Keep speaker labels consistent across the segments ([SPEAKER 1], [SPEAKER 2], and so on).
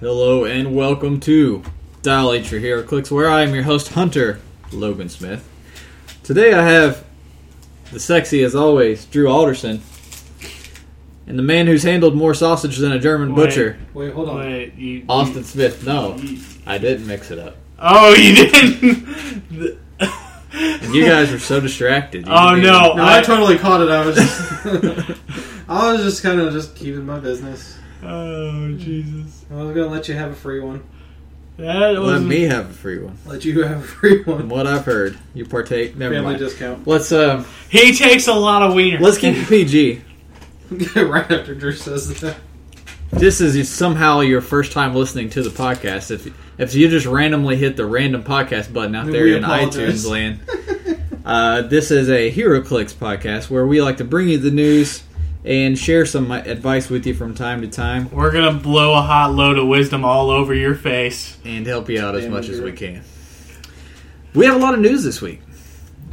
[SPEAKER 1] Hello and welcome to Dial H for Hero Clicks, where I am your host, Hunter Logan Smith. Today I have the sexy, as always, Drew Alderson, and the man who's handled more sausage than a German
[SPEAKER 2] Wait.
[SPEAKER 1] butcher,
[SPEAKER 3] Wait, hold on.
[SPEAKER 2] Wait, you,
[SPEAKER 1] Austin Smith. No,
[SPEAKER 2] you- you-
[SPEAKER 1] I didn't mix it up.
[SPEAKER 2] oh, you didn't. The-
[SPEAKER 1] You guys were so distracted. You
[SPEAKER 2] Oh,
[SPEAKER 1] didn't
[SPEAKER 2] no.
[SPEAKER 3] No, I, totally caught it. I was just, I was just kind of just keeping my business.
[SPEAKER 2] oh Jesus!
[SPEAKER 3] I was gonna let you have a free one.
[SPEAKER 2] That
[SPEAKER 1] even
[SPEAKER 2] was
[SPEAKER 1] Let me have a free one.
[SPEAKER 3] Let you have a free
[SPEAKER 1] From
[SPEAKER 3] one.
[SPEAKER 1] what I've heard, you partake. Never
[SPEAKER 3] Family
[SPEAKER 1] mind.
[SPEAKER 3] discount.
[SPEAKER 1] Let's um,
[SPEAKER 2] He takes a lot of wiener.
[SPEAKER 1] let's keep it PG.
[SPEAKER 3] right after Drew says that.
[SPEAKER 1] this is somehow your first time listening to the podcast. If if you just randomly hit the random podcast button out
[SPEAKER 3] We
[SPEAKER 1] there in
[SPEAKER 3] apologize.
[SPEAKER 1] iTunes land, uh, this is a HeroClix podcast where we like to bring you the news and share some advice with you from time to time
[SPEAKER 2] We're gonna blow a hot load of wisdom all over your face.
[SPEAKER 1] and help you out as
[SPEAKER 3] Damn,
[SPEAKER 1] much as we
[SPEAKER 3] Drew.
[SPEAKER 1] can. We have a lot of news this week.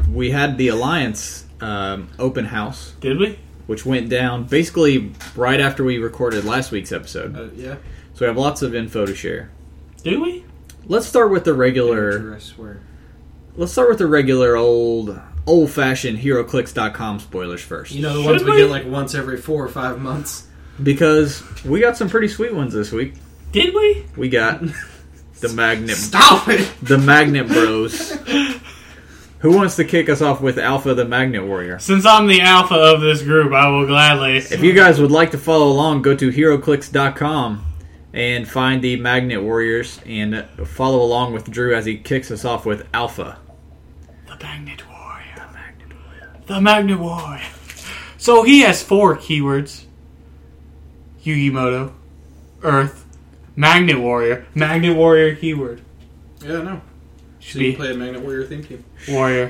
[SPEAKER 1] We had the Alliance um, open house,
[SPEAKER 2] Did we?
[SPEAKER 1] which went down basically right after we recorded last week's episode.
[SPEAKER 3] Uh, yeah.
[SPEAKER 1] So we have lots of info to share.
[SPEAKER 2] Did we?
[SPEAKER 1] Let's start with the regular.
[SPEAKER 3] I swear.
[SPEAKER 1] Let's start with the regular old old fashioned HeroClix.com spoilers first.
[SPEAKER 3] You know the
[SPEAKER 2] Should
[SPEAKER 3] ones we
[SPEAKER 2] we?
[SPEAKER 3] get like once every four or five months.
[SPEAKER 1] Because we got some pretty sweet ones this week.
[SPEAKER 2] Did we?
[SPEAKER 1] We got the Magnet
[SPEAKER 3] Stop it!
[SPEAKER 1] the Magnet Bros. Who wants to kick us off with Alpha the Magnet Warrior?
[SPEAKER 2] Since I'm the alpha of this group, I will gladly.
[SPEAKER 1] If you guys would like to follow along, go to HeroClix.com and find the Magnet Warriors and follow along with Drew as he kicks us off with Alpha.
[SPEAKER 2] The Magnet Warrior. The Magnet Warrior. So he has four keywords Yugimoto, Earth, Magnet Warrior, Magnet Warrior keyword.
[SPEAKER 3] Yeah, no. So
[SPEAKER 2] Should
[SPEAKER 3] you
[SPEAKER 2] be
[SPEAKER 3] play a Magnet Warrior theme tune.
[SPEAKER 2] Warrior.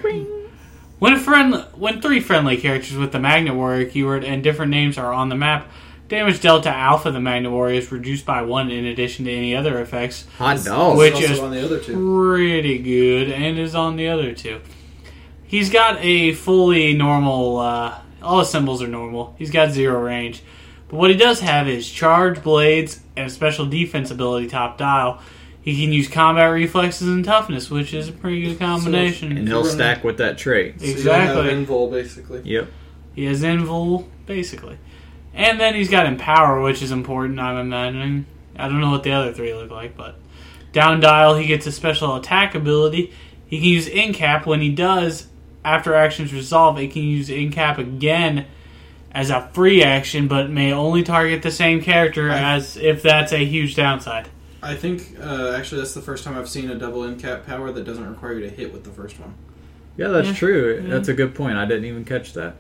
[SPEAKER 2] When a friend, when three friendly characters with the Magnet Warrior keyword and different names are on the map, damage dealt to Alpha the Magnet Warrior is reduced by one in addition to any other effects.
[SPEAKER 1] Hot dog.
[SPEAKER 2] Which
[SPEAKER 3] It's also
[SPEAKER 2] is-
[SPEAKER 3] on the other two.
[SPEAKER 2] pretty good and is on the other two. He's got a fully normal, uh, all his symbols are normal. He's got zero range. But what he does have is charge, blades, and special defense ability top dial. He can use combat reflexes and toughness, which is a pretty good combination.
[SPEAKER 1] And he'll stack with that trait.
[SPEAKER 3] So you
[SPEAKER 2] exactly.
[SPEAKER 3] have Invol, basically.
[SPEAKER 1] Yep.
[SPEAKER 2] He has invul, basically. And then he's got empower, which is important, I'm imagining. I don't know what the other three look like, but down dial, he gets a special attack ability. He can use incap. When he does, after actions resolve, it can use incap again as a free action, but may only target the same character
[SPEAKER 3] Right.
[SPEAKER 2] as if that's a huge downside.
[SPEAKER 3] I think uh, actually that's the first time I've seen a double end cap power that doesn't require you to hit with the first one.
[SPEAKER 1] Yeah, that's
[SPEAKER 2] Yeah.
[SPEAKER 1] true.
[SPEAKER 2] Yeah.
[SPEAKER 1] That's a good point. I didn't even catch that.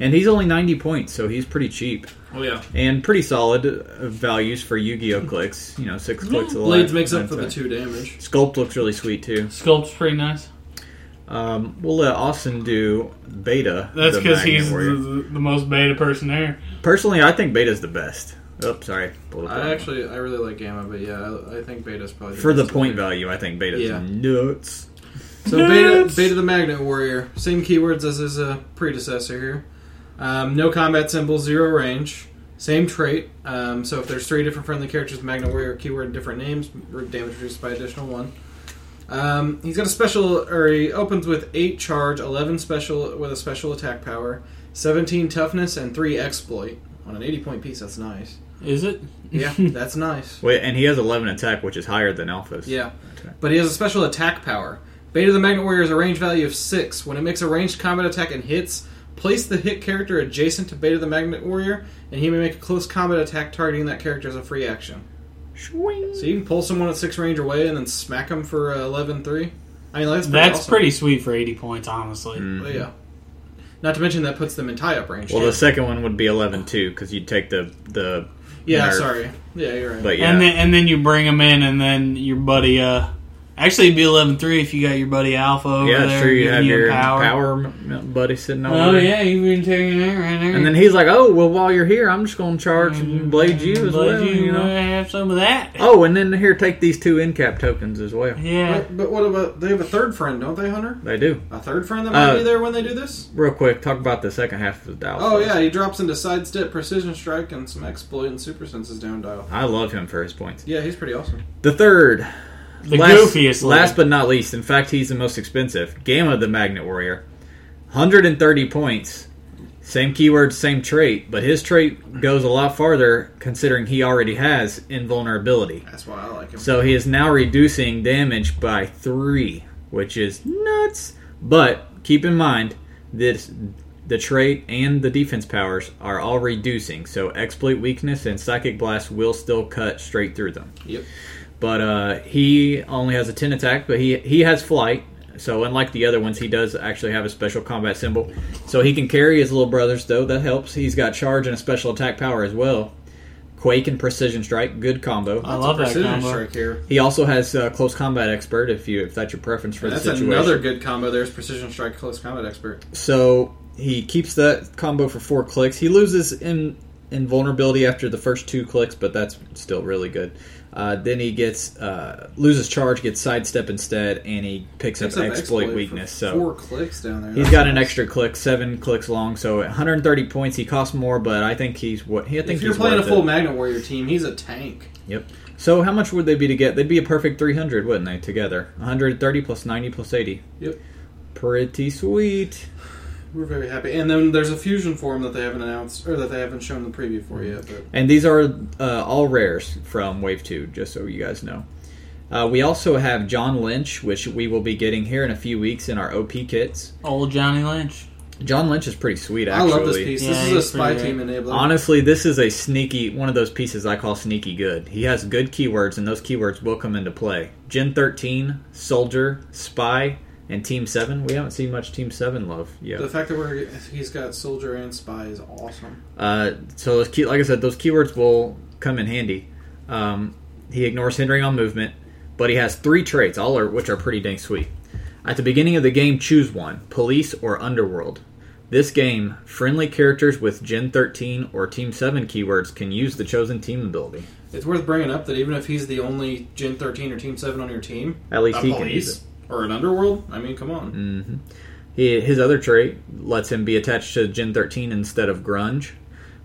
[SPEAKER 1] And he's only 90 points, so he's pretty cheap
[SPEAKER 3] Oh yeah.
[SPEAKER 1] and pretty solid uh, values for Yu-Gi-Oh clicks. You know, six clicks. a lot.
[SPEAKER 3] Blades makes up for the
[SPEAKER 1] That's
[SPEAKER 3] two damage.
[SPEAKER 1] right. Sculpt looks really sweet too.
[SPEAKER 2] Sculpt's pretty nice.
[SPEAKER 1] Um, we'll let Austin do Beta.
[SPEAKER 2] That's
[SPEAKER 1] the
[SPEAKER 2] because
[SPEAKER 1] Magnet
[SPEAKER 2] he's the,
[SPEAKER 1] Warrior.
[SPEAKER 2] the- the most beta person there.
[SPEAKER 1] personally, I think Beta's the best. Oops, sorry. Pulled up the wrong
[SPEAKER 3] I
[SPEAKER 1] one.
[SPEAKER 3] actually I really like Gamma, but yeah, I, I think Beta's probably
[SPEAKER 1] for the
[SPEAKER 3] best.
[SPEAKER 1] point value, I think Beta's
[SPEAKER 3] Yeah.
[SPEAKER 1] nuts.
[SPEAKER 3] So Beta,
[SPEAKER 2] Nuts.
[SPEAKER 3] Beta the Magnet Warrior, same keywords as his uh, predecessor here. Um, no combat symbol, zero range, same trait. Um, so if there's three different friendly characters, with Magnet Warrior keyword, different names, r- damage reduced by additional one. Um, he's got a special, or he opens with eight charge, eleven special with a special attack power, seventeen toughness, and three exploit on an eighty-point piece. That's nice.
[SPEAKER 2] Is it?
[SPEAKER 3] Yeah, that's nice.
[SPEAKER 1] Wait, and he has 11 attack, which is higher than Alpha's.
[SPEAKER 3] Yeah.
[SPEAKER 1] Okay.
[SPEAKER 3] But he has a special attack power. Beta the Magnet Warrior has a range value of 6. When it makes a ranged combat attack and hits, place the hit character adjacent to Beta the Magnet Warrior, and he may make a close combat attack targeting that character as a free action.
[SPEAKER 1] Shwing.
[SPEAKER 3] So you can pull someone at 6 range away and then smack them for uh, 11 3. I mean, that's pretty.
[SPEAKER 2] That's
[SPEAKER 3] awesome.
[SPEAKER 2] pretty sweet for 80 points, honestly.
[SPEAKER 3] Oh, yeah. Not to mention that puts them in tie up range.
[SPEAKER 1] Mm-hmm. Well,
[SPEAKER 3] too.
[SPEAKER 1] the second one would be 11 too, because you'd take the the.
[SPEAKER 3] yeah,
[SPEAKER 1] nerf.
[SPEAKER 3] sorry. Yeah, you're right.
[SPEAKER 1] But yeah,
[SPEAKER 2] And then and then you bring him in, and then your buddy uh, Actually, it'd be eleven three if you got your buddy Alpha over
[SPEAKER 1] yeah,
[SPEAKER 2] there
[SPEAKER 1] sure. You
[SPEAKER 2] giving
[SPEAKER 1] have
[SPEAKER 2] you
[SPEAKER 1] your
[SPEAKER 2] power.
[SPEAKER 1] power, m- buddy sitting over
[SPEAKER 2] Oh
[SPEAKER 1] there.
[SPEAKER 2] yeah, you've been taking that right there.
[SPEAKER 1] And then he's like, "Oh well, while you're here, I'm just gonna charge and blade you as
[SPEAKER 2] Mm-hmm. Blade
[SPEAKER 1] well." You
[SPEAKER 2] wanna
[SPEAKER 1] know.
[SPEAKER 2] have some of that.
[SPEAKER 1] Oh, and then here, take these two end cap tokens as well.
[SPEAKER 2] Yeah.
[SPEAKER 3] But, but what about they have a third friend, don't they, Hunter?
[SPEAKER 1] They do.
[SPEAKER 3] A third friend that might
[SPEAKER 1] Uh,
[SPEAKER 3] be there when they do this.
[SPEAKER 1] Real quick, talk about the second half of the dial.
[SPEAKER 3] Oh
[SPEAKER 1] first.
[SPEAKER 3] yeah, he drops into sidestep, precision strike, and some exploit and super senses down dial.
[SPEAKER 1] I love him for his points.
[SPEAKER 3] Yeah, he's pretty awesome.
[SPEAKER 1] The third,
[SPEAKER 2] The
[SPEAKER 1] last,
[SPEAKER 2] goofiest
[SPEAKER 1] last but not least, in fact, he's the most expensive. Gamma the Magnet Warrior, 130 points. Same keyword, same trait, but his trait goes a lot farther considering he already has invulnerability.
[SPEAKER 3] That's why I like him.
[SPEAKER 1] So he is now reducing damage by three, which is nuts. But keep in mind this the trait and the defense powers are all reducing, so exploit weakness and psychic blast will still cut straight through them.
[SPEAKER 3] Yep.
[SPEAKER 1] But uh, he only has a ten attack, but he he has flight. So unlike the other ones, he does actually have a special combat symbol. So he can carry his little brothers though. That helps. He's got charge and a special attack power as well. Quake and precision strike, good combo.
[SPEAKER 2] I
[SPEAKER 3] That's
[SPEAKER 2] love
[SPEAKER 3] a
[SPEAKER 2] that
[SPEAKER 3] precision
[SPEAKER 2] combo.
[SPEAKER 3] strike here.
[SPEAKER 1] He also has uh, close combat expert if you if that's your preference for
[SPEAKER 3] That's
[SPEAKER 1] the situation.
[SPEAKER 3] another good combo. There's precision strike, close combat expert.
[SPEAKER 1] So he keeps that combo for four clicks. He loses in invulnerability after the first two clicks, but that's still really good. Uh, then he gets uh, loses charge, gets sidestep instead, and he picks,
[SPEAKER 3] Picks
[SPEAKER 1] up,
[SPEAKER 3] up
[SPEAKER 1] exploit,
[SPEAKER 3] for
[SPEAKER 1] weakness. So
[SPEAKER 3] four clicks down there.
[SPEAKER 1] he's
[SPEAKER 3] That's
[SPEAKER 1] got an
[SPEAKER 3] awesome.
[SPEAKER 1] extra click, seven clicks long. So at 130 points, he costs more, but I think he's what he. I think
[SPEAKER 3] If you're
[SPEAKER 1] he's
[SPEAKER 3] playing a
[SPEAKER 1] worth
[SPEAKER 3] full
[SPEAKER 1] it.
[SPEAKER 3] Magnet Warrior team, he's a tank.
[SPEAKER 1] Yep. So how much would they be to get? They'd be a perfect 300, wouldn't they? Together, 130 plus 90 plus 80.
[SPEAKER 3] Yep.
[SPEAKER 1] Pretty sweet.
[SPEAKER 3] We're very happy. And then there's a fusion form that they haven't announced or that they haven't shown the preview for yet. But
[SPEAKER 1] And these are uh, all rares from Wave 2, just so you guys know. Uh, we also have John Lynch, which we will be getting here in a few weeks in our OP kits.
[SPEAKER 2] Old Johnny Lynch.
[SPEAKER 1] John Lynch is pretty sweet,
[SPEAKER 3] I
[SPEAKER 1] actually.
[SPEAKER 3] love this piece.
[SPEAKER 2] Yeah,
[SPEAKER 3] this is a
[SPEAKER 2] he's
[SPEAKER 3] spy
[SPEAKER 2] pretty
[SPEAKER 3] team enabler.
[SPEAKER 1] Honestly, this is a sneaky one of those pieces I call sneaky good. He has good keywords, and those keywords will come into play. Gen 13, Soldier, Spy, and Team 7. We haven't seen much Team 7 love yet.
[SPEAKER 3] The fact that we're he's got soldier and spy is awesome.
[SPEAKER 1] Uh, so those key, like I said, those keywords will come in handy. Um, he ignores hindering on movement, but he has three traits, all are, which are pretty dang sweet. At the beginning of the game, choose one: police or underworld. This game, friendly characters with Gen 13 or Team 7 keywords can use the chosen team ability.
[SPEAKER 3] It's worth bringing up that even if he's the only Gen 13 or Team 7 on your team,
[SPEAKER 1] At least
[SPEAKER 3] a
[SPEAKER 1] he can use
[SPEAKER 3] police
[SPEAKER 1] it. Mm.
[SPEAKER 3] or an underworld, I mean, come on.
[SPEAKER 1] He, his other trait lets him be attached to Gen 13 instead of Grunge.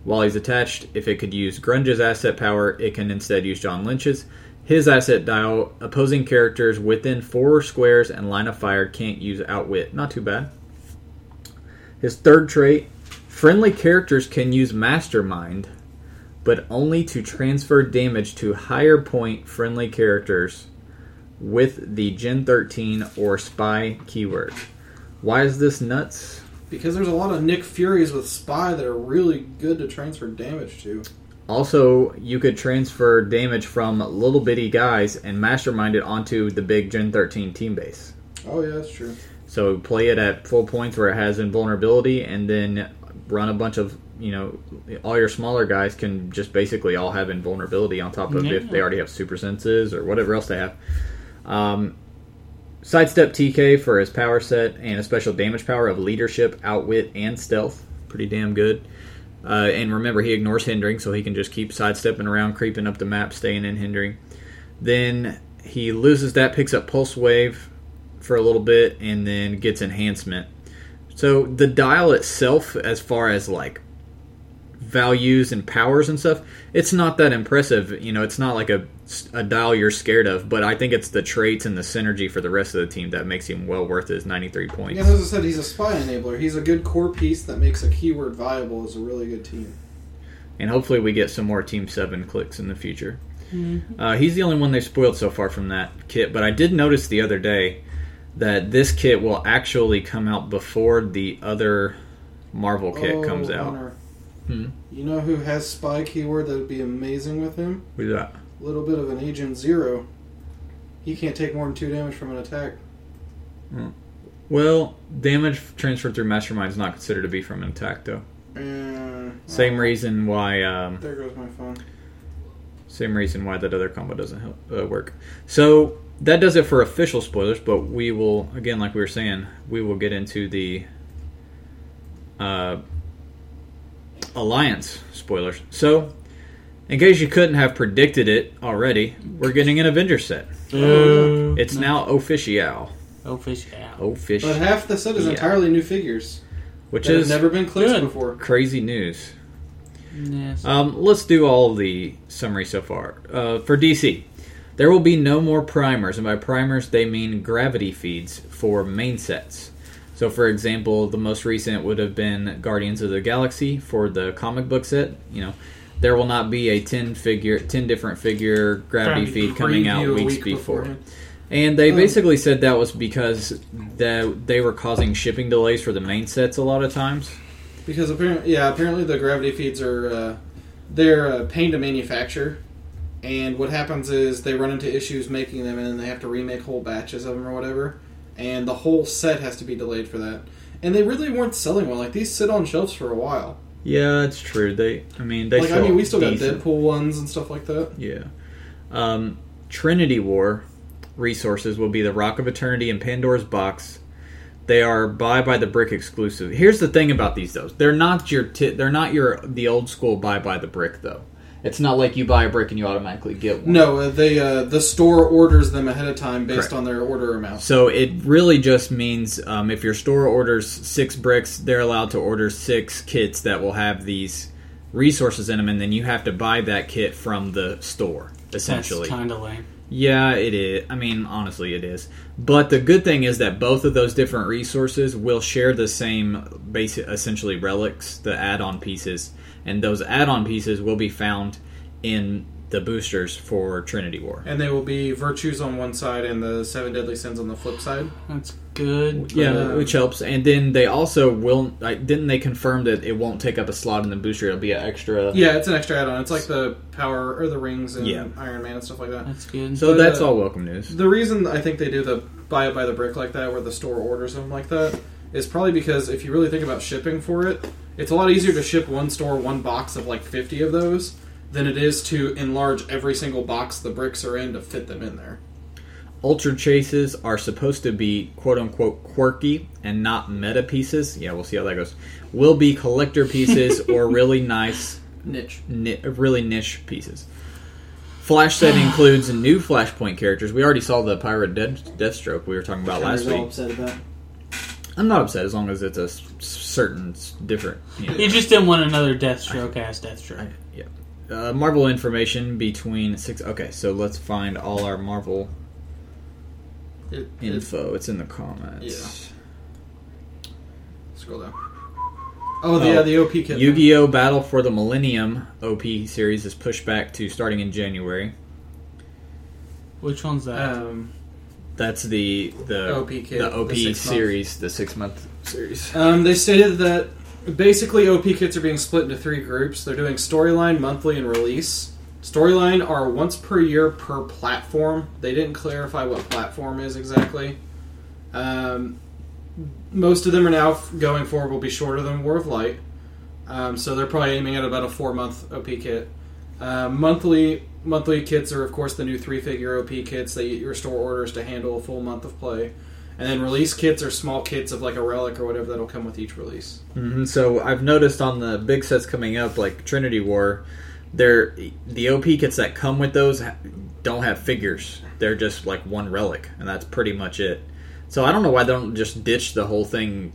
[SPEAKER 1] While he's attached, if it could use Grunge's asset power, it can instead use John Lynch's. His asset dial, opposing characters within four squares and line of fire can't use Outwit. Not too bad. His third trait friendly characters can use Mastermind, but only to transfer damage to higher point friendly characters with the Gen 13 or Spy keyword. Why is this nuts?
[SPEAKER 3] Because there's a lot of Nick Furies with spy that are really good to transfer damage to.
[SPEAKER 1] Also, you could transfer damage from little bitty guys and mastermind it onto the big Gen 13 team base.
[SPEAKER 3] Oh yeah, that's true.
[SPEAKER 1] So play it at full points where it has invulnerability, and then run a bunch of you know all your smaller guys can just basically all have invulnerability on top of
[SPEAKER 2] Yeah.
[SPEAKER 1] if they already have super senses or whatever else they have. Um, sidestep TK for his power set and a special damage power of leadership, outwit, and stealth. Pretty damn good. Uh, and remember, he ignores hindering, so he can just keep sidestepping around, creeping up the map, staying in hindering. Then he loses that, picks up pulse wave for a little bit, and then gets enhancement. So the dial itself, as far as like values and powers and stuff, it's not that impressive. You know, it's not like a, a dial you're scared of, but I think it's the traits and the synergy for the rest of the team that makes him well worth his 93 points.
[SPEAKER 3] Again, as I said, he's a spy enabler. He's a good core piece that makes a keyword viable as a really good team.
[SPEAKER 1] and hopefully we get some more Team Seven clicks in the future. Uh, he's the only one they've spoiled so far from that kit, but I did notice the other day that this kit will actually come out before the other Marvel kit
[SPEAKER 3] Oh,
[SPEAKER 1] comes out.
[SPEAKER 3] Hunter.
[SPEAKER 1] Hmm.
[SPEAKER 3] You know who has spy keyword that would be amazing with him?
[SPEAKER 1] Who's that?
[SPEAKER 3] A little bit of an agent zero. He can't take more than two damage from an attack.
[SPEAKER 1] Well, damage transferred through Mastermind is not considered to be from an attack, though.
[SPEAKER 3] Uh,
[SPEAKER 1] Same
[SPEAKER 3] well,
[SPEAKER 1] reason why. Um,
[SPEAKER 3] There goes my phone.
[SPEAKER 1] same reason why that other combo doesn't help, uh, work. So that does it for official spoilers, but we will again, like we were saying, we will get into the uh, alliance spoilers. So, in case you couldn't have predicted it already, we're getting an Avengers set.
[SPEAKER 2] Boo.
[SPEAKER 1] It's now official,
[SPEAKER 2] Oh, fish out.
[SPEAKER 1] official,
[SPEAKER 3] But half the set is
[SPEAKER 1] Yeah.
[SPEAKER 3] entirely new figures
[SPEAKER 1] which
[SPEAKER 3] that have
[SPEAKER 1] is
[SPEAKER 3] never been
[SPEAKER 2] Good.
[SPEAKER 3] clicked before.
[SPEAKER 1] crazy news.
[SPEAKER 2] Yes.
[SPEAKER 1] Um, let's do all the summary so far. Uh, for DC, there will be no more primers, and by primers they mean gravity feeds for main sets. So, for example, the most recent would have been Guardians of the Galaxy for the comic book set. You know, there will not be a ten figure, ten different figure gravity,
[SPEAKER 2] Gravity
[SPEAKER 1] feed coming out
[SPEAKER 3] Preview a
[SPEAKER 1] weeks
[SPEAKER 3] week
[SPEAKER 1] before.
[SPEAKER 3] beforehand.
[SPEAKER 1] And they
[SPEAKER 3] Oh.
[SPEAKER 1] basically said that was because that they were causing shipping delays for the main sets a lot of times.
[SPEAKER 3] Because apparently, yeah, apparently the gravity feeds are uh, they're a pain to manufacture, and what happens is they run into issues making them, and then they have to remake whole batches of them or whatever, and the whole set has to be delayed for that. And they really weren't selling well. Like these sit on shelves for a while.
[SPEAKER 1] Yeah, it's true. They, I mean, they.
[SPEAKER 3] like I mean, we still
[SPEAKER 1] decent.
[SPEAKER 3] got Deadpool ones and stuff like that.
[SPEAKER 1] Yeah. Um, Trinity War resources will be the Rock of Eternity and Pandora's Box. They are buy by the brick exclusive. Here's the thing about these though. They're not your ti they're not your the old school buy by the brick though. It's not like you buy a brick and you automatically get one.
[SPEAKER 3] No, uh, they uh, the store orders them ahead of time based
[SPEAKER 1] Correct.
[SPEAKER 3] on their order amount.
[SPEAKER 1] So it really just means um, if your store orders six bricks, they're allowed to order six kits that will have these resources in them, and then you have to buy that kit from the store essentially.
[SPEAKER 2] That's kind of lame.
[SPEAKER 1] Yeah, it is. I mean, honestly, it is. But the good thing is that both of those different resources will share the same basic, essentially relics, the add-on pieces, and those add-on pieces will be found in the boosters for Trinity War.
[SPEAKER 3] And they will be virtues on one side and the seven deadly sins on the flip side.
[SPEAKER 2] That's good.
[SPEAKER 1] Yeah,
[SPEAKER 3] Um,
[SPEAKER 1] Uh, which helps. And then they also will. Like, didn't they confirm that it won't take up a slot in the booster? It'll be an extra.
[SPEAKER 3] Yeah, it's an extra add-on. It's like the power or the rings and
[SPEAKER 1] Yeah.
[SPEAKER 3] Iron Man and stuff like that.
[SPEAKER 2] That's good.
[SPEAKER 1] So
[SPEAKER 3] But,
[SPEAKER 1] that's
[SPEAKER 3] uh,
[SPEAKER 1] all welcome news.
[SPEAKER 3] The reason I think they do the buy it by the brick like that, where the store orders them like that, is probably because if you really think about shipping for it, it's a lot easier to ship one store one box of like 50 of those than it is to enlarge every single box the bricks are in to fit them in there.
[SPEAKER 1] Ultra chases are supposed to be quote unquote quirky and not meta pieces. Yeah, we'll see how that goes. Will be collector pieces or really nice,
[SPEAKER 3] Niche.
[SPEAKER 1] ni- really niche pieces. Flash set includes new Flashpoint characters. We already saw the pirate Death- Deathstroke we were talking about last
[SPEAKER 4] all
[SPEAKER 1] week.
[SPEAKER 4] upset about.
[SPEAKER 1] I'm not upset as long as it's a s- certain s- different. You know,
[SPEAKER 2] You just didn't want another Deathstroke ass Deathstroke.
[SPEAKER 1] yeah. Uh, Marvel information between six. Okay, so let's find all our Marvel
[SPEAKER 3] It, it,
[SPEAKER 1] info. It's in the comments.
[SPEAKER 3] scroll down. Oh, the, yeah, the OP kit.
[SPEAKER 1] Yu Gi Oh! Battle for the Millennium OP series is pushed back to starting in January.
[SPEAKER 2] Which one's
[SPEAKER 1] Uh,
[SPEAKER 2] that?
[SPEAKER 3] Um,
[SPEAKER 1] That's the the
[SPEAKER 3] OP kit,
[SPEAKER 1] the
[SPEAKER 3] the
[SPEAKER 1] OP
[SPEAKER 3] six month.
[SPEAKER 1] series, the six month series.
[SPEAKER 3] Um, they stated that basically OP kits are being split into three groups. They're doing storyline, monthly, and release. Storyline are once per year per platform. They didn't clarify what platform is exactly. Um, most of them are now f- going forward will be shorter than War of Light. Um, so they're probably aiming at about a four month OP kit. Uh, monthly monthly kits are of course the new three figure OP kits that you restore orders to handle a full month of play, and then release kits are small kits of like a relic or whatever that'll come with each release.
[SPEAKER 1] hmm So I've noticed on the big sets coming up, like Trinity War, they're the OP kits that come with those ha- don't have figures. They're just like one relic, and that's pretty much it. So I don't know why they don't just ditch the whole thing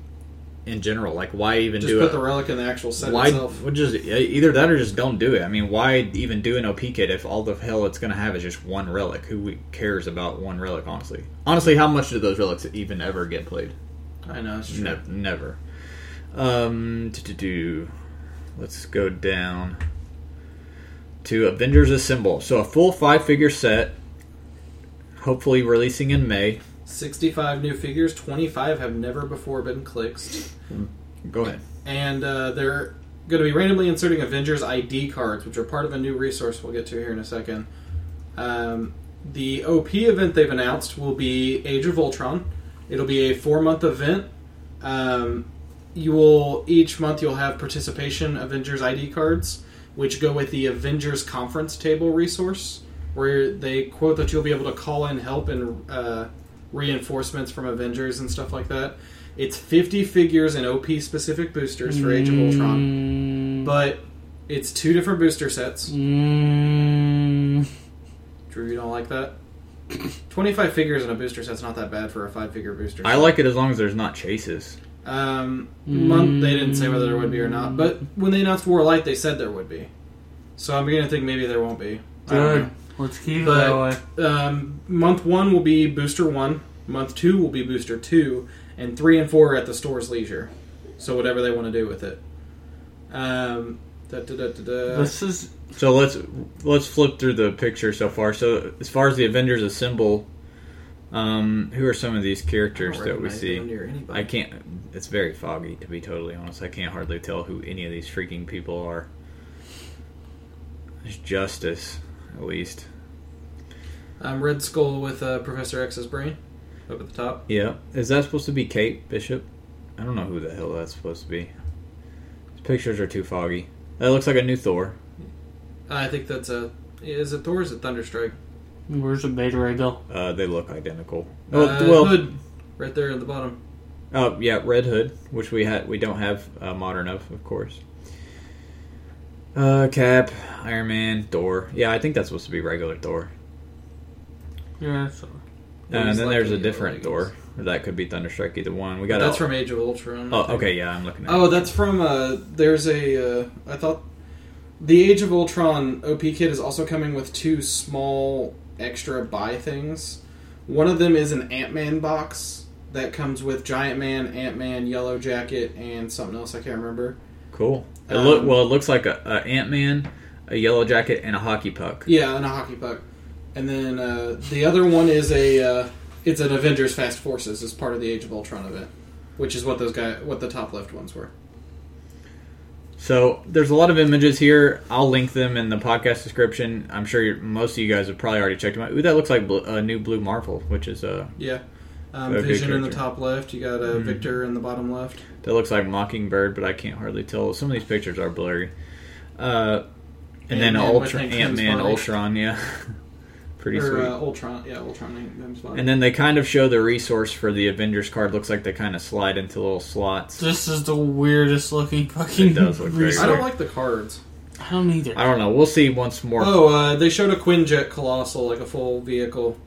[SPEAKER 1] in general. Like why even
[SPEAKER 3] Just
[SPEAKER 1] do
[SPEAKER 3] put
[SPEAKER 1] it?
[SPEAKER 3] the relic in the actual set
[SPEAKER 1] why
[SPEAKER 3] itself.
[SPEAKER 1] would just either that or just don't do it? I mean, why even do an OP kit if all the hell it's going to have is just one relic? Who cares about one relic? Honestly, honestly, how much do those relics even ever get played?
[SPEAKER 3] I know. It's true.
[SPEAKER 1] No, never. Um, to do. Let's go down to Avengers Assemble. So a full five-figure set, hopefully releasing in May.
[SPEAKER 3] Sixty-five new figures. Twenty-five have never before been clicked,
[SPEAKER 1] Go ahead.
[SPEAKER 3] and uh, they're going to be randomly inserting Avengers ID cards, which are part of a new resource we'll get to here in a second. Um, the OP event they've announced will be Age of Ultron. It'll be a four-month event. Um, you will each month you'll have participation Avengers ID cards, which go with the Avengers Conference Table resource. where they quote that you'll be able to call in help and uh, reinforcements from Avengers and stuff like that. It's 50 figures and OP specific boosters for Age of Ultron,
[SPEAKER 2] Mm,
[SPEAKER 3] but it's two different booster sets.
[SPEAKER 2] mm,
[SPEAKER 3] Drew, you don't like that? 25 figures in a booster set's not that bad for a five figure booster.
[SPEAKER 1] I
[SPEAKER 3] set.
[SPEAKER 1] like it as long as there's not chases.
[SPEAKER 3] Um, month they didn't say whether there would be or not, but
[SPEAKER 1] Mm.
[SPEAKER 3] when they announced Warlight, they said there would be. So I'm beginning to think maybe there won't be. I don't
[SPEAKER 2] good. uh, Let's keep it that
[SPEAKER 3] But-
[SPEAKER 2] way.
[SPEAKER 3] know. Um, month one will be Booster One. Month two will be Booster Two, and three and four are at the store's leisure. So whatever they want to do with it. Um, da, da, da, da, da.
[SPEAKER 2] This is
[SPEAKER 1] So let's let's flip through the picture so far. So as far as the Avengers assemble, um, who are some of these
[SPEAKER 3] I don't
[SPEAKER 1] characters that we
[SPEAKER 3] recognize them
[SPEAKER 1] see?
[SPEAKER 3] near anybody.
[SPEAKER 1] I can't. It's very foggy, to be totally honest. I can't hardly tell who any of these freaking people are. There's Justice, at least.
[SPEAKER 3] Um, Red Skull with uh, Professor X's brain up at the top.
[SPEAKER 1] Yeah. Is that supposed to be Kate Bishop? I don't know who the hell that's supposed to be. These pictures are too foggy. That looks like a new Thor.
[SPEAKER 3] I think that's a is it Thor? Or is it Thunderstrike?
[SPEAKER 2] where's the beta ray bill?
[SPEAKER 1] Uh, they look identical. Oh,
[SPEAKER 3] Uh,
[SPEAKER 1] well,
[SPEAKER 3] Hood, right there at the bottom.
[SPEAKER 1] Oh yeah, Red Hood, which we had we don't have uh, modern of, of course. Uh, Cap, Iron Man, Thor. Yeah, I think that's supposed to be regular Thor.
[SPEAKER 2] Yeah, so
[SPEAKER 1] Uh, and
[SPEAKER 3] He's
[SPEAKER 1] then there's
[SPEAKER 3] lucky
[SPEAKER 1] a
[SPEAKER 3] he
[SPEAKER 1] different
[SPEAKER 3] really is.
[SPEAKER 1] Thor. That could be Thunderstrike, either one. We got
[SPEAKER 3] That's
[SPEAKER 1] a-
[SPEAKER 3] from Age of Ultron. I
[SPEAKER 1] Oh,
[SPEAKER 3] think.
[SPEAKER 1] okay, yeah, I'm looking at.
[SPEAKER 3] Oh,
[SPEAKER 1] it.
[SPEAKER 3] that's from uh there's a uh, I thought the Age of Ultron OP kit is also coming with two small extra buy things. One of them is an Ant-Man box that comes with Giant Man, Ant-Man, Yellow Jacket, and something else I can't remember.
[SPEAKER 1] cool. It look
[SPEAKER 3] um,
[SPEAKER 1] well. It looks like a, a Ant Man, a Yellow Jacket, and a hockey puck.
[SPEAKER 3] Yeah, and a hockey puck. And then uh, the other one is a uh, it's an Avengers Fast Forces as part of the Age of Ultron event, which is what those guy what the top left ones were.
[SPEAKER 1] So there's a lot of images here. I'll link them in the podcast description. I'm sure you most of you guys have probably already checked them out. Ooh, that looks like bl- a new Blue Marvel, which is uh,
[SPEAKER 3] Yeah. Um,
[SPEAKER 1] A good
[SPEAKER 3] Vision in the
[SPEAKER 1] character. Mm-hmm.
[SPEAKER 3] top left. You got uh, Victor in the bottom left.
[SPEAKER 1] That looks like Mockingbird, but I can't hardly tell. Some of these pictures are blurry. Uh, and then
[SPEAKER 3] Ant-Man with
[SPEAKER 1] Ultra,
[SPEAKER 3] Hank
[SPEAKER 1] Ant
[SPEAKER 3] Pym's
[SPEAKER 1] Man,
[SPEAKER 3] body.
[SPEAKER 1] Ultron, yeah, pretty
[SPEAKER 3] or
[SPEAKER 1] sweet.
[SPEAKER 3] Uh, Ultron. Yeah, Ultron. named him Spot.
[SPEAKER 1] and then they kind of show the resource for the Avengers card. Looks like they kind of slide into little slots.
[SPEAKER 2] this is the weirdest looking fucking.
[SPEAKER 1] It does look very
[SPEAKER 3] I
[SPEAKER 2] research.
[SPEAKER 3] don't like the cards.
[SPEAKER 2] I don't either.
[SPEAKER 1] I don't know. We'll see once more.
[SPEAKER 3] Oh, uh, they showed a Quinjet Colossal, like a full vehicle.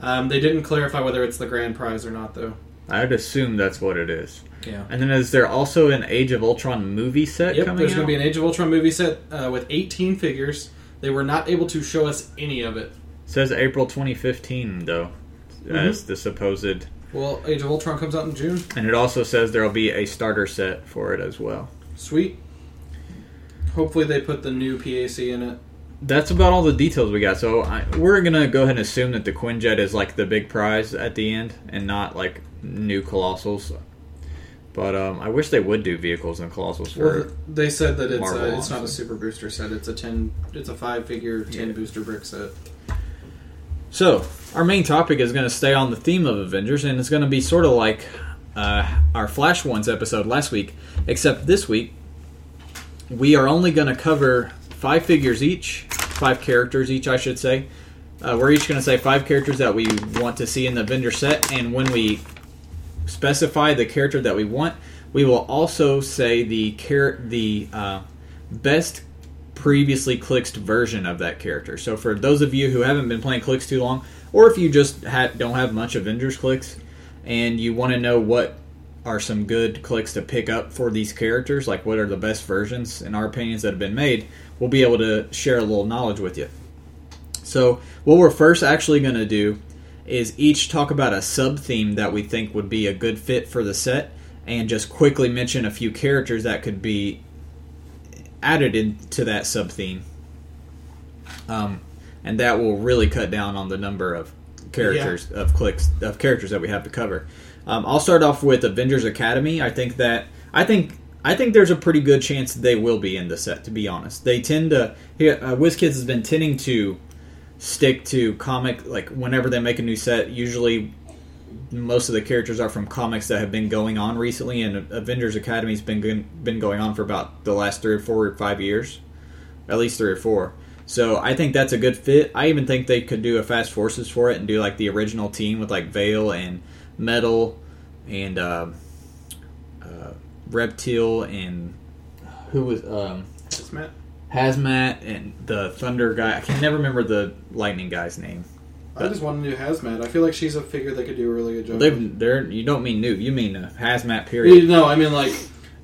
[SPEAKER 3] Um, they didn't clarify whether it's the grand prize or not, though.
[SPEAKER 1] I'd assume that's what it is.
[SPEAKER 3] Yeah.
[SPEAKER 1] And then is there also an Age of Ultron movie set
[SPEAKER 3] Yep,
[SPEAKER 1] coming
[SPEAKER 3] there's
[SPEAKER 1] out?
[SPEAKER 3] going to be an Age of Ultron movie set uh, with 18 figures. They were not able to show us any of it.
[SPEAKER 1] Says April 2015 though,
[SPEAKER 3] Mm-hmm.
[SPEAKER 1] as the supposed.
[SPEAKER 3] Well, Age of Ultron comes out in June.
[SPEAKER 1] And it also says there'll be a starter set for it as well.
[SPEAKER 3] Sweet. Hopefully, they put the new PAC in it.
[SPEAKER 1] that's about all the details we got. So I, we're gonna go ahead and assume that the Quinjet is like the big prize at the end, and not like new Colossals. But um, I wish they would do vehicles and Colossals for.
[SPEAKER 3] Well, they said that it's
[SPEAKER 1] Marvel,
[SPEAKER 3] uh it's not a
[SPEAKER 1] honestly.
[SPEAKER 3] super booster set. It's a ten. It's a five figure ten booster brick set.
[SPEAKER 1] So our main topic is gonna stay on the theme of Avengers, and it's gonna be sort of like uh, our Flash Ones episode last week, except this week we are only gonna cover five figures each, five characters each, I should say. Uh, we're each going to say five characters that we want to see in the vendor set, and when we specify the character that we want, we will also say the char- the uh, best previously clicked version of that character. So for those of you who haven't been playing clicks too long, or if you just ha- don't have much Avengers clicks, and you want to know what are some good clicks to pick up for these characters, like what are the best versions in our opinions that have been made, we'll be able to share a little knowledge with you. So, what we're first actually going to do is each talk about a sub theme that we think would be a good fit for the set and just quickly mention a few characters that could be added into that sub theme. Um, and that will really cut down on the number of characters of clicks of characters that we have to cover. Um, I'll start off with Avengers Academy. I think that I think I think there's a pretty good chance they will be in the set. To be honest, they tend to. Here, uh, WizKids has been tending to stick to comic like whenever they make a new set usually most of the characters are from comics that have been going on recently and avengers academy's been been going on for about the last three or four or five years at least three or four So I think that's a good fit. I even think they could do a Fast Forces for it and do like the original team with like Veil and Metal and um uh, Reptile and who was um,
[SPEAKER 3] Yes, Matt.
[SPEAKER 1] Hazmat and the Thunder guy. I can never remember the Lightning guy's name.
[SPEAKER 3] I just want to do hazmat. I feel like she's a figure that could do a really good job.
[SPEAKER 1] They, they're you don't mean new. You mean uh, Hazmat period.
[SPEAKER 3] You no, I mean like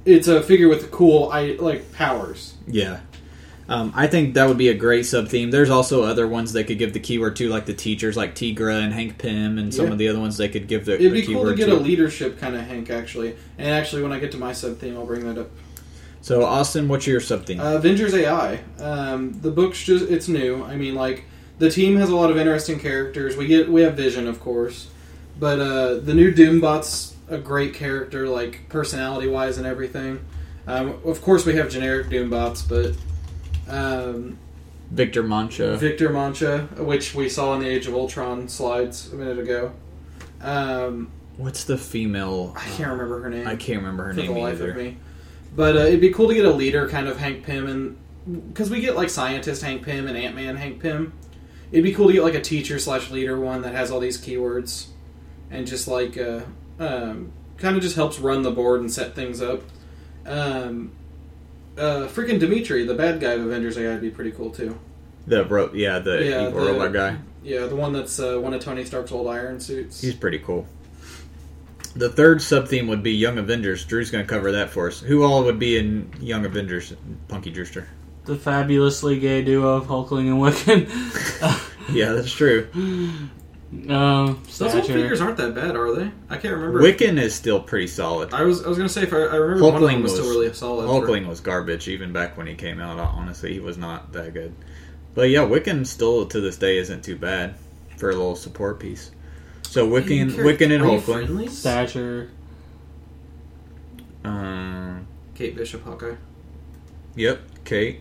[SPEAKER 3] it's a figure with cool I like powers.
[SPEAKER 1] Yeah. Um, I think that would be a great sub theme. There's also other ones they could give the keyword to, like the teachers, like Tigra and Hank Pym, and some
[SPEAKER 3] Yeah.
[SPEAKER 1] of the other ones they could give the,
[SPEAKER 3] It'd
[SPEAKER 1] the
[SPEAKER 3] be cool to
[SPEAKER 1] keyword
[SPEAKER 3] get a leadership kind of Hank actually. And actually, when I get to my sub theme, I'll bring that up.
[SPEAKER 1] So, Austin, what's your sub theme?
[SPEAKER 3] Uh, Avengers AI. Um, the book's just it's new. I mean, like the team has a lot of interesting characters. We get we have Vision, of course, but uh, the new Doombot's a great character, like personality wise and everything. Um, of course, we have generic Doombots, but um,
[SPEAKER 1] Victor Mancha.
[SPEAKER 3] Victor Mancha, which we saw in the Age of Ultron slides a minute ago. Um,
[SPEAKER 1] what's the female?
[SPEAKER 3] I can't remember her name
[SPEAKER 1] I can't remember her
[SPEAKER 3] for
[SPEAKER 1] name
[SPEAKER 3] the life
[SPEAKER 1] either.
[SPEAKER 3] of me. But uh, it'd be cool to get a leader, kind of Hank Pym, and because we get like scientist Hank Pym and Ant Man Hank Pym, it'd be cool to get like a teacher slash leader one that has all these keywords, and just like uh, um, kind of just helps run the board and set things up. Um, uh, freaking Dimitri, the bad guy of Avengers AI, would be pretty cool too.
[SPEAKER 1] The bro, yeah, the
[SPEAKER 3] Yeah,
[SPEAKER 1] evil
[SPEAKER 3] the-
[SPEAKER 1] robot guy.
[SPEAKER 3] Yeah, the one that's uh, one of Tony Stark's old iron suits.
[SPEAKER 1] He's pretty cool. The third sub theme would be Young Avengers. Drew's going to cover that for us. Who all would be in Young Avengers? Punky Drewster.
[SPEAKER 2] The fabulously gay duo of Hulkling and Wiccan.
[SPEAKER 1] Yeah, that's true.
[SPEAKER 2] um,
[SPEAKER 3] Those old
[SPEAKER 2] stature.
[SPEAKER 3] figures aren't that bad, are they? I can't remember.
[SPEAKER 1] Wiccan is still pretty solid.
[SPEAKER 3] I was I was gonna say if I, I remember one of
[SPEAKER 1] Hulkling
[SPEAKER 3] them was,
[SPEAKER 1] was-
[SPEAKER 3] still really solid. for-
[SPEAKER 1] Hulkling was garbage even back when he came out. Honestly, he was not that good. But yeah, Wiccan still to this day isn't too bad for a little support piece. So Wiccan, Wiccan and Hulkling.
[SPEAKER 3] Hulkling.
[SPEAKER 2] Stature.
[SPEAKER 1] Um,
[SPEAKER 3] Kate Bishop Hawkeye.
[SPEAKER 1] yep, Kate.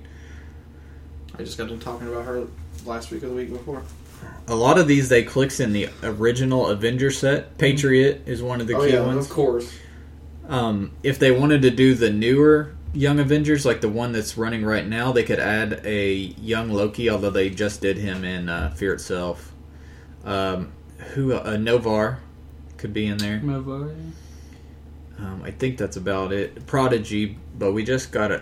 [SPEAKER 3] I just got done talking about her last week or the week before.
[SPEAKER 1] A lot of these they clicks in the original Avenger set. Patriot is one of the
[SPEAKER 3] oh
[SPEAKER 1] key
[SPEAKER 3] yeah,
[SPEAKER 1] ones.
[SPEAKER 3] of course.
[SPEAKER 1] Um, if they wanted to do the newer Young Avengers, like the one that's running right now, they could add a young Loki, although they just did him in uh, Fear Itself. Um, who uh, Novar could be in there. Um, I think that's about it. Prodigy, but we just got a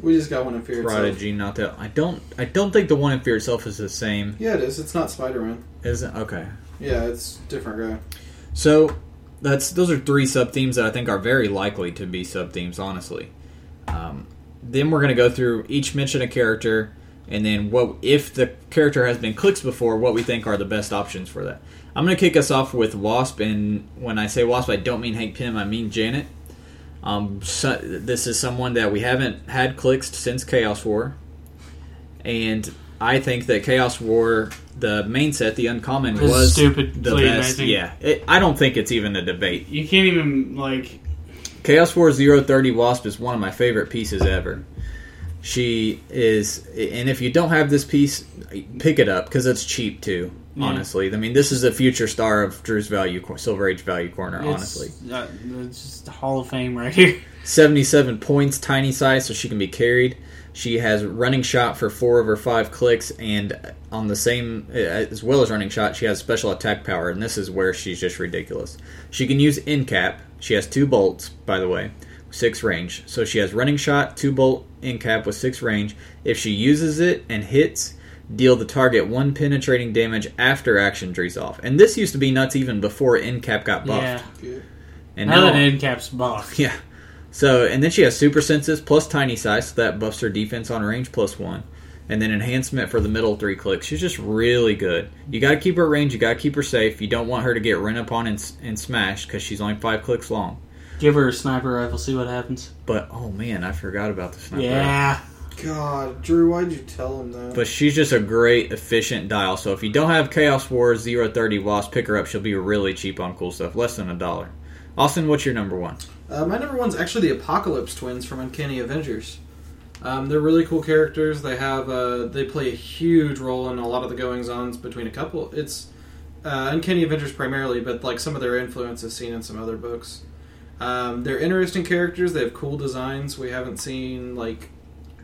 [SPEAKER 3] We just got one in Fear Itself.
[SPEAKER 1] Prodigy. Not that I don't. I don't think the one in Fear Itself is the same.
[SPEAKER 3] Yeah, it is. It's not Spider Man.
[SPEAKER 1] Is it? Okay.
[SPEAKER 3] Yeah, it's different guy.
[SPEAKER 1] So that's those are three sub themes that I think are very likely to be sub themes. Honestly, um, then we're going to go through each mention of character, and then what if the character has been clicks before? What we think are the best options for that. I'm going to kick us off with Wasp, and when I say Wasp, I don't mean Hank Pym. I mean Janet. Um, so, this is someone that we haven't had clicks since Chaos War, and I think that Chaos War, the main set, the uncommon,
[SPEAKER 2] This is
[SPEAKER 1] was
[SPEAKER 2] stupidly
[SPEAKER 1] the best.
[SPEAKER 2] amazing.
[SPEAKER 1] Yeah, it, I don't think it's even a debate.
[SPEAKER 2] You can't even like.
[SPEAKER 1] Chaos War 030 Wasp is one of my favorite pieces ever. She is, and if you don't have this piece, pick it up because it's cheap too.
[SPEAKER 2] Yeah.
[SPEAKER 1] Honestly, I mean, this is a future star of Drew's value, cor- Silver Age value corner.
[SPEAKER 2] It's,
[SPEAKER 1] honestly,
[SPEAKER 2] uh, it's just Hall of Fame right here.
[SPEAKER 1] 77 points, tiny size, so she can be carried. She has running shot for four of her five clicks, and on the same, uh, as well as running shot, she has special attack power, and this is where she's just ridiculous. She can use end cap. She has two bolts, by the way, six range. So she has running shot, two bolt, end cap with six range. If she uses it and hits, deal the target one penetrating damage after action trees off. And this used to be nuts even before end cap got buffed.
[SPEAKER 2] Yeah.
[SPEAKER 3] Yeah.
[SPEAKER 1] And
[SPEAKER 2] Now that end cap's buff.
[SPEAKER 1] yeah. So, and then she has super senses plus tiny size, so that buffs her defense on range plus one. And then enhancement for the middle three clicks. She's just really good. You got to keep her range. You got to keep her safe. You don't want her to get run upon and, s- and smashed because she's only five clicks long.
[SPEAKER 2] Give her a sniper rifle, see what happens.
[SPEAKER 1] But oh man, I forgot about the sniper.
[SPEAKER 2] Yeah.
[SPEAKER 3] God, Drew, why'd you tell him that?
[SPEAKER 1] But she's just a great, efficient dial. So if you don't have Chaos War 030 Wasp, pick her up. She'll be really cheap on cool stuff, less than a dollar. Austin, what's your number one?
[SPEAKER 3] Uh, my number one's actually the Apocalypse Twins from Uncanny Avengers. Um, they're really cool characters. They have uh, they play a huge role in a lot of the goings ons between a couple. It's uh, Uncanny Avengers primarily, but like some of their influence is seen in some other books. Um, they're interesting characters. They have cool designs. We haven't seen like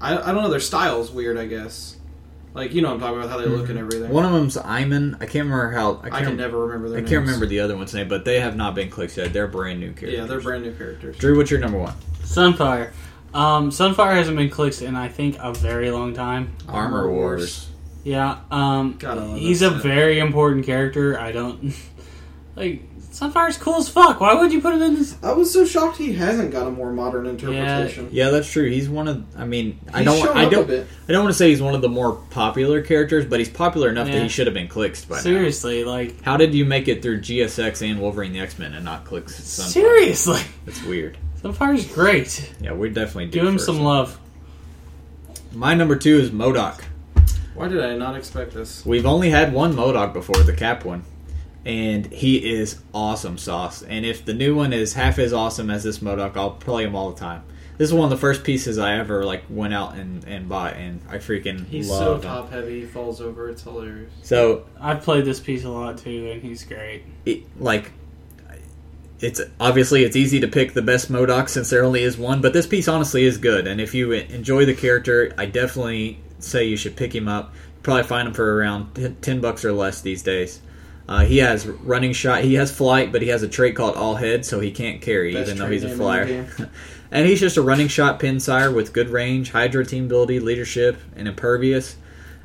[SPEAKER 3] I, I don't know their style's weird. I guess Like you know, what I'm talking about how they look and everything.
[SPEAKER 1] Mm-hmm. One of them's Iman. I can't remember how. I
[SPEAKER 3] I
[SPEAKER 1] can't,
[SPEAKER 3] can never remember. Their
[SPEAKER 1] I can't
[SPEAKER 3] names.
[SPEAKER 1] remember the other one's name, but they have not been clicks yet. They're brand new characters.
[SPEAKER 3] Yeah, they're brand new characters.
[SPEAKER 1] Drew, what's your number one?
[SPEAKER 2] Sunfire. Um, Sunfire hasn't been clicked in I think a very long time.
[SPEAKER 1] Armor Wars.
[SPEAKER 2] Yeah, um,
[SPEAKER 3] Gotta love
[SPEAKER 2] he's a
[SPEAKER 3] that set.
[SPEAKER 2] very important character. I don't like Sunfire's cool as fuck. Why would you put him in this?
[SPEAKER 3] I was so shocked he hasn't got a more modern interpretation.
[SPEAKER 1] Yeah, that's true. He's one of. I mean, I
[SPEAKER 3] He's
[SPEAKER 1] don't.
[SPEAKER 3] shown
[SPEAKER 1] I
[SPEAKER 3] up a
[SPEAKER 1] don't.
[SPEAKER 3] bit.
[SPEAKER 1] I don't want to say he's one of the more popular characters, but he's popular enough that
[SPEAKER 2] Yeah.
[SPEAKER 1] he should have been clicks by now.
[SPEAKER 2] Seriously, like
[SPEAKER 1] How did you make it through GSX and Wolverine the X Men and not clicks? Sunfire?
[SPEAKER 2] seriously,
[SPEAKER 1] It's weird.
[SPEAKER 2] Sunfire's great.
[SPEAKER 1] Yeah, we definitely do
[SPEAKER 2] Give him
[SPEAKER 1] first.
[SPEAKER 2] some love.
[SPEAKER 1] My number two is Modoc.
[SPEAKER 3] Why did I not expect this?
[SPEAKER 1] We've only had one Modoc before, the Cap one, and he is awesome sauce. And if the new one is half as awesome as this Modoc, I'll play him all the time. This is one of the first pieces I ever like went out and, and bought, and I freaking
[SPEAKER 3] He's
[SPEAKER 1] love
[SPEAKER 3] so
[SPEAKER 1] him.
[SPEAKER 3] top heavy. He falls over. It's hilarious.
[SPEAKER 1] So
[SPEAKER 2] I've played this piece a lot too, and he's great.
[SPEAKER 1] it, like it's obviously it's easy to pick the best modoc since there only is one but this piece honestly is good and if you e, enjoy the character i definitely say you should pick him up probably find him for around t- 10 bucks or less these days uh, he has running shot he has flight but he has a trait called all head so he can't carry
[SPEAKER 3] Best
[SPEAKER 1] even though
[SPEAKER 3] trait
[SPEAKER 1] he's a
[SPEAKER 3] name in
[SPEAKER 1] flyer and he's just a running shot pin sire with good range hydro team ability leadership and impervious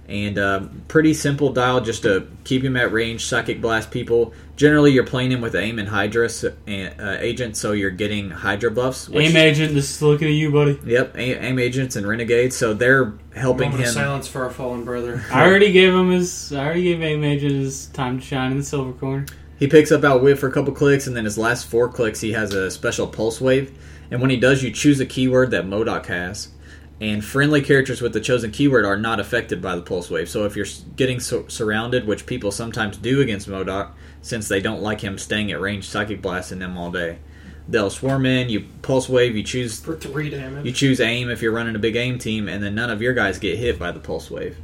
[SPEAKER 1] and um, pretty simple dial just to keep him at range, psychic blast people. Generally, you're playing him with aim and Hydra s- and, uh, agent, so you're getting Hydra buffs. which-
[SPEAKER 2] Aim agent, this is looking at you, buddy.
[SPEAKER 1] Yep, a- aim agents and renegades, so they're helping
[SPEAKER 3] Moment of
[SPEAKER 1] him.
[SPEAKER 3] silence for our fallen brother.
[SPEAKER 2] I already gave him his. I already gave aim agent his time to shine in the silver corner.
[SPEAKER 1] He picks up Outwit for a couple clicks, and then his last four clicks, he has a special pulse wave. And when he does, you choose a keyword that Modoc has. And friendly characters with the chosen keyword are not affected by the pulse wave. So if you're s- getting sur- surrounded, which people sometimes do against Modoc, since they don't like him staying at range, psychic blasting them all day, they'll swarm in. You pulse wave. You choose
[SPEAKER 3] for three damage.
[SPEAKER 1] you choose aim if you're running a big aim team, and then none of your guys get hit by the pulse wave.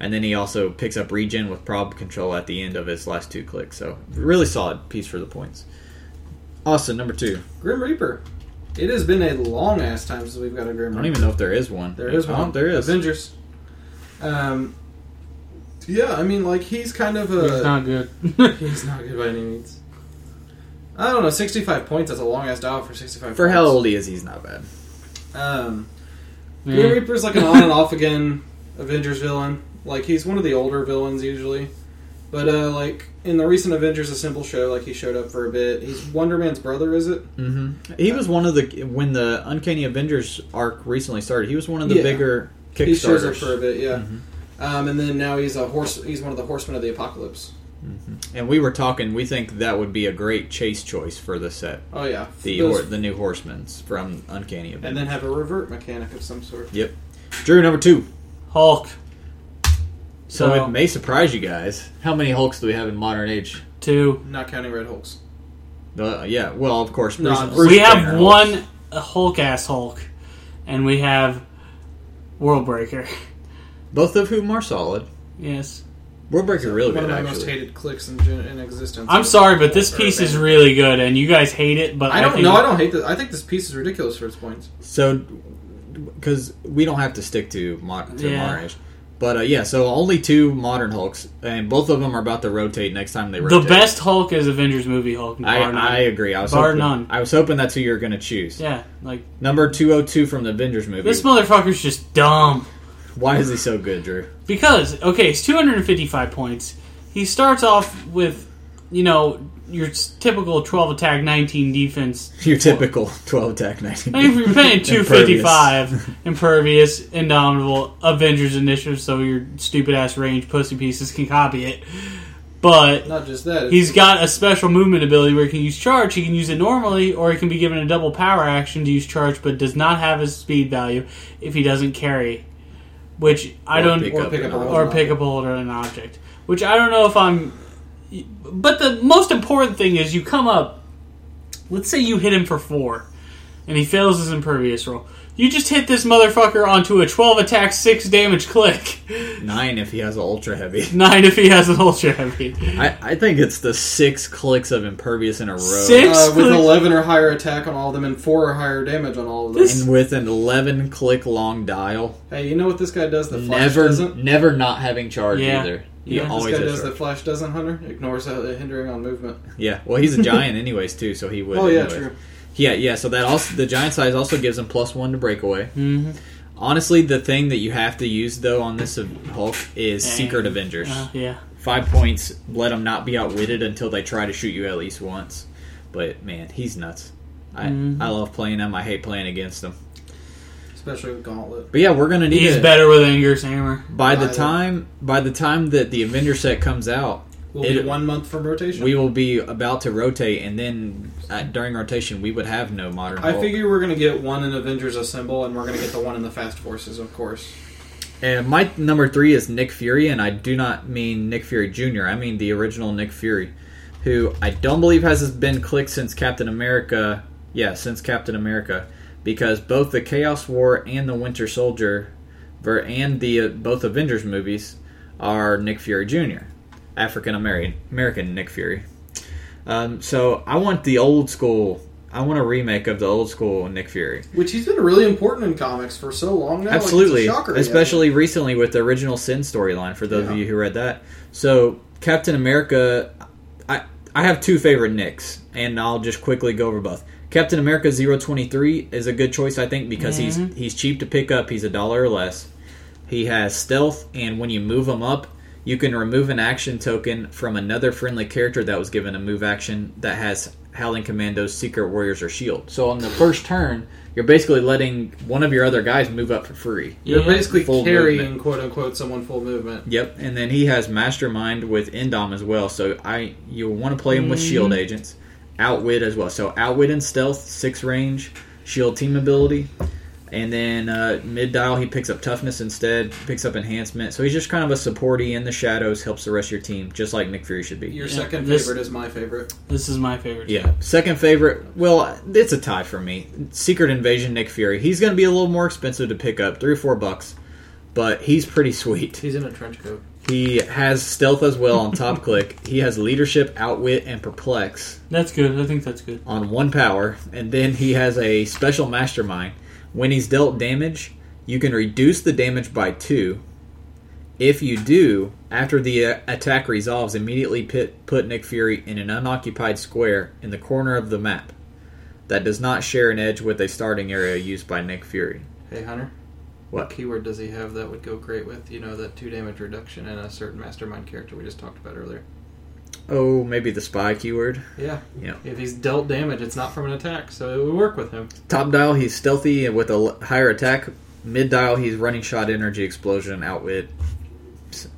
[SPEAKER 1] And then he also picks up regen with prob control at the end of his last two clicks. So really solid piece for the points. Austin, number two.
[SPEAKER 3] Grim Reaper. It has been a long ass time since we've got a Grim
[SPEAKER 1] I
[SPEAKER 3] Reaper.
[SPEAKER 1] don't even know if there is one.
[SPEAKER 3] There is
[SPEAKER 1] I don't-
[SPEAKER 3] one.
[SPEAKER 1] There is.
[SPEAKER 3] Avengers. Um, yeah, I mean, like he's kind of a.
[SPEAKER 2] He's not good.
[SPEAKER 3] he's not good by any means. I don't know. Sixty-five points. That's a long ass dial for sixty-five.
[SPEAKER 1] For
[SPEAKER 3] points.
[SPEAKER 1] how old he is, he's not bad.
[SPEAKER 3] Um, Grim
[SPEAKER 2] Yeah.
[SPEAKER 3] Reaper's like an on and off again Avengers villain. Like he's one of the older villains usually, but uh, like in the recent Avengers Assemble show, like he showed up for a bit. He's Wonder Man's brother, is it?
[SPEAKER 1] hmm He was one of the when the Uncanny Avengers arc recently started. He was one of the
[SPEAKER 3] Yeah.
[SPEAKER 1] bigger Kickstarters.
[SPEAKER 3] He shows up for a bit, yeah. Um, and then now he's a horse. He's one of the horsemen of the apocalypse.
[SPEAKER 1] and we were talking. We think that would be a great chase choice for the set.
[SPEAKER 3] Oh yeah,
[SPEAKER 1] The
[SPEAKER 3] Those-
[SPEAKER 1] or, the new Horsemen's from Uncanny Avengers.
[SPEAKER 3] and then have a revert mechanic of some sort.
[SPEAKER 1] Yep. Drew number two.
[SPEAKER 2] Hulk
[SPEAKER 1] So
[SPEAKER 2] So-
[SPEAKER 1] it may surprise you guys. How many Hulks do we have in modern age?
[SPEAKER 2] two.
[SPEAKER 3] Not counting Red Hulks.
[SPEAKER 1] Uh, yeah, well, of course.
[SPEAKER 3] No,
[SPEAKER 1] Bruce,
[SPEAKER 3] I'm-
[SPEAKER 1] Bruce
[SPEAKER 2] we
[SPEAKER 1] Banner
[SPEAKER 2] have
[SPEAKER 1] Hulks.
[SPEAKER 2] one Hulk ass Hulk, and we have Worldbreaker.
[SPEAKER 1] Both of whom are solid.
[SPEAKER 2] Yes.
[SPEAKER 1] Worldbreaker really good,
[SPEAKER 3] one of my most
[SPEAKER 1] actually.
[SPEAKER 3] hated clicks in, gen- in existence.
[SPEAKER 2] I'm sorry, but this
[SPEAKER 3] Or
[SPEAKER 2] piece is
[SPEAKER 3] Banner.
[SPEAKER 2] really good, and you guys hate it, but I,
[SPEAKER 3] I don't
[SPEAKER 2] think
[SPEAKER 3] know. I don't hate this. I think this piece is ridiculous for its points.
[SPEAKER 1] So, because we don't have to stick to, mo- to
[SPEAKER 2] Yeah.
[SPEAKER 1] modern age. But uh, yeah, so only two modern Hulks, and both of them are about to rotate next time they
[SPEAKER 2] The
[SPEAKER 1] rotate.
[SPEAKER 2] best Hulk is Avengers movie Hulk.
[SPEAKER 1] I,
[SPEAKER 2] bar none.
[SPEAKER 1] I agree. I was,
[SPEAKER 2] Bar
[SPEAKER 1] hoping,
[SPEAKER 2] none.
[SPEAKER 1] I was hoping that's who you're going to choose.
[SPEAKER 2] Yeah, like
[SPEAKER 1] Number 202 from the Avengers movie.
[SPEAKER 2] this motherfucker's just dumb.
[SPEAKER 1] Why is he so good, Drew?
[SPEAKER 2] Because okay, it's 255 points. He starts off with, you know, your s- typical 12 attack, 19 defense.
[SPEAKER 1] Your typical 12 attack
[SPEAKER 2] Like if
[SPEAKER 1] 19.
[SPEAKER 2] you're paying 255, impervious, indomitable, Avengers initiative, so your stupid ass range pussy pieces can copy it. But
[SPEAKER 3] Not just that. it's-
[SPEAKER 2] He's got a special movement ability where he can use charge. He can use it normally, or he can be given a double power action to use charge, but does not have his speed value if he doesn't carry. Which I
[SPEAKER 1] Or
[SPEAKER 2] don't,
[SPEAKER 1] pick
[SPEAKER 3] or
[SPEAKER 1] up
[SPEAKER 3] pick up a
[SPEAKER 1] another.
[SPEAKER 3] roll.
[SPEAKER 2] or pick up a hold or an object. Which I don't know if I'm. But the most important thing is you come up. Let's say you hit him for four, and he fails his impervious roll. You just hit this motherfucker onto a 12 attack, 6 damage click.
[SPEAKER 1] Nine if he has an ultra heavy.
[SPEAKER 2] 9 if he has an ultra heavy.
[SPEAKER 1] I, I think it's the six clicks of impervious in a row.
[SPEAKER 2] Six?
[SPEAKER 3] Uh, with an
[SPEAKER 2] Excellent.
[SPEAKER 3] 11 or higher attack on all of them and 4 or higher damage on all of them.
[SPEAKER 1] And with an 11 click long dial.
[SPEAKER 3] Hey, you know what this guy does that Flash
[SPEAKER 1] Never
[SPEAKER 3] doesn't?
[SPEAKER 1] never not having charge
[SPEAKER 2] Yeah.
[SPEAKER 1] either. He
[SPEAKER 2] Yeah. This
[SPEAKER 3] This
[SPEAKER 1] always
[SPEAKER 3] guy
[SPEAKER 1] has
[SPEAKER 3] does
[SPEAKER 1] charge.
[SPEAKER 3] that Flash doesn't, Hunter? Ignores a hindering on movement.
[SPEAKER 1] Yeah, well, he's a giant anyways, too, so he would.
[SPEAKER 3] oh, yeah,
[SPEAKER 1] anyways.
[SPEAKER 3] true.
[SPEAKER 1] Yeah, yeah, so that also the giant size also gives him plus one to breakaway.
[SPEAKER 2] Mhm.
[SPEAKER 1] Honestly, the thing that you have to use though on this Hulk is
[SPEAKER 2] And-
[SPEAKER 1] Secret Avengers.
[SPEAKER 2] Uh, yeah.
[SPEAKER 1] Five points. Let them not be outwitted until they try to shoot you at least once. But man, he's nuts. I
[SPEAKER 2] Mhm.
[SPEAKER 1] I love playing him. I hate playing against him.
[SPEAKER 3] Especially with Gauntlet.
[SPEAKER 1] But yeah, we're gonna need
[SPEAKER 2] He's
[SPEAKER 1] it.
[SPEAKER 2] better with Anger's Hammer.
[SPEAKER 1] By the
[SPEAKER 3] Either.
[SPEAKER 1] time by the time that the Avenger set comes out,
[SPEAKER 3] Will
[SPEAKER 1] It-
[SPEAKER 3] be one month from rotation.
[SPEAKER 1] we will be about to rotate, and then uh, during rotation we would have no modern.
[SPEAKER 3] I
[SPEAKER 1] Hulk.
[SPEAKER 3] figure we're going to get one in Avengers Assemble, and we're going to get the one in the Fast Forces, of course.
[SPEAKER 1] And Uh, my number three is Nick Fury, and I do not mean Nick Fury Jr. I mean the original Nick Fury, who I don't believe has been clicked since Captain America. Yeah, since Captain America, because both the Chaos War and the Winter Soldier, ver- and the uh, both Avengers movies are Nick Fury Jr. African American American Nick Fury. Um, so I want the old school. I want a remake of the old school Nick Fury.
[SPEAKER 3] Which he's been really important in comics for so long now. like, it's a
[SPEAKER 1] Absolutely,
[SPEAKER 3] shocker, yeah.
[SPEAKER 1] especially recently with the original Sin storyline. For those of
[SPEAKER 3] Yeah.
[SPEAKER 1] you who read that, so Captain America, I I have two favorite Nicks, and I'll just quickly go over both. Captain America 023 is a good choice, I think, because he's he's cheap to pick up. He's a dollar or less. He has stealth, and when you move him up, you can remove an action token from another friendly character that was given a move action that has Howling Commandos, Secret Warriors, or Shield. So on the first turn, you're basically letting one of your other guys move up for free.
[SPEAKER 3] You're
[SPEAKER 2] Yeah.
[SPEAKER 3] basically
[SPEAKER 1] Full
[SPEAKER 3] carrying,
[SPEAKER 1] movement.
[SPEAKER 3] quote unquote, someone full movement.
[SPEAKER 1] Yep, and then he has Mastermind with Endom as well. So I you'll want to play him with Shield agents, Outwit as well. So Outwit and Stealth, six range, Shield team ability, and then uh, mid dial he picks up Toughness instead, picks up Enhancement. So he's just kind of a supporty in the shadows, helps the rest of your team, just like Nick Fury should be.
[SPEAKER 3] Your
[SPEAKER 2] Yeah,
[SPEAKER 3] second
[SPEAKER 2] this-
[SPEAKER 3] favorite is my favorite.
[SPEAKER 2] This is my favorite.
[SPEAKER 1] Yeah. Second favorite. Well, it's a tie for me. Secret Invasion Nick Fury. He's going to be a little more expensive to pick up, three or four bucks, but he's pretty sweet.
[SPEAKER 3] He's in a trench coat.
[SPEAKER 1] He has stealth as well on top click. He has leadership, outwit, and perplex
[SPEAKER 2] That's good. I think that's good.
[SPEAKER 1] on one power, and then he has a special mastermind. When he's dealt damage, you can reduce the damage by two. If you do, after the uh, attack resolves, immediately pit, put Nick Fury in an unoccupied square in the corner of the map that does not share an edge with a starting area used by Nick Fury.
[SPEAKER 3] Hey, Hunter.
[SPEAKER 1] What?
[SPEAKER 3] keyword does he have that would go great with, you know, that two damage reduction and a certain mastermind character we just talked about earlier?
[SPEAKER 1] Oh, maybe the spy keyword.
[SPEAKER 3] Yeah.
[SPEAKER 1] Yeah.
[SPEAKER 3] If he's dealt damage, it's not from an attack, so it would work with him.
[SPEAKER 1] Top dial, he's stealthy and with a l- higher attack. Mid dial, he's running shot, energy explosion, outwit.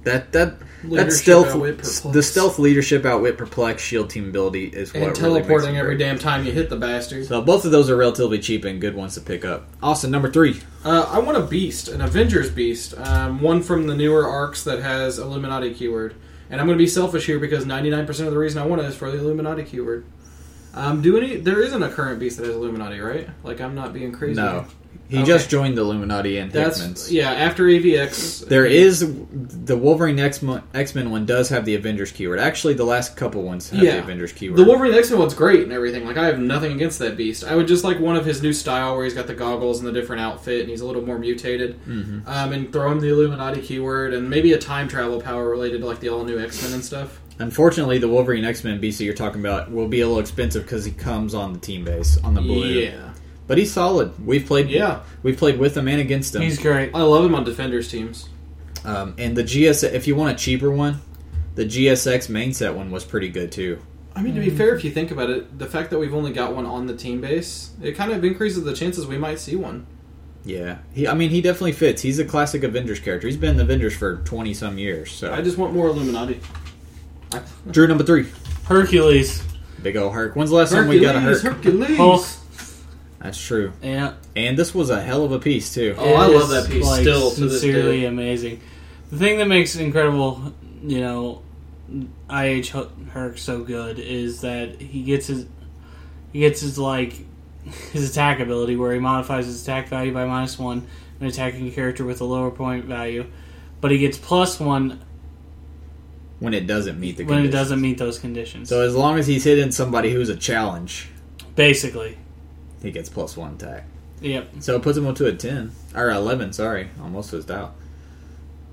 [SPEAKER 1] That that that
[SPEAKER 3] Leadership,
[SPEAKER 1] stealth,
[SPEAKER 3] outwit,
[SPEAKER 1] s- the
[SPEAKER 3] perplex.
[SPEAKER 1] stealth leadership, outwit, perplex, shield team ability is what
[SPEAKER 3] And
[SPEAKER 1] really makes
[SPEAKER 3] teleporting
[SPEAKER 1] him
[SPEAKER 3] every
[SPEAKER 1] great.
[SPEAKER 3] damn time you hit the bastard.
[SPEAKER 1] So both of those are relatively cheap and good ones to pick up. Austin, number three.
[SPEAKER 3] Uh, I want a beast, an Avengers beast, um, one from the newer arcs that has Illuminati keyword. And I'm going to be selfish here because 99% of the reason I want it is for the Illuminati keyword. Um, do any? There isn't a current beast that has Illuminati, right? Like I'm not being crazy.
[SPEAKER 1] No, he
[SPEAKER 3] Okay.
[SPEAKER 1] just joined the Illuminati and
[SPEAKER 3] that's
[SPEAKER 1] Hickman's.
[SPEAKER 3] yeah. After AVX,
[SPEAKER 1] There is the Wolverine X Men one does have the Avengers keyword. Actually, the last couple ones have
[SPEAKER 3] Yeah.
[SPEAKER 1] the Avengers keyword.
[SPEAKER 3] The Wolverine X Men one's great and everything. Like I have nothing against that beast. I would just like one of his new style where he's got the goggles and the different outfit and he's a little more mutated.
[SPEAKER 1] Mhm.
[SPEAKER 3] Um, and throw him the Illuminati keyword and maybe a time travel power related to like the all new X Men and stuff.
[SPEAKER 1] Unfortunately, the Wolverine X Men BC you're talking about will be a little expensive because he comes on the team base on the blue.
[SPEAKER 3] Yeah,
[SPEAKER 1] But he's solid. We've played.
[SPEAKER 3] yeah.
[SPEAKER 1] We've played with him and against him.
[SPEAKER 2] He's great.
[SPEAKER 3] I love him on Defenders teams.
[SPEAKER 1] um, and the GS. If you want a cheaper one, the GSX main set one was pretty good too.
[SPEAKER 3] I mean, to be fair, if you think about it, the fact that we've only got one on the team base, it kind of increases the chances we might see one.
[SPEAKER 1] Yeah. He. I mean, he definitely fits. He's a classic Avengers character. He's been in the Avengers for twenty some years. So
[SPEAKER 3] I just want more Illuminati. I-
[SPEAKER 1] Drew number three.
[SPEAKER 2] Hercules.
[SPEAKER 1] Big ol' Herc. When's the last time we got a Herc?
[SPEAKER 3] Hercules, Hercules.
[SPEAKER 2] Hulk.
[SPEAKER 1] That's true.
[SPEAKER 2] Yeah.
[SPEAKER 1] And this was a hell of a piece too.
[SPEAKER 3] Oh, I
[SPEAKER 2] It is,
[SPEAKER 3] love that piece
[SPEAKER 2] like,
[SPEAKER 3] still to this
[SPEAKER 2] sincerely
[SPEAKER 3] day.
[SPEAKER 2] amazing. The thing that makes incredible, you know, IH Herc so good is that he gets his he gets his like his attack ability, where he modifies his attack value by minus one when attacking a character with a lower point value, but he gets plus one
[SPEAKER 1] when it doesn't meet the
[SPEAKER 2] when it
[SPEAKER 1] conditions.
[SPEAKER 2] doesn't meet those conditions.
[SPEAKER 1] So as long as he's hitting somebody who's a challenge,
[SPEAKER 2] Basically,
[SPEAKER 1] he gets plus one attack.
[SPEAKER 2] yep.
[SPEAKER 1] So it puts him up to a ten or eleven. Sorry, almost his dial.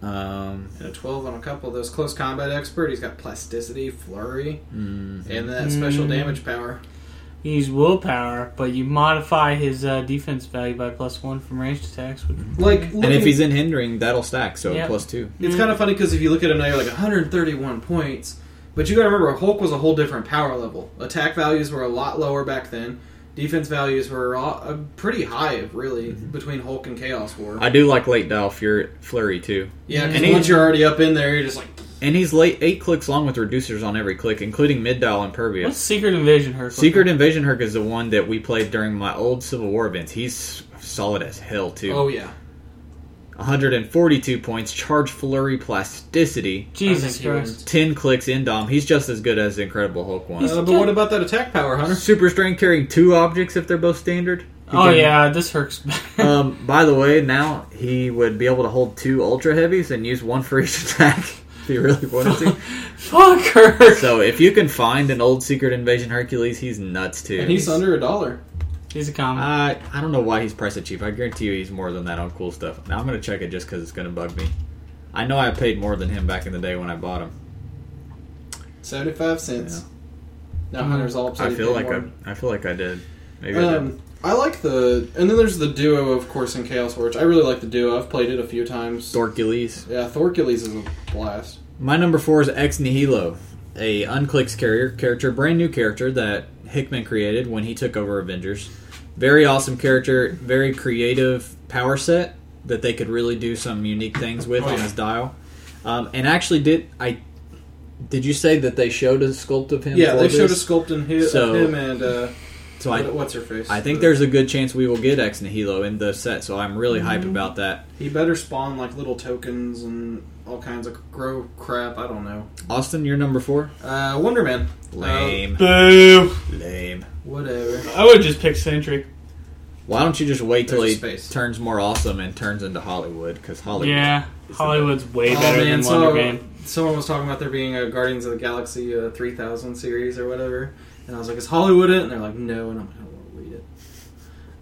[SPEAKER 1] Um,
[SPEAKER 3] And a 12 on a couple of those close combat expert. He's got plasticity, flurry,
[SPEAKER 1] mm,
[SPEAKER 3] and that special
[SPEAKER 2] Mm.
[SPEAKER 3] damage power.
[SPEAKER 2] You use willpower, but you modify his uh, defense value by plus one from ranged attacks. Which,
[SPEAKER 3] Like,
[SPEAKER 1] and if
[SPEAKER 3] looking-
[SPEAKER 1] he's in hindering, that'll stack. So
[SPEAKER 2] Yep.
[SPEAKER 1] plus two.
[SPEAKER 3] It's kind of funny because if you look at him now, you're like 131 points. But you got to remember, Hulk was a whole different power level. Attack values were a lot lower back then. Defense values were all, uh, pretty high, really, between Hulk and Chaos War.
[SPEAKER 1] Mm-hmm. I do like late dial Fury, flurry too,
[SPEAKER 3] yeah,
[SPEAKER 1] and
[SPEAKER 3] because
[SPEAKER 1] he-
[SPEAKER 3] once you're already up in there, you're just like,
[SPEAKER 1] and he's late eight clicks long with reducers on every click, including mid dial impervious.
[SPEAKER 2] What's Secret Invasion Herc?
[SPEAKER 1] Secret Invasion Herc is the one that we played during my old Civil War events. He's solid as hell too.
[SPEAKER 3] oh yeah,
[SPEAKER 1] 142 points, charge flurry, plasticity,
[SPEAKER 2] Jesus
[SPEAKER 3] I think he
[SPEAKER 2] Christ.
[SPEAKER 1] 10 clicks in Dom. He's just as good as the Incredible Hulk one.
[SPEAKER 2] He's-
[SPEAKER 3] Uh, but what about that attack power, Hunter?
[SPEAKER 1] Super strength carrying two objects if they're both standard. He
[SPEAKER 2] Oh
[SPEAKER 1] can-
[SPEAKER 2] yeah, this Herc's better.
[SPEAKER 1] Um, by the way, now he would be able to hold two ultra heavies and use one for each attack if he really wanted to.
[SPEAKER 2] Fuck Herc.
[SPEAKER 1] so if you can find an old Secret Invasion Hercules, he's nuts too.
[SPEAKER 3] And he's under a dollar.
[SPEAKER 2] He's a common.
[SPEAKER 1] I I don't know why he's priced at cheap. I guarantee you he's more than that on cool stuff. Now I'm gonna check it just because it's gonna bug me. I know I paid more than him back in the day when I bought him.
[SPEAKER 3] 75 cents. Now
[SPEAKER 2] Mhm.
[SPEAKER 3] Hunter's all upset.
[SPEAKER 1] I
[SPEAKER 3] he
[SPEAKER 1] feel like
[SPEAKER 3] paid more.
[SPEAKER 1] I I feel like I did. Maybe I did.
[SPEAKER 3] Um, I like the, and then there's the duo of course in Chaos War, which I really like the duo. I've played it a few times.
[SPEAKER 1] Dorkules.
[SPEAKER 3] yeah, Thorcules is a blast.
[SPEAKER 1] My number four is Ex Nihilo, a unclicks carrier character, brand new character that Hickman created when he took over Avengers. Very awesome character, very creative power set that they could really do some unique things with
[SPEAKER 3] Oh,
[SPEAKER 1] on
[SPEAKER 3] yeah.
[SPEAKER 1] his dial. Um, and actually, did I? Did you say that they showed a sculpt of him?
[SPEAKER 3] Yeah,
[SPEAKER 1] for
[SPEAKER 3] they
[SPEAKER 1] this?
[SPEAKER 3] showed a sculpt in his,
[SPEAKER 1] So-
[SPEAKER 3] of him and uh,
[SPEAKER 1] So I,
[SPEAKER 3] what's her face?
[SPEAKER 1] I think there's a good chance we will get Ex Nihilo in the set. So I'm really
[SPEAKER 3] Mm-hmm.
[SPEAKER 1] hyped about that.
[SPEAKER 3] He better spawn like little tokens and all kinds of grow crap. I don't know.
[SPEAKER 1] Austin, you're number four.
[SPEAKER 3] Uh, Wonder Man.
[SPEAKER 1] Lame,
[SPEAKER 2] Boo!
[SPEAKER 1] lame.
[SPEAKER 3] Whatever.
[SPEAKER 2] I would just pick Sentry.
[SPEAKER 1] Why don't you just wait till
[SPEAKER 3] There's
[SPEAKER 1] he
[SPEAKER 3] a space.
[SPEAKER 1] turns more awesome and turns into Hollywood? Because Hollywood.
[SPEAKER 2] Yeah,
[SPEAKER 1] Is
[SPEAKER 2] Hollywood's way
[SPEAKER 3] Oh,
[SPEAKER 2] better
[SPEAKER 3] man,
[SPEAKER 2] than Wonder
[SPEAKER 3] so-
[SPEAKER 2] Man.
[SPEAKER 3] Someone was talking about there being a Guardians of the Galaxy uh, 3000 series or whatever, and I was like, "Is Hollywood it?" And they're like, "No," and I'm like, "I don't want to read it."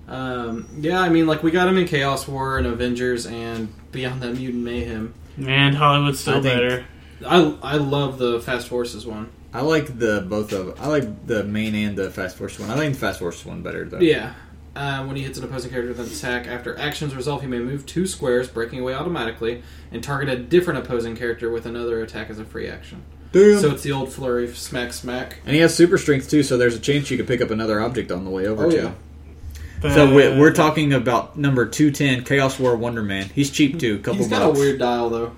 [SPEAKER 3] Um, yeah, I mean, like we got him in Chaos War and Avengers and Beyond That Mutant Mayhem.
[SPEAKER 2] Man, Hollywood's still
[SPEAKER 1] I think-
[SPEAKER 2] better.
[SPEAKER 3] I I love the Fast Forces one.
[SPEAKER 1] I like the both of. I like the main and the fast force one. I like the fast force one better though.
[SPEAKER 3] Yeah. Um, when he hits an opposing character with an attack, after actions resolve, he may move two squares, breaking away automatically, and target a different opposing character with another attack as a free action.
[SPEAKER 1] Damn.
[SPEAKER 3] So it's the old flurry smack smack.
[SPEAKER 1] and he has super strength too, so there's a chance you could pick up another object on the way over
[SPEAKER 3] Oh,
[SPEAKER 1] too.
[SPEAKER 3] yeah.
[SPEAKER 1] So we,
[SPEAKER 3] Uh,
[SPEAKER 2] But-
[SPEAKER 1] we're talking about number two ten Chaos War Wonder Man. He's cheap too, couple
[SPEAKER 3] He's got
[SPEAKER 1] bucks.
[SPEAKER 3] a weird dial though.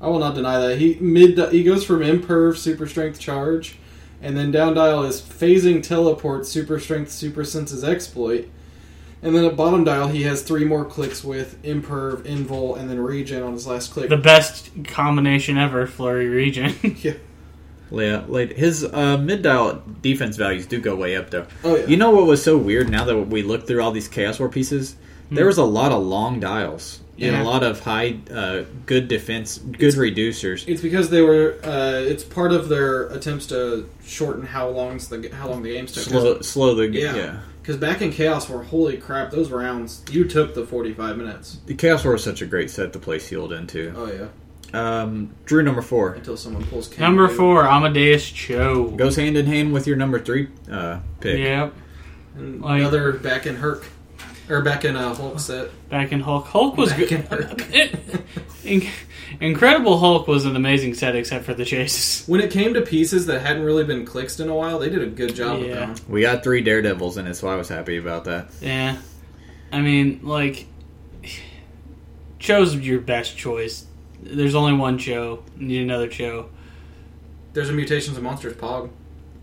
[SPEAKER 3] I will not deny that he mid he goes from imperv super strength charge, and then down dial is phasing teleport super strength super senses exploit, and then at bottom dial he has three more clicks with imperv invol and then regen on his last click.
[SPEAKER 2] the best combination ever, Flurry Region.
[SPEAKER 1] Yeah, like his uh, mid dial defense values do go way up though.
[SPEAKER 3] oh yeah,
[SPEAKER 1] You know what was so weird? Now that we look through all these Chaos War pieces,
[SPEAKER 3] Hmm.
[SPEAKER 1] there was a lot of long dials and
[SPEAKER 2] Yeah.
[SPEAKER 1] a lot of high, uh, good defense, good reducers.
[SPEAKER 3] it's because they were. Uh, it's part of their attempts to shorten how long's the how long the games took.
[SPEAKER 1] Slow, slow the
[SPEAKER 3] Yeah.
[SPEAKER 1] yeah.
[SPEAKER 3] Because back in Chaos War, holy crap, those rounds you took the forty five minutes.
[SPEAKER 1] The Chaos War was such a great set to play sealed into.
[SPEAKER 3] Oh yeah,
[SPEAKER 1] Um, Drew number four
[SPEAKER 3] until someone pulls. King
[SPEAKER 2] Number
[SPEAKER 3] Boo.
[SPEAKER 2] four, Amadeus Cho.
[SPEAKER 1] goes hand in hand with your number three uh, pick.
[SPEAKER 2] Yep.
[SPEAKER 3] And
[SPEAKER 2] Like-
[SPEAKER 3] another back in Herc or back in uh, Hulk set.
[SPEAKER 2] Back in Hulk. Hulk was
[SPEAKER 3] Back
[SPEAKER 2] good.
[SPEAKER 3] in Hulk.
[SPEAKER 2] In- Incredible Hulk was an amazing set except for the chases.
[SPEAKER 3] When it came to pieces that hadn't really been clicked in a while, they did a good job with
[SPEAKER 2] Yeah.
[SPEAKER 3] them.
[SPEAKER 1] We got three Daredevils in it, so I was happy about that.
[SPEAKER 2] Yeah. I mean, like, Cho's your best choice. There's only one Cho. You Need another Cho.
[SPEAKER 3] There's a Mutations of Monsters Pog.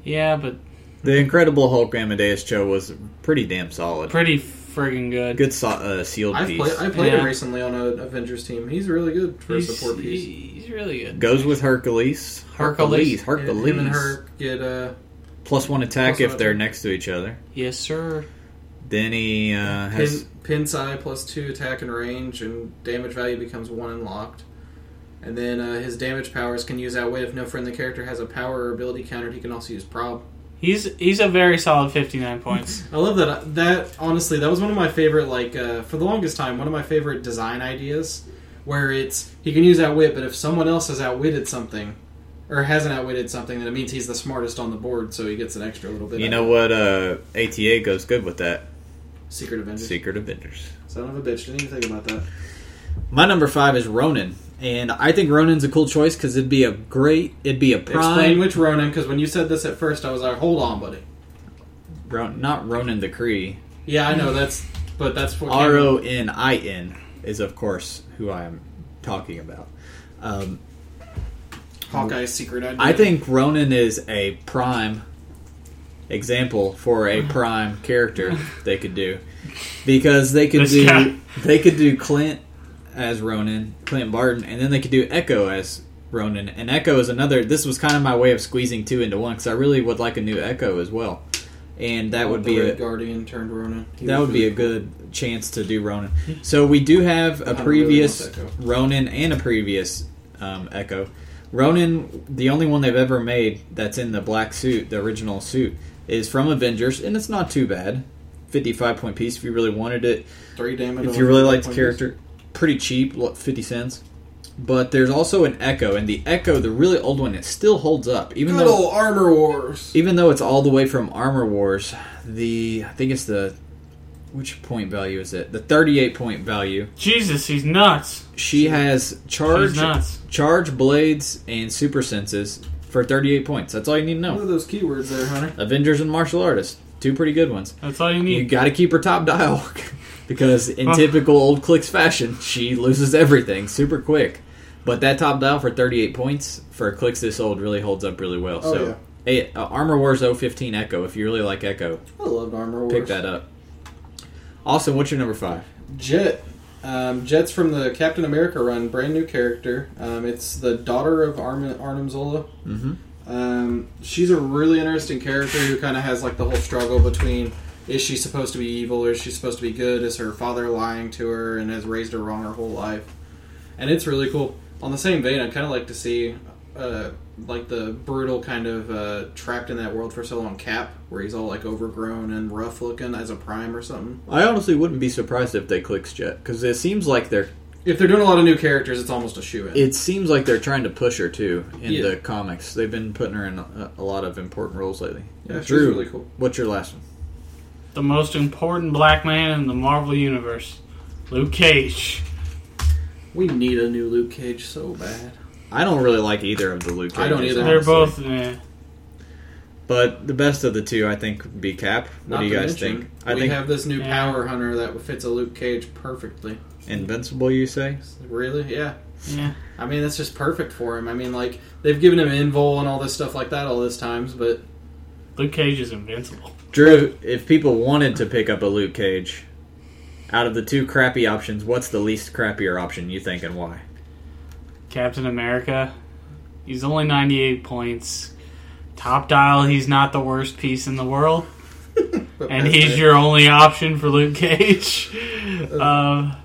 [SPEAKER 2] Yeah, but
[SPEAKER 1] The Incredible Hulk Amadeus Cho was pretty damn solid.
[SPEAKER 2] pretty friggin' good.
[SPEAKER 1] Good so- uh, sealed
[SPEAKER 3] I
[SPEAKER 1] piece.
[SPEAKER 3] played I played
[SPEAKER 2] Yeah.
[SPEAKER 3] him recently on an Avengers team. He's really good for a support piece.
[SPEAKER 2] he's really good.
[SPEAKER 1] Goes with Hercules.
[SPEAKER 2] Hercules.
[SPEAKER 3] Him-
[SPEAKER 1] Hercules.
[SPEAKER 3] Him and Herc get uh
[SPEAKER 1] Plus one attack
[SPEAKER 3] Plus
[SPEAKER 1] if
[SPEAKER 3] one
[SPEAKER 1] they're
[SPEAKER 3] attack.
[SPEAKER 1] next to each other.
[SPEAKER 2] Yes, sir.
[SPEAKER 4] Then he uh, has
[SPEAKER 3] Pin, pin Sai plus two attack and range, and damage value becomes one and locked. And then uh, his damage powers can use outwit if no friendly character has a power or ability countered. He can also use prob.
[SPEAKER 2] He's he's a very solid 59 points.
[SPEAKER 3] I love that. That honestly, that was one of my favorite. Like uh, for the longest time, one of my favorite design ideas, where it's he can use outwit, but if someone else has outwitted something, or hasn't outwitted something, then it means he's the smartest on the board, so he gets an extra little bit.
[SPEAKER 4] you
[SPEAKER 3] of
[SPEAKER 4] know what uh, ATA goes good with that
[SPEAKER 3] secret Avengers.
[SPEAKER 4] Secret Avengers.
[SPEAKER 3] Son of a bitch! Didn't even think about that.
[SPEAKER 1] My number five is Ronin, and I think Ronin's a cool choice because it'd be a great, it'd be a
[SPEAKER 3] Explain
[SPEAKER 1] prime.
[SPEAKER 3] which Ronin, because when you said this at first, I was like, "Hold on, buddy."
[SPEAKER 1] Ron, not Ronin the Cree.
[SPEAKER 3] Yeah, I know that's, but that's what
[SPEAKER 1] R O N I N is of course who I'm talking about. Um,
[SPEAKER 3] Hawkeye's secret idea.
[SPEAKER 1] I think Ronan is a prime example for a prime character they could do because they could
[SPEAKER 2] This
[SPEAKER 1] do
[SPEAKER 2] guy.
[SPEAKER 1] they could do Clint as Ronan, Clint Barton, and then they could do Echo as Ronan. And Echo is another. This was kind of my way of squeezing two into one because I really would like a new Echo as well, and that would
[SPEAKER 3] the
[SPEAKER 1] be
[SPEAKER 3] Red
[SPEAKER 1] a,
[SPEAKER 3] Guardian turned Ronin. He
[SPEAKER 1] that
[SPEAKER 3] was
[SPEAKER 1] would be a
[SPEAKER 3] really
[SPEAKER 1] good chance to do Ronin. So we do have a
[SPEAKER 3] I don't
[SPEAKER 1] previous
[SPEAKER 3] really want
[SPEAKER 1] Ronin and a previous um, Echo. Ronin, the only one they've ever made that's in the black suit, the original suit, is from Avengers, and it's not too bad. Fifty-five point piece if you really wanted it.
[SPEAKER 3] cool. three damage.
[SPEAKER 1] If you really liked the character, pretty cheap, lo- fifty cents. But there's also an Echo, and the Echo, the really old one, it still holds up, even
[SPEAKER 3] good
[SPEAKER 1] though
[SPEAKER 3] old Armor Wars.
[SPEAKER 1] even though it's all the way from Armor Wars, the I think it's the which point value is it? The 38 point value.
[SPEAKER 2] Jesus, he's nuts.
[SPEAKER 1] She has charge,
[SPEAKER 2] He's nuts.
[SPEAKER 1] charge blades and super senses for 38 points. That's all you need to
[SPEAKER 3] What
[SPEAKER 1] know.
[SPEAKER 3] are those keywords there, Hunter?
[SPEAKER 1] Avengers and martial artist, two pretty good ones.
[SPEAKER 2] That's all you
[SPEAKER 1] You
[SPEAKER 2] need.
[SPEAKER 1] got to keep her top dial because in
[SPEAKER 2] Hmm. Huh.
[SPEAKER 1] typical old clicks fashion, she loses everything super quick. But that top dial for 38 points for clicks this old really holds up really well.
[SPEAKER 3] Oh,
[SPEAKER 1] so
[SPEAKER 3] yeah.
[SPEAKER 1] eh, uh, Armor Wars 015 Echo if you really like Echo
[SPEAKER 3] I loved Armor Wars.
[SPEAKER 1] pick that up. Austin, what's your number five?
[SPEAKER 3] Jet. Um, Jet's from the Captain America run, brand new character. Um, it's the daughter of Armin, Arnim Zola.
[SPEAKER 1] Mhm.
[SPEAKER 3] Um, she's a really interesting character who kind of has like the whole struggle between is she supposed to be evil or is she supposed to be good? Is her father lying to her and has raised her wrong her whole life? And it's really cool. On the same vein, I'd kind of like to see uh, like the brutal kind of uh, trapped in that world for so long Cap, where he's all like overgrown and rough looking as a prime or something.
[SPEAKER 1] I honestly wouldn't be surprised if they clicks Jet because it seems like they're
[SPEAKER 3] If they're doing a lot of new characters, it's almost a shoe in.
[SPEAKER 1] it seems like they're trying to push her too in
[SPEAKER 3] Yeah.
[SPEAKER 1] the comics. They've been putting her in a, a lot of important roles lately.
[SPEAKER 3] Yeah, she's
[SPEAKER 1] Drew,
[SPEAKER 3] really cool.
[SPEAKER 1] what's your last one?
[SPEAKER 2] The most important black man in the Marvel universe, Luke Cage.
[SPEAKER 3] We need a new Luke Cage so bad.
[SPEAKER 1] I don't really like either of the Luke.
[SPEAKER 3] I don't
[SPEAKER 1] Cages,
[SPEAKER 3] either.
[SPEAKER 2] They're
[SPEAKER 1] honestly.
[SPEAKER 2] both. Eh.
[SPEAKER 1] but the best of the two, I think, would be Cap. What do you guys think? I
[SPEAKER 3] we
[SPEAKER 1] think
[SPEAKER 3] have this new
[SPEAKER 2] Yeah.
[SPEAKER 3] power hunter that fits a Luke Cage perfectly.
[SPEAKER 1] Invincible. You say?
[SPEAKER 3] Really? Yeah.
[SPEAKER 2] Yeah.
[SPEAKER 3] I mean, that's just perfect for him. I mean, like they've given him invol and all this stuff like that all this times, but
[SPEAKER 2] Luke Cage is invincible.
[SPEAKER 1] Drew, if people wanted to pick up a Luke Cage, out of the two crappy options, what's the least crappier option you think, and why?
[SPEAKER 2] Captain America. He's only 98 points. Top dial, he's not the worst piece in the world.
[SPEAKER 3] but
[SPEAKER 2] and
[SPEAKER 3] that's
[SPEAKER 2] he's
[SPEAKER 3] it.
[SPEAKER 2] your only option for Luke Cage. um,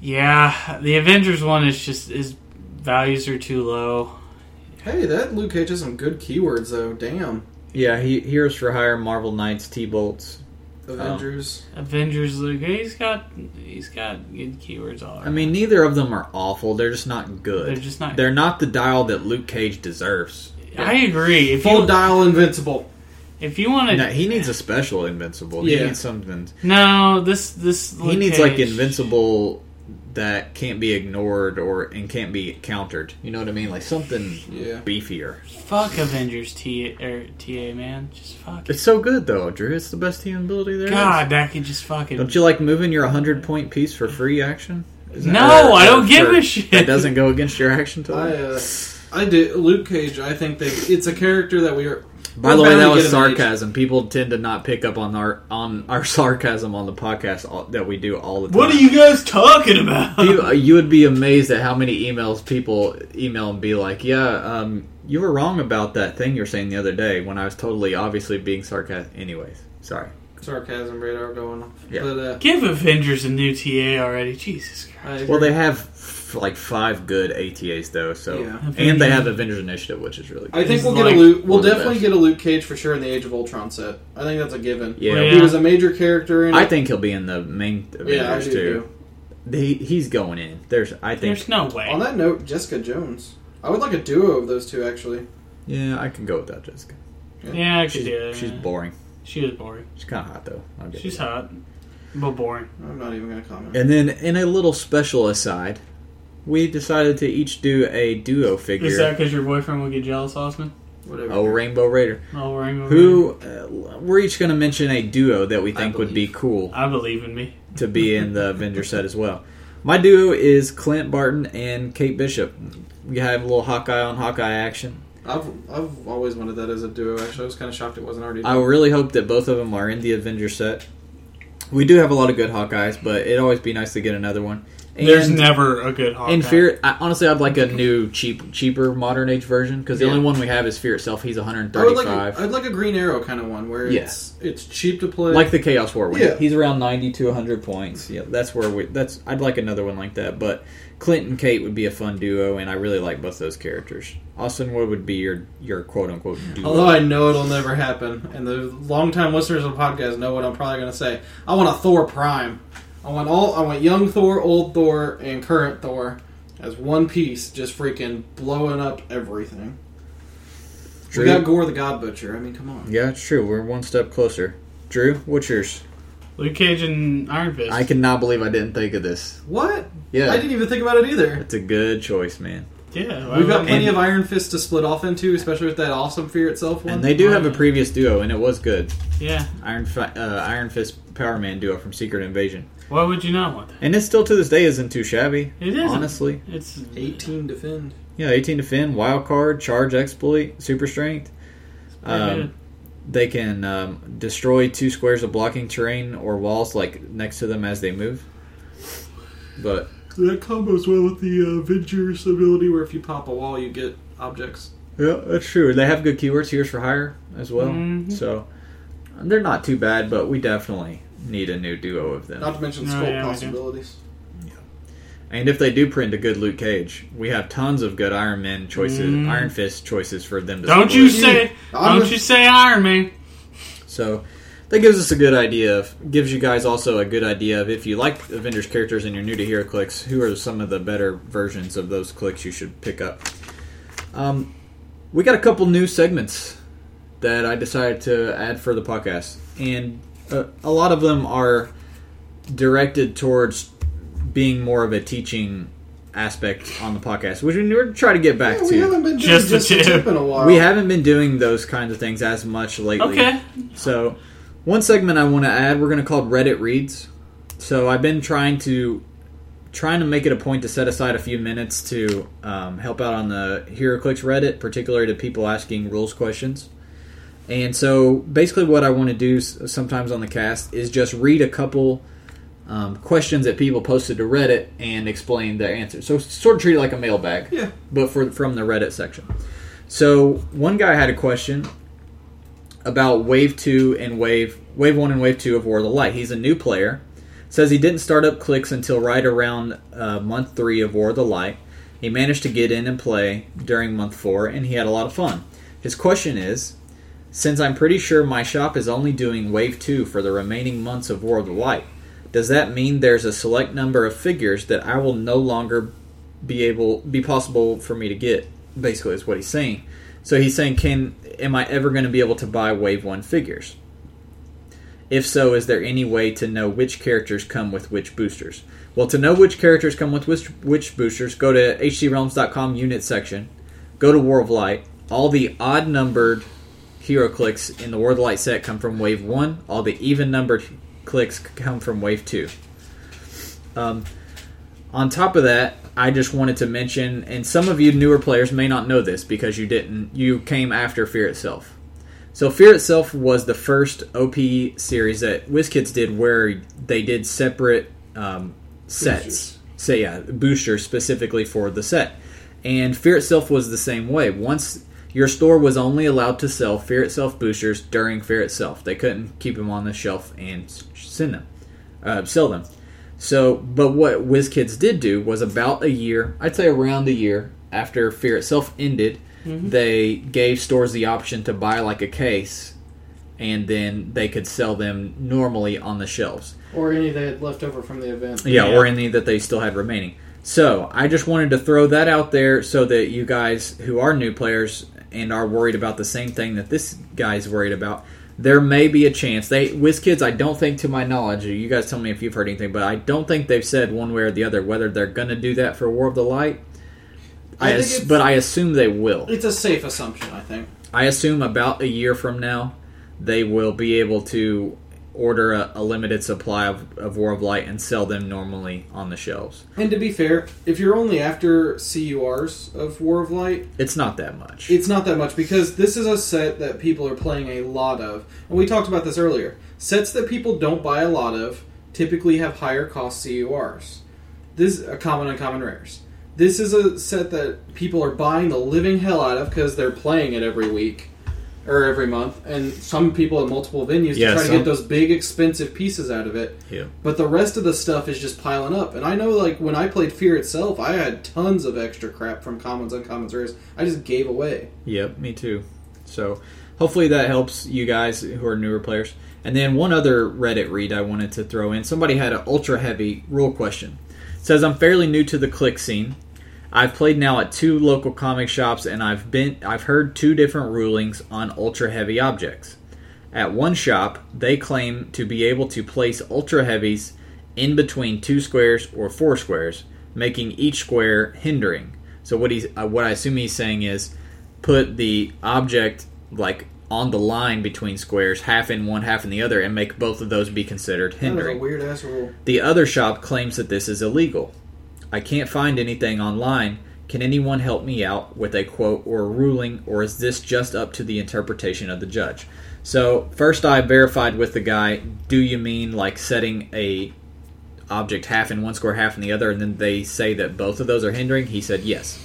[SPEAKER 2] yeah, the Avengers one is just his values are too low.
[SPEAKER 3] hey, that Luke Cage has some good keywords though. Damn,
[SPEAKER 1] Yeah, he, Heroes for Hire, Marvel Knights, T Bolts.
[SPEAKER 2] Oh.
[SPEAKER 3] Avengers.
[SPEAKER 2] Avengers Luke, he's got he's got good keywords all around.
[SPEAKER 1] I mean, neither of them are awful. They're just not good.
[SPEAKER 2] They're just not-
[SPEAKER 1] They're not the dial that Luke Cage deserves.
[SPEAKER 2] I agree. If
[SPEAKER 3] Full
[SPEAKER 2] you
[SPEAKER 3] dial invincible.
[SPEAKER 2] if you want to
[SPEAKER 1] No, he needs a special Invincible. He
[SPEAKER 3] Yeah.
[SPEAKER 1] needs something.
[SPEAKER 2] no this this
[SPEAKER 1] he
[SPEAKER 2] Luke
[SPEAKER 1] needs like
[SPEAKER 2] Cage-
[SPEAKER 1] Invincible that can't be ignored or and can't be countered. You know what I mean? Like something
[SPEAKER 3] Yeah.
[SPEAKER 1] beefier.
[SPEAKER 2] Fuck Avengers T or TA man, just fuck it.
[SPEAKER 1] It's so good though, Drew. It's the best team ability there is.
[SPEAKER 2] God, that could just fucking
[SPEAKER 1] Don't you like moving your 100 point piece for free action? Is that-
[SPEAKER 2] No,
[SPEAKER 1] or-
[SPEAKER 2] I
[SPEAKER 1] or
[SPEAKER 2] don't give
[SPEAKER 1] for-
[SPEAKER 2] a shit.
[SPEAKER 1] That doesn't go against your action
[SPEAKER 3] I
[SPEAKER 2] Oh.
[SPEAKER 1] total.
[SPEAKER 3] uh, I did Luke Cage. I think they. It's a character that we are.
[SPEAKER 1] By
[SPEAKER 3] we're
[SPEAKER 1] the way,
[SPEAKER 3] bound
[SPEAKER 1] that
[SPEAKER 3] to
[SPEAKER 1] was
[SPEAKER 3] get him an
[SPEAKER 1] sarcasm. People tend to not pick up on our on our sarcasm on the podcast all, that we do all the time.
[SPEAKER 2] What are you guys talking about?
[SPEAKER 1] You, you would be amazed at how many emails people email and be like, "Yeah, um, you were wrong about that thing you were saying the other day." When I was totally, obviously, being sarcastic. Anyways, sorry.
[SPEAKER 3] sarcasm radar going off.
[SPEAKER 1] Yeah.
[SPEAKER 3] But, uh,
[SPEAKER 2] Give Avengers a new TA already. Jesus Christ.
[SPEAKER 3] I
[SPEAKER 1] Well,
[SPEAKER 3] agree.
[SPEAKER 1] they have f- like five good ATAs though. So
[SPEAKER 3] Yeah.
[SPEAKER 1] and they have Avengers Initiative, which is really
[SPEAKER 3] I
[SPEAKER 1] good.
[SPEAKER 2] This
[SPEAKER 3] think we'll
[SPEAKER 2] is
[SPEAKER 3] get a
[SPEAKER 2] like
[SPEAKER 3] Luke.
[SPEAKER 1] one
[SPEAKER 3] We'll
[SPEAKER 1] of the
[SPEAKER 3] definitely
[SPEAKER 1] best.
[SPEAKER 3] get a Luke Cage for sure in the Age of Ultron set. I think that's a given.
[SPEAKER 1] yeah.
[SPEAKER 2] Yeah.
[SPEAKER 3] He was a major character in.
[SPEAKER 1] I
[SPEAKER 3] it.
[SPEAKER 1] think he'll be in the main Avengers
[SPEAKER 3] yeah, I do.
[SPEAKER 1] too.
[SPEAKER 3] too.
[SPEAKER 1] He, he's going in. There's I think
[SPEAKER 2] There's no way.
[SPEAKER 3] On that note, Jessica Jones. I would like a duo of those two actually.
[SPEAKER 1] yeah I can go with that Jessica.
[SPEAKER 2] yeah, I could
[SPEAKER 1] She's,
[SPEAKER 2] do that.
[SPEAKER 1] she's boring.
[SPEAKER 2] She is boring.
[SPEAKER 1] She's kind of hot though. I'll give
[SPEAKER 2] She's
[SPEAKER 1] you that.
[SPEAKER 2] hot, but boring.
[SPEAKER 3] I'm not even gonna comment.
[SPEAKER 1] And then in a little special aside, we decided to each do a duo figure.
[SPEAKER 2] Is that because your boyfriend would get jealous, Austin?
[SPEAKER 3] Whatever.
[SPEAKER 1] Oh, Rainbow Raider.
[SPEAKER 2] Oh, we're angry.
[SPEAKER 1] Who uh, we're each going to mention a duo that we think would be
[SPEAKER 3] believe.
[SPEAKER 1] cool
[SPEAKER 2] I believe in me.
[SPEAKER 1] to be in the Avenger set as well. My duo is Clint Barton and Kate Bishop. We have a little Hawkeye on Hawkeye action.
[SPEAKER 3] I've I've always wanted that as a duo. Actually, I was kind of shocked it wasn't already.
[SPEAKER 1] I really hope that both of them are in the Avenger set. We do have a lot of good Hawkeyes, but it'd always be nice to get another one. And
[SPEAKER 2] There's never a good Hawkeye.
[SPEAKER 1] in Fear, I, honestly, I'd like a new, cheap, cheaper modern age version because the
[SPEAKER 3] Yeah.
[SPEAKER 1] only one we have is Fear itself. He's
[SPEAKER 3] I
[SPEAKER 1] 135.
[SPEAKER 3] would like a, I'd like a Green Arrow kind of one where
[SPEAKER 1] Yeah.
[SPEAKER 3] it's it's cheap to play.
[SPEAKER 1] like the Chaos War one.
[SPEAKER 3] Yeah.
[SPEAKER 1] He's around 90 to 100 points. Yeah, that's where we that's I'd like another one like that, but Clint and Kate would be a fun duo and I really like both those characters. Austin, what would be your your quote unquote duo?
[SPEAKER 3] Although Oh, I know it'll never happen, and the longtime listeners of the podcast know what I'm probably going to say. I want a Thor Prime. I want all. I want young Thor, old Thor, and current Thor as one piece, just freaking blowing up everything.
[SPEAKER 1] Drew?
[SPEAKER 3] We got Gore the God Butcher. I mean, come on.
[SPEAKER 1] yeah, it's true. We're one step closer. Drew, what's yours?
[SPEAKER 2] Luke Cage and Iron Fist.
[SPEAKER 1] I cannot believe I didn't think of this.
[SPEAKER 3] What? I
[SPEAKER 1] Yeah.
[SPEAKER 3] didn't even think about it either.
[SPEAKER 1] That's a good choice, man.
[SPEAKER 2] yeah, why
[SPEAKER 3] We've got
[SPEAKER 2] wouldn't
[SPEAKER 3] plenty
[SPEAKER 2] we?
[SPEAKER 3] of Iron Fist to split off into, especially with that awesome Fear itself one.
[SPEAKER 1] And they do have a previous duo and it was good.
[SPEAKER 2] Yeah,
[SPEAKER 1] Iron Fi- uh, Iron Fist Power Man duo from Secret Invasion.
[SPEAKER 2] why would you not want that?
[SPEAKER 1] And it still to this day isn't too shabby.
[SPEAKER 2] It isn't.
[SPEAKER 1] Honestly. um,
[SPEAKER 2] It's
[SPEAKER 3] 18 defend.
[SPEAKER 1] Yeah, 18 defend, wild card, charge exploit, super strength. Um, they can um, destroy two squares of blocking terrain or walls like next to them as they move. But
[SPEAKER 3] That combos well with the uh, Avengers ability, where if you pop a wall, you get objects.
[SPEAKER 1] yeah, that's true. They have good keywords here for hire as well.
[SPEAKER 2] Mhm.
[SPEAKER 1] So they're not too bad, but we definitely need a new duo of them.
[SPEAKER 3] Not to mention
[SPEAKER 2] Oh,
[SPEAKER 3] scope
[SPEAKER 2] yeah, we do.
[SPEAKER 3] possibilities.
[SPEAKER 1] And if they do print a good Luke Cage, we have tons of good Iron Man choices,
[SPEAKER 2] Mm.
[SPEAKER 1] Iron Fist choices for them. To
[SPEAKER 2] don't
[SPEAKER 1] split.
[SPEAKER 2] you say?
[SPEAKER 3] I'm
[SPEAKER 2] Don't
[SPEAKER 3] a-
[SPEAKER 2] you say Iron Man?
[SPEAKER 1] So that gives us a good idea of gives you guys also a good idea of if you like Avengers characters and you're new to Hero Clicks, who are some of the better versions of those clicks you should pick up. Um, we got a couple new segments that I decided to add for the podcast, and uh, a lot of them are directed towards being more of a teaching aspect on the podcast, which we're trying to get back
[SPEAKER 3] Yeah, we
[SPEAKER 1] to.
[SPEAKER 3] haven't uh, been doing
[SPEAKER 2] Just
[SPEAKER 3] just,
[SPEAKER 2] the
[SPEAKER 3] a
[SPEAKER 2] tip.
[SPEAKER 3] tip in a while.
[SPEAKER 1] we haven't been doing those kinds of things as much lately.
[SPEAKER 2] Okay,
[SPEAKER 1] So, one segment I want to add, we're going to call it Reddit Reads. So, I've been trying to trying to make it a point to set aside a few minutes to um, help out on the HeroClix Reddit, particularly to people asking rules questions. And so, basically, what I want to do s- sometimes on the cast is just read a couple um, questions that people posted to Reddit and explain their answers. So, sort of treat it like a mailbag
[SPEAKER 3] Yeah.
[SPEAKER 1] but for, from the Reddit section. So one guy had a question about Wave Two and Wave Wave One and Wave Two of War of the Light. He's a new player. Says he didn't start up clicks until right around uh, month three of War of the Light. He managed to get in and play during month four, and he had a lot of fun. His question is. Since I'm pretty sure my shop is only doing Wave 2 for the remaining months of War of the Light, does that mean there's a select number of figures that I will no longer be able be possible for me to get basically is what he's saying so he's saying can am i ever going to be able to buy wave one figures if so is there any way to know which characters come with which boosters well to know which characters come with which, which boosters go to hcrealms.com unit section go to war of light all the odd numbered hero clicks in the war of the light set come from wave one all the even numbered clicks come from wave two um, on top of that, I just wanted to mention, and some of you newer players may not know this because you didn't, you came after Fear itself. So Fear itself was the first OP series that WizKids did, where they did separate um, sets.
[SPEAKER 3] Boosters.
[SPEAKER 1] So yeah, boosters specifically for the set, and Fear itself was the same way. Once Your store was only allowed to sell Fear Itself boosters during Fear Itself. They couldn't keep them on the shelf and s- send them, uh, sell them. So, but what WizKids did do was about a year, I'd say around a year after Fear Itself ended, they gave stores the option to buy like a case, and then they could sell them normally on the shelves.
[SPEAKER 3] Or any they had left over from the event.
[SPEAKER 1] Yeah,
[SPEAKER 2] Yeah.
[SPEAKER 1] or any that they still had remaining. So I just wanted to throw that out there so that you guys who are new players and are worried about the same thing that this guy's worried about, there may be a chance. They WizKids, I don't think to my knowledge, you guys tell me if you've heard anything, but I don't think they've said one way or the other whether they're gonna do that for War of the Light.
[SPEAKER 3] I
[SPEAKER 1] I
[SPEAKER 3] think
[SPEAKER 1] as-
[SPEAKER 3] it's-
[SPEAKER 1] but I assume they will.
[SPEAKER 3] It's a safe assumption, I think.
[SPEAKER 1] I assume about a year from now, they will be able to order a, a limited supply of, of War of Light and sell them normally on the shelves.
[SPEAKER 3] And to be fair, if you're only after CURs of War of Light,
[SPEAKER 1] It's not that much.
[SPEAKER 3] it's not that much because this is a set that people are playing a lot of. And we talked about this earlier. Sets that people don't buy a lot of typically have higher cost CURs. This a common uncommon rares. This is a set that people are buying the living hell out of because they're playing it every week or every month, and some people at multiple venues
[SPEAKER 1] Yeah,
[SPEAKER 3] to try to
[SPEAKER 1] some-
[SPEAKER 3] get those big expensive pieces out of it.
[SPEAKER 1] Yeah.
[SPEAKER 3] But the rest of the stuff is just piling up. And I know, like, when I played Fear itself, I had tons of extra crap from commons, uncommons, rares. I just gave away.
[SPEAKER 1] Yep, me too. So hopefully that helps you guys who are newer players. And then one other Reddit read I wanted to throw in. Somebody had an ultra heavy rule question. It says I'm fairly new to the click scene. I've played now at two local comic shops and I've been I've heard two different rulings on ultra heavy objects. At one shop, they claim to be able to place ultra heavies in between two squares or four squares, making each square hindering. So what he's uh, what I assume he's saying is put the object like on the line between squares, half in one, half in the other, and make both of those be considered
[SPEAKER 3] That was a
[SPEAKER 1] hindering.
[SPEAKER 3] weird ass rule.
[SPEAKER 1] The other shop claims that this is illegal. I can't find anything online. Can anyone help me out with a quote or a ruling, or is this just up to the interpretation of the judge? So first, I verified with the guy. Do you mean like setting a object half in one square, half in the other, and then they say that both of those are hindering? He said yes.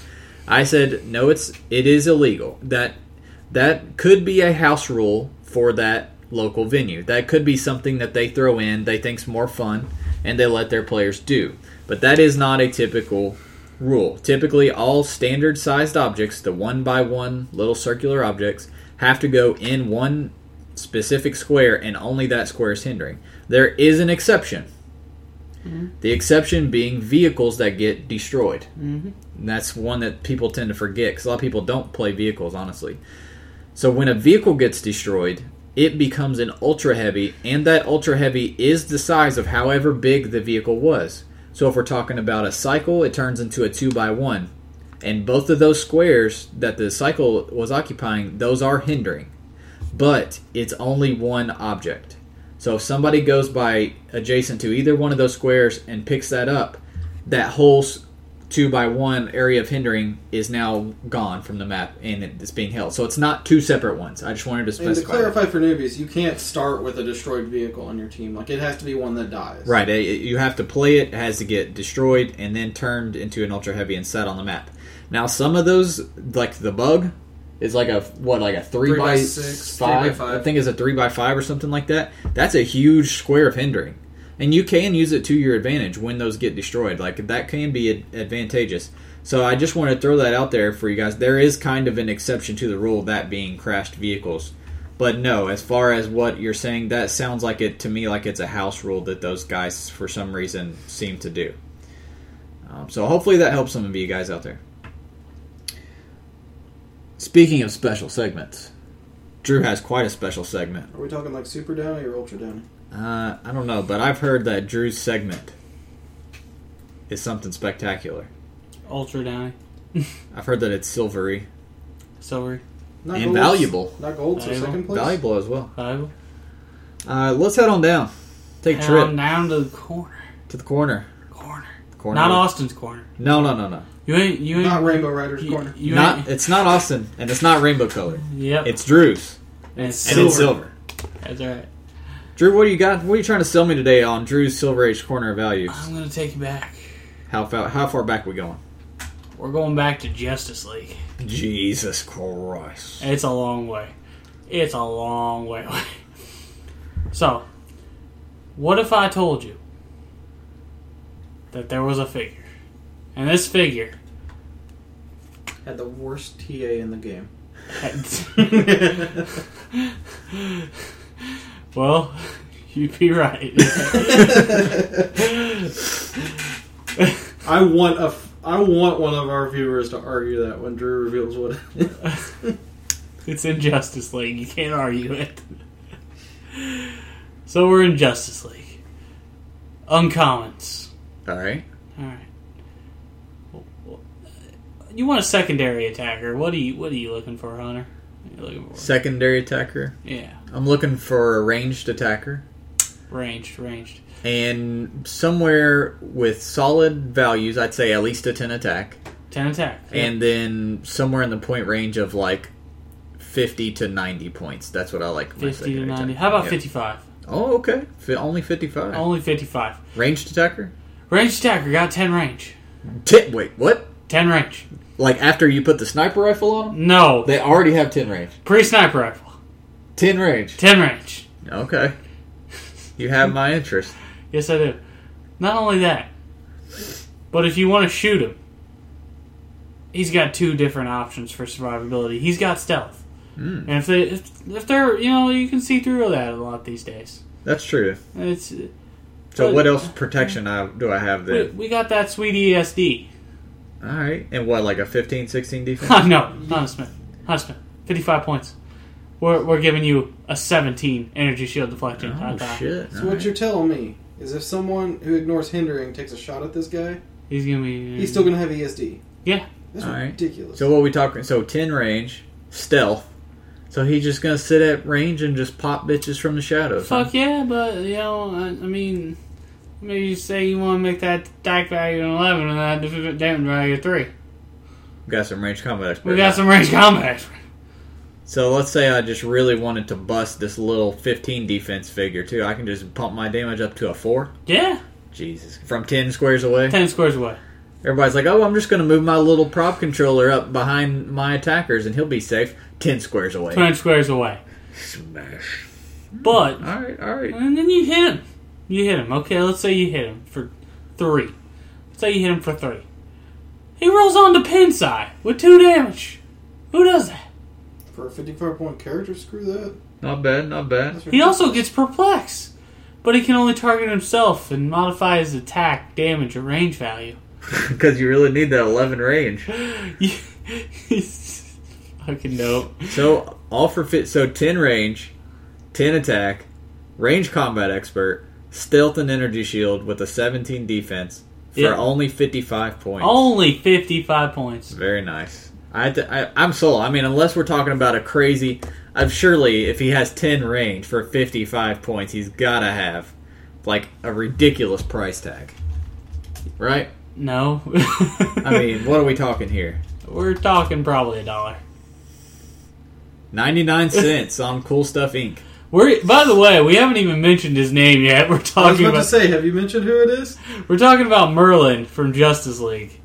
[SPEAKER 1] I said no. It's it is illegal. That that could be a house rule for that local venue. That could be something that they throw in they think's more fun and they let their players do. But that is not a typical rule. Typically all standard sized objects, the one by one little circular objects, have to go in one specific square and only that square is hindering. There is an exception. The exception being vehicles that get destroyed. And that's one that people tend to forget because a lot of people don't play vehicles, honestly. So when a vehicle gets destroyed, it becomes an ultra heavy, and that ultra heavy is the size of however big the vehicle was. So if we're talking about a cycle, it turns into a two by one, and both of those squares that the cycle was occupying, those are hindering, but it's only one object. So if somebody goes by adjacent to either one of those squares and picks that up, that whole s- two by one area of hindering is now gone from the map and it's being held. So it's not two separate ones. I just wanted to
[SPEAKER 3] And to
[SPEAKER 1] specify. that.
[SPEAKER 3] clarify for newbies, you can't start with a destroyed vehicle on your team. Like, it has to be one that dies.
[SPEAKER 1] Right, eh, you have to play it. It has to get destroyed and then turned into an ultra heavy and set on the map. Now, some of those, like the bug, is like a what, like a three,
[SPEAKER 3] Three
[SPEAKER 1] by,
[SPEAKER 3] by six,
[SPEAKER 1] five.
[SPEAKER 3] three by five.
[SPEAKER 1] I think it's a three by five or something like that. That's a huge square of hindering, and you can use it to your advantage when those get destroyed. Like that can be ad- advantageous. So I just want to throw that out there for you guys. There is kind of an exception to the rule, that being crashed vehicles. But no, as far as what you're saying, that sounds like it to me like it's a house rule that those guys, for some reason, seem to do. Um, so hopefully that helps some of you guys out there. Speaking of special segments, Drew has quite a special segment.
[SPEAKER 3] Are we talking like super downy or ultra downy?
[SPEAKER 1] Uh, I don't know, but I've heard that Drew's segment is something spectacular.
[SPEAKER 2] Ultra down.
[SPEAKER 1] I've heard that it's silvery
[SPEAKER 2] Silver.
[SPEAKER 3] Not
[SPEAKER 1] and
[SPEAKER 3] gold.
[SPEAKER 1] valuable.
[SPEAKER 3] Not gold, so
[SPEAKER 2] Valuable.
[SPEAKER 3] second place.
[SPEAKER 1] Valuable as well.
[SPEAKER 2] Bible.
[SPEAKER 1] Uh, let's head on down. Take a
[SPEAKER 2] Down,
[SPEAKER 1] trip
[SPEAKER 2] down to the corner.
[SPEAKER 1] to the corner.
[SPEAKER 2] Corner.
[SPEAKER 1] corner.
[SPEAKER 2] Not Austin's corner.
[SPEAKER 1] No, no, no, no.
[SPEAKER 2] You ain't. You ain't.
[SPEAKER 3] Not Rainbow Riders
[SPEAKER 2] you,
[SPEAKER 3] Corner.
[SPEAKER 2] You
[SPEAKER 1] not
[SPEAKER 2] ain't.
[SPEAKER 1] it's not Austin and it's not rainbow color.
[SPEAKER 2] Yep.
[SPEAKER 1] It's Drew's
[SPEAKER 2] and it's
[SPEAKER 1] and
[SPEAKER 2] silver.
[SPEAKER 1] it's silver.
[SPEAKER 2] That's all right.
[SPEAKER 1] Drew, what do you got? What are you trying to sell me today on
[SPEAKER 2] Um,
[SPEAKER 1] Drew's Silver Age Corner of Values?
[SPEAKER 2] I'm gonna take you back.
[SPEAKER 1] How far how far back we going?
[SPEAKER 2] We're going back to Justice League.
[SPEAKER 5] Jesus Christ.
[SPEAKER 2] It's a long way. It's a long way away. So, what if I told you that there was a figure? And this figure
[SPEAKER 3] Had the worst TA in the game.
[SPEAKER 2] well, you'd be right.
[SPEAKER 3] I want a. F- I want one of our viewers to argue that when Drew reveals what. it is.
[SPEAKER 2] it's in Justice League. You can't argue it. So we're in Justice League. Uncommons.
[SPEAKER 1] All right.
[SPEAKER 2] All right. Well, You want a secondary attacker? What are you What are you looking for, Hunter? What are you looking for?
[SPEAKER 1] Secondary attacker.
[SPEAKER 2] Yeah,
[SPEAKER 1] I'm looking for a ranged attacker
[SPEAKER 2] ranged, ranged.
[SPEAKER 1] and somewhere with solid values. I'd say at least a ten attack,
[SPEAKER 2] Ten attack.
[SPEAKER 1] and then somewhere in the point range of like. 50 to 90 points. That's what I like. for my
[SPEAKER 2] fifty Oh. to
[SPEAKER 1] secondary
[SPEAKER 2] ninety.
[SPEAKER 1] attack.
[SPEAKER 2] How about
[SPEAKER 1] Yeah.
[SPEAKER 2] fifty-five?
[SPEAKER 1] Oh, okay. Fi only 55.
[SPEAKER 2] Only fifty-five.
[SPEAKER 1] Ranged attacker?
[SPEAKER 2] Ranged attacker got ten range.
[SPEAKER 1] Ti wait, what?
[SPEAKER 2] Ten range.
[SPEAKER 1] Like after you put the sniper rifle on 'em?
[SPEAKER 2] No,
[SPEAKER 5] They already have 10 range.
[SPEAKER 2] pre sniper rifle.
[SPEAKER 5] 10 range.
[SPEAKER 2] 10 range.
[SPEAKER 1] Okay. You have my interest.
[SPEAKER 2] Yes, I do. Not only that, but if you want to shoot him, he's got two different options for survivability. He's got stealth.
[SPEAKER 1] Hmm.
[SPEAKER 2] And if, they, if, if they're, you know, you can see through that a lot these days.
[SPEAKER 1] That's true.
[SPEAKER 2] It's
[SPEAKER 1] So
[SPEAKER 2] But-
[SPEAKER 1] what else protection I, do I have
[SPEAKER 2] we,
[SPEAKER 1] there?
[SPEAKER 2] we got that E sweet ESD.
[SPEAKER 1] All right. And what like a 15 16
[SPEAKER 3] Oh,
[SPEAKER 1] defense?
[SPEAKER 2] no, Hunter Smith. Hunter Smith. 55 points. We're, we're giving you a 17 energy shield deflection.
[SPEAKER 1] oh
[SPEAKER 2] Ta-ta.
[SPEAKER 1] shit.
[SPEAKER 3] so
[SPEAKER 1] All
[SPEAKER 3] what
[SPEAKER 1] right.
[SPEAKER 3] you're telling me is, if someone who ignores hindering takes a shot at this guy,
[SPEAKER 2] He's going to be.
[SPEAKER 3] he's still going to have ESD.
[SPEAKER 2] Mm-hmm. Yeah.
[SPEAKER 3] That's
[SPEAKER 1] All right.
[SPEAKER 3] ridiculous.
[SPEAKER 1] So what we talking so 10 range, stealth. So he's just going to sit at range and just pop bitches from the shadows. huh?
[SPEAKER 2] Fuck yeah, but you know, I, I mean, maybe you say you want to make that attack value an eleven and that def- damage value a three.
[SPEAKER 1] Got some range combat expert.
[SPEAKER 2] We got some range combat.
[SPEAKER 1] So let's say I just really wanted to bust this little 15 defense figure too. I can just pump my damage up to a 4.
[SPEAKER 2] Yeah,
[SPEAKER 1] Jesus. From 10 squares away.
[SPEAKER 2] ten squares away.
[SPEAKER 1] Everybody's like, "Oh, I'm just going to move my little prop controller up behind my attackers and he'll be safe 10 squares away."
[SPEAKER 2] Twenty squares away.
[SPEAKER 1] Smash.
[SPEAKER 2] But
[SPEAKER 1] All right, all right.
[SPEAKER 2] and then you hit him. You hit him. Okay, let's say you hit him for three. Let's say you hit him for three. He rolls on to Pensai with two damage. Who does that?
[SPEAKER 3] For a 55 point character, screw that.
[SPEAKER 1] Not bad, not bad.
[SPEAKER 3] That's
[SPEAKER 2] He
[SPEAKER 3] ridiculous.
[SPEAKER 2] also gets perplexed, but he can only target himself and modify his attack, damage, or range value.
[SPEAKER 1] Cuz you really need that 11 range.
[SPEAKER 2] He's fucking dope.
[SPEAKER 1] So, all for fit so 10 range, 10 attack, range combat expert, stealth and energy shield with a 17 defense for
[SPEAKER 2] Yeah.
[SPEAKER 1] only 55 points.
[SPEAKER 2] Only 55 points.
[SPEAKER 1] Very nice. I, had to, I I'm sold. I mean, unless we're talking about a crazy, I'm surely if he has 10 range for 55 points, he's gotta have like a ridiculous price tag, right?
[SPEAKER 2] No.
[SPEAKER 1] I mean, what are we talking here?
[SPEAKER 2] we're talking probably a dollar.
[SPEAKER 1] 99 cents on Cool Stuff Inc.
[SPEAKER 2] We're, by the way, we haven't even mentioned his name yet. We're
[SPEAKER 3] I was
[SPEAKER 2] talking
[SPEAKER 3] about
[SPEAKER 2] about
[SPEAKER 3] to say, have you mentioned who it is?
[SPEAKER 2] we're talking about Merlin from Justice League.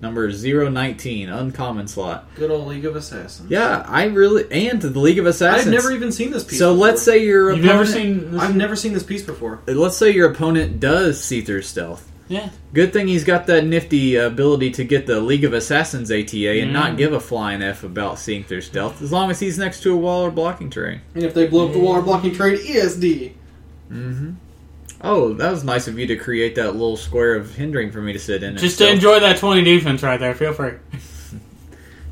[SPEAKER 1] Number 019, uncommon slot.
[SPEAKER 3] Good old League of Assassins.
[SPEAKER 1] Yeah, I really and the League of Assassins.
[SPEAKER 3] I've never even seen this piece.
[SPEAKER 1] so
[SPEAKER 3] before.
[SPEAKER 1] let's say your
[SPEAKER 2] You've never
[SPEAKER 1] opponent-
[SPEAKER 2] seen this?
[SPEAKER 3] I've never seen this piece before.
[SPEAKER 1] let's say your opponent does see through stealth.
[SPEAKER 2] yeah.
[SPEAKER 1] Good thing he's got that nifty ability to get the League of Assassins ATA and
[SPEAKER 3] Mm.
[SPEAKER 1] not give a flying F about seeing through stealth, as long as he's next to a wall or blocking terrain.
[SPEAKER 3] And if they blow up the wall or blocking trade, E ESD.
[SPEAKER 1] Oh, that was nice of you to create that little square of hindering for me to sit in. and
[SPEAKER 2] Just to
[SPEAKER 1] stealth.
[SPEAKER 2] enjoy that 20 defense right there. Feel free.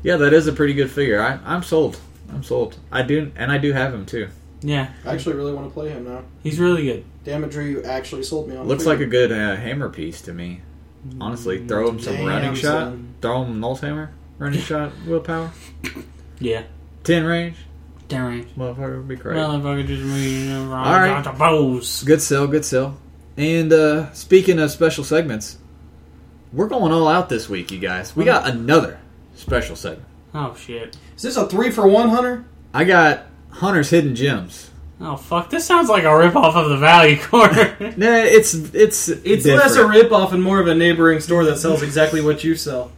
[SPEAKER 1] Yeah, that is a pretty good figure. I, I'm sold. I'm sold. I do, and I do have him too.
[SPEAKER 2] Yeah.
[SPEAKER 3] I actually really want to play him now.
[SPEAKER 2] He's really good.
[SPEAKER 3] Damn it, Drew, you actually sold me on
[SPEAKER 1] Looks
[SPEAKER 3] the
[SPEAKER 1] like a good uh, hammer piece to me. Honestly, throw him some
[SPEAKER 3] Mm, Damn,
[SPEAKER 1] running shot.
[SPEAKER 3] son.
[SPEAKER 1] Throw him null hammer. Running shot, willpower,
[SPEAKER 2] Yeah.
[SPEAKER 1] ten range.
[SPEAKER 2] Damn range.
[SPEAKER 1] Motherfucker would be crazy.
[SPEAKER 2] Well, if I could just read it wrong,
[SPEAKER 1] All right.
[SPEAKER 2] Dr. Bose.
[SPEAKER 1] Good sell, good sell. And uh, speaking of special segments, we're going all out this week, you guys. We got another special segment.
[SPEAKER 2] Oh, shit.
[SPEAKER 3] Is this a three for one, Hunter?
[SPEAKER 1] I got Hunter's Hidden Gems.
[SPEAKER 2] Oh fuck! This sounds like a ripoff of the Value Corner.
[SPEAKER 1] Nah, it's it's
[SPEAKER 3] It's less a ripoff and more of a neighboring store that sells exactly what you sell.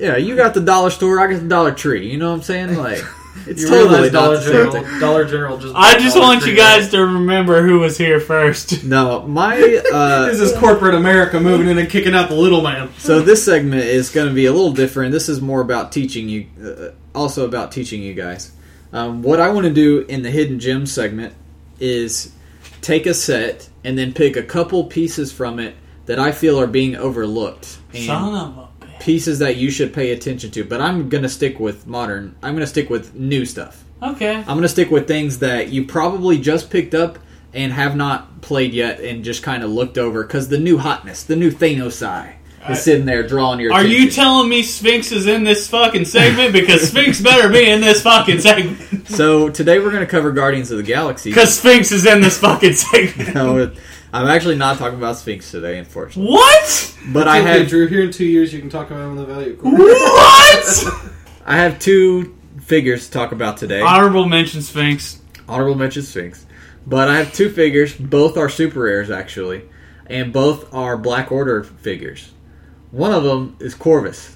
[SPEAKER 1] yeah. You got the dollar store, I got the Dollar Tree. You know what I'm saying? Like it's
[SPEAKER 3] You
[SPEAKER 1] totally
[SPEAKER 3] realize
[SPEAKER 1] not
[SPEAKER 3] Dollar
[SPEAKER 1] the same
[SPEAKER 3] General,
[SPEAKER 1] thing.
[SPEAKER 3] Dollar General just.
[SPEAKER 2] I just
[SPEAKER 3] Dollar
[SPEAKER 2] want
[SPEAKER 3] Tree
[SPEAKER 2] you guys to remember who was here first.
[SPEAKER 1] No, my uh,
[SPEAKER 3] This is corporate America moving in and kicking out the little man.
[SPEAKER 1] So this segment is going to be a little different. This is more about teaching you, uh, also about teaching you guys. Um, what I want to do in the hidden gem segment is take a set and then pick a couple pieces from it that I feel are being overlooked and
[SPEAKER 2] Son of a bitch.
[SPEAKER 1] pieces that you should pay attention to. But I'm going to stick with modern. I'm going to stick with new stuff.
[SPEAKER 2] Okay.
[SPEAKER 1] I'm going to stick with things that you probably just picked up and have not played yet and just kind of looked over because the new hotness, the new Thanos eye.
[SPEAKER 2] I-
[SPEAKER 1] Is sitting there drawing your.
[SPEAKER 2] Are you
[SPEAKER 1] attention.
[SPEAKER 2] telling me Sphinx is in this fucking segment? Because Sphinx better be in this fucking segment.
[SPEAKER 1] So today we're going to cover Guardians of the Galaxy.
[SPEAKER 2] Because Sphinx is in this fucking segment.
[SPEAKER 1] No, it- I'm actually not talking about Sphinx today, unfortunately.
[SPEAKER 2] What?
[SPEAKER 1] But I
[SPEAKER 3] okay,
[SPEAKER 1] have
[SPEAKER 3] Drew. Here in two years, you can talk about him on the value. Corner.
[SPEAKER 2] What?
[SPEAKER 1] I have two figures to talk about today.
[SPEAKER 2] Honorable mention Sphinx.
[SPEAKER 1] Honorable mention Sphinx, but I have two figures. Both are super rares actually, and both are Black Order figures. One of them is Corvus.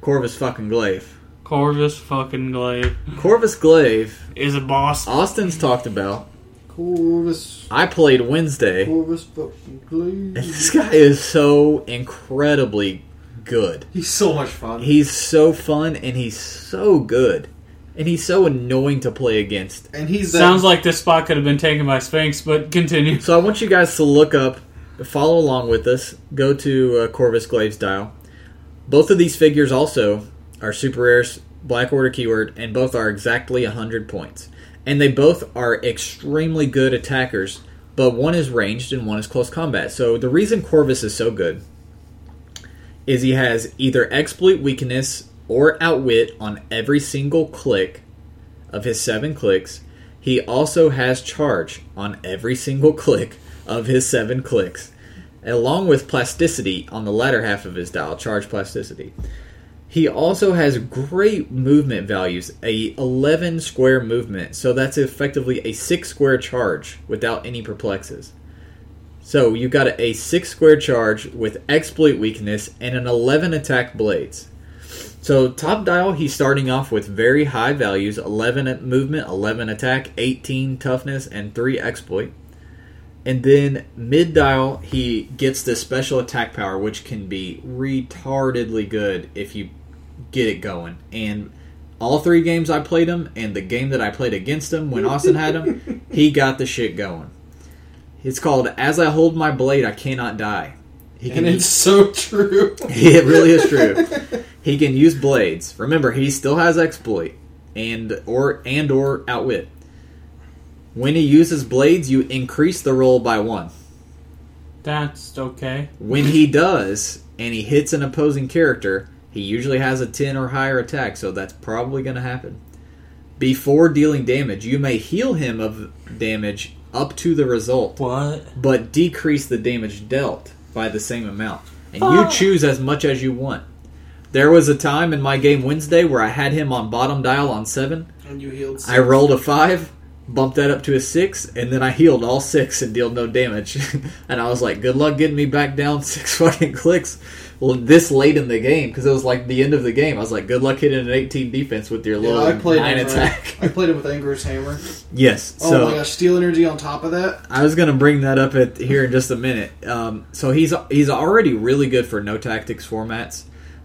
[SPEAKER 1] Corvus fucking Glaive.
[SPEAKER 2] Corvus fucking Glaive
[SPEAKER 1] Corvus Glaive.
[SPEAKER 2] is a boss.
[SPEAKER 1] Austin's talked about.
[SPEAKER 3] Corvus,
[SPEAKER 1] I played Wednesday.
[SPEAKER 3] Corvus, fucking
[SPEAKER 1] And
[SPEAKER 3] Glaive.
[SPEAKER 1] this guy is so incredibly good.
[SPEAKER 3] He's so much fun.
[SPEAKER 1] He's so fun and he's so good. And he's so annoying to play against.
[SPEAKER 3] and he's that,
[SPEAKER 2] Sounds like this spot could have been taken by Sphinx, but continue.
[SPEAKER 1] So I want you guys to look up, follow along with us, go to uh, Corvus Glaive's dial. Both of these figures also are super rares, Black Order keyword, and both are exactly 100 points. And they both are extremely good attackers, but one is ranged and one is close combat. So the reason Corvus is so good is he has either exploit weakness or outwit on every single click of his seven clicks. He also has charge on every single click of his seven clicks, along with plasticity on the latter half of his dial, charge plasticity. He also has great movement values, a 11 square movement, so that's effectively a 6 square charge without any perplexes. So you got a 6 square charge with exploit weakness and an 11 attack blades. So top dial, he's starting off with very high values: eleven at movement, eleven attack, eighteen toughness, and three exploit. And then mid dial, he gets this special attack power, which can be retardedly good if you get it going. And all three games I played him, and the game that I played against him when Austin had him, he got the shit going. It's called "As I Hold My Blade, I Cannot Die." He
[SPEAKER 3] and it's so true.
[SPEAKER 1] it really is true. He can use blades. Remember, he still has exploit and or and or outwit. When he uses blades, you increase the roll by one.
[SPEAKER 2] That's okay.
[SPEAKER 1] When he does, and he hits an opposing character, he usually has a ten or higher attack, so that's probably going to happen. Before dealing damage, you may heal him of damage up to the result
[SPEAKER 2] What?
[SPEAKER 1] but decrease the damage dealt by the same amount. And
[SPEAKER 2] Fuck.
[SPEAKER 1] you choose as much as you want. There was a time in my game Wednesday where I had him on bottom dial on seven.
[SPEAKER 3] and you healed.
[SPEAKER 1] I rolled a five, bumped that up to a six, and then I healed all six and dealt no damage. and I was like, good luck getting me back down six fucking clicks well, this late in the game because it was like the end of the game. I was like, good luck hitting an 18 defense with your
[SPEAKER 3] Yeah,
[SPEAKER 1] little
[SPEAKER 3] I played
[SPEAKER 1] nine
[SPEAKER 3] him,
[SPEAKER 1] attack.
[SPEAKER 3] I played him with Anger's Hammer.
[SPEAKER 1] yes.
[SPEAKER 3] Oh
[SPEAKER 1] so
[SPEAKER 3] my gosh, steel energy on top of that.
[SPEAKER 1] I was gonna bring that up at here in just a minute. Um, so he's he's already really good for no tactics formats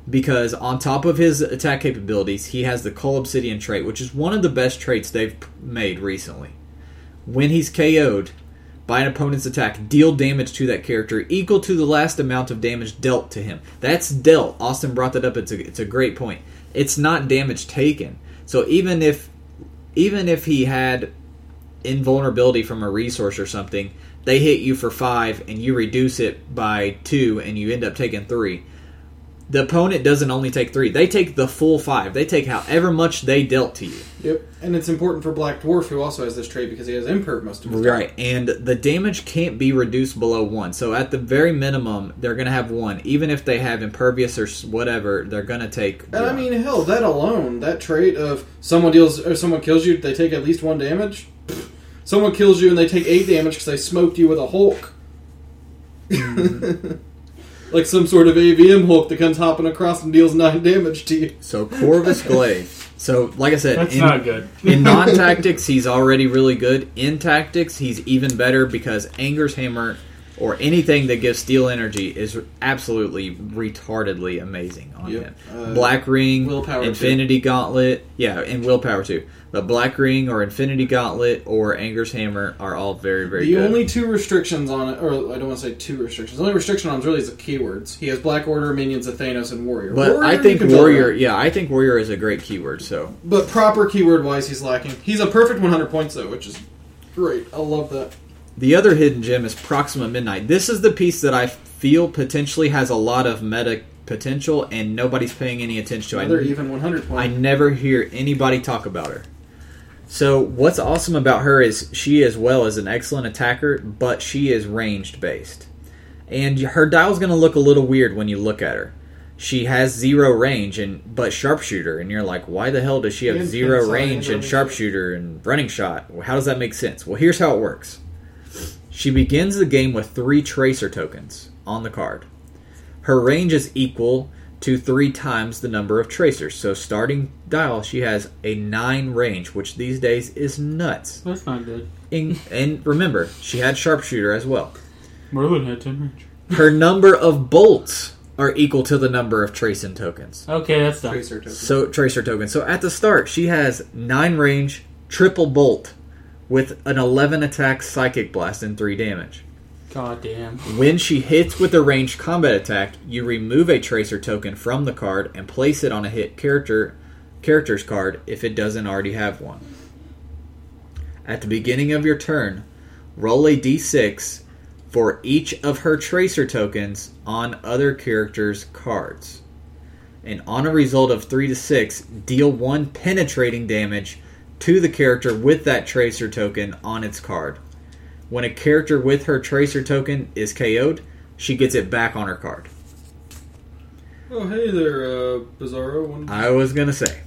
[SPEAKER 1] because on top of his attack capabilities, he has the Cull Obsidian trait, which is one of the best traits they've p- made recently. When he's KO'd by an opponent's attack, deal damage to that character equal to the last amount of damage dealt to him. That's dealt. Austin brought that up. It's a it's a great point. It's not damage taken. So even if even if he had invulnerability from a resource or something, they hit you for five and you reduce it by two and you end up taking three. The opponent doesn't only take three, they take the full five. They take however much they dealt to you.
[SPEAKER 3] Yep. And it's important for Black Dwarf, who also has this trait because he has imperv most of his time.
[SPEAKER 1] Right, and the damage can't be reduced below one. So at the very minimum, they're going to have one. Even if they have impervious or s- whatever, they're going to take.
[SPEAKER 3] And I
[SPEAKER 1] one.
[SPEAKER 3] mean, hell, that alone, that trait of someone deals or someone kills you, they take at least one damage. Pfft, Someone kills you and they take eight damage because they smoked you with a Hulk.
[SPEAKER 1] Mm-hmm.
[SPEAKER 3] like some sort of AVM Hulk that comes hopping across and deals nine damage to you.
[SPEAKER 1] So Corvus Glaive. So like I said,
[SPEAKER 2] That's
[SPEAKER 1] in,
[SPEAKER 2] not good.
[SPEAKER 1] in non-tactics he's already really good. In tactics he's even better because Anger's Hammer or anything that gives steel energy is absolutely retardedly amazing on
[SPEAKER 3] Yep.
[SPEAKER 1] him.
[SPEAKER 3] Uh,
[SPEAKER 1] Black Ring,
[SPEAKER 3] willpower too.
[SPEAKER 1] Infinity Gauntlet, yeah, and willpower too. But Black Ring or Infinity Gauntlet or Anger's Hammer are all very very
[SPEAKER 3] The
[SPEAKER 1] good.
[SPEAKER 3] only two restrictions on it, or I don't want to say two restrictions. The only restriction on him really is the keywords. He has Black Order, Minions, of Thanos, and Warrior.
[SPEAKER 1] but
[SPEAKER 3] Warrior
[SPEAKER 1] I
[SPEAKER 3] you
[SPEAKER 1] think
[SPEAKER 3] can build
[SPEAKER 1] warrior,
[SPEAKER 3] around.
[SPEAKER 1] yeah, I think warrior is a great keyword. So
[SPEAKER 3] But proper keyword wise, he's lacking. He's a perfect 100 points though, which is great. I love that.
[SPEAKER 1] The other hidden gem is Proxima Midnight. This is the piece that I feel potentially has a lot of meta potential, and nobody's paying any attention
[SPEAKER 3] Another
[SPEAKER 1] to.
[SPEAKER 3] even 100
[SPEAKER 1] I, I
[SPEAKER 3] points.
[SPEAKER 1] never hear anybody talk about her. So, what's awesome about her is she, as well, is an excellent attacker, but she is ranged based. And her dial's going to look a little weird when you look at her. She has zero range, and but sharpshooter, and you're like, why the hell does she have
[SPEAKER 3] And
[SPEAKER 1] zero
[SPEAKER 3] pincer
[SPEAKER 1] range and
[SPEAKER 3] and running
[SPEAKER 1] sharpshooter and running shot? Well, How does that make sense? Well, here's how it works. She begins the game with three tracer tokens on the card. Her range is equal to three times the number of tracers. So starting dial, she has a nine range, which these days is nuts.
[SPEAKER 2] That's not good.
[SPEAKER 1] In, and remember, she had sharpshooter as well.
[SPEAKER 2] Merlin had ten range.
[SPEAKER 1] Her number of bolts are equal to the number of tracing tokens.
[SPEAKER 2] Okay, that's done.
[SPEAKER 3] Tracer token.
[SPEAKER 1] So tracer tokens. So at the start, she has nine range, triple bolt, with an eleven attack psychic blast and three damage.
[SPEAKER 2] God damn.
[SPEAKER 1] When she hits with a ranged combat attack, you remove a tracer token from the card and place it on a hit character character's card if it doesn't already have one. At the beginning of your turn, roll a d6 for each of her tracer tokens on other characters' cards. And on a result of 3 to 6, deal 1 penetrating damage to the character with that tracer token on its card. When a character with her tracer token is KO'd, she gets it back on her card.
[SPEAKER 3] Oh hey there, uh, Bizarro. One,
[SPEAKER 1] I was gonna say,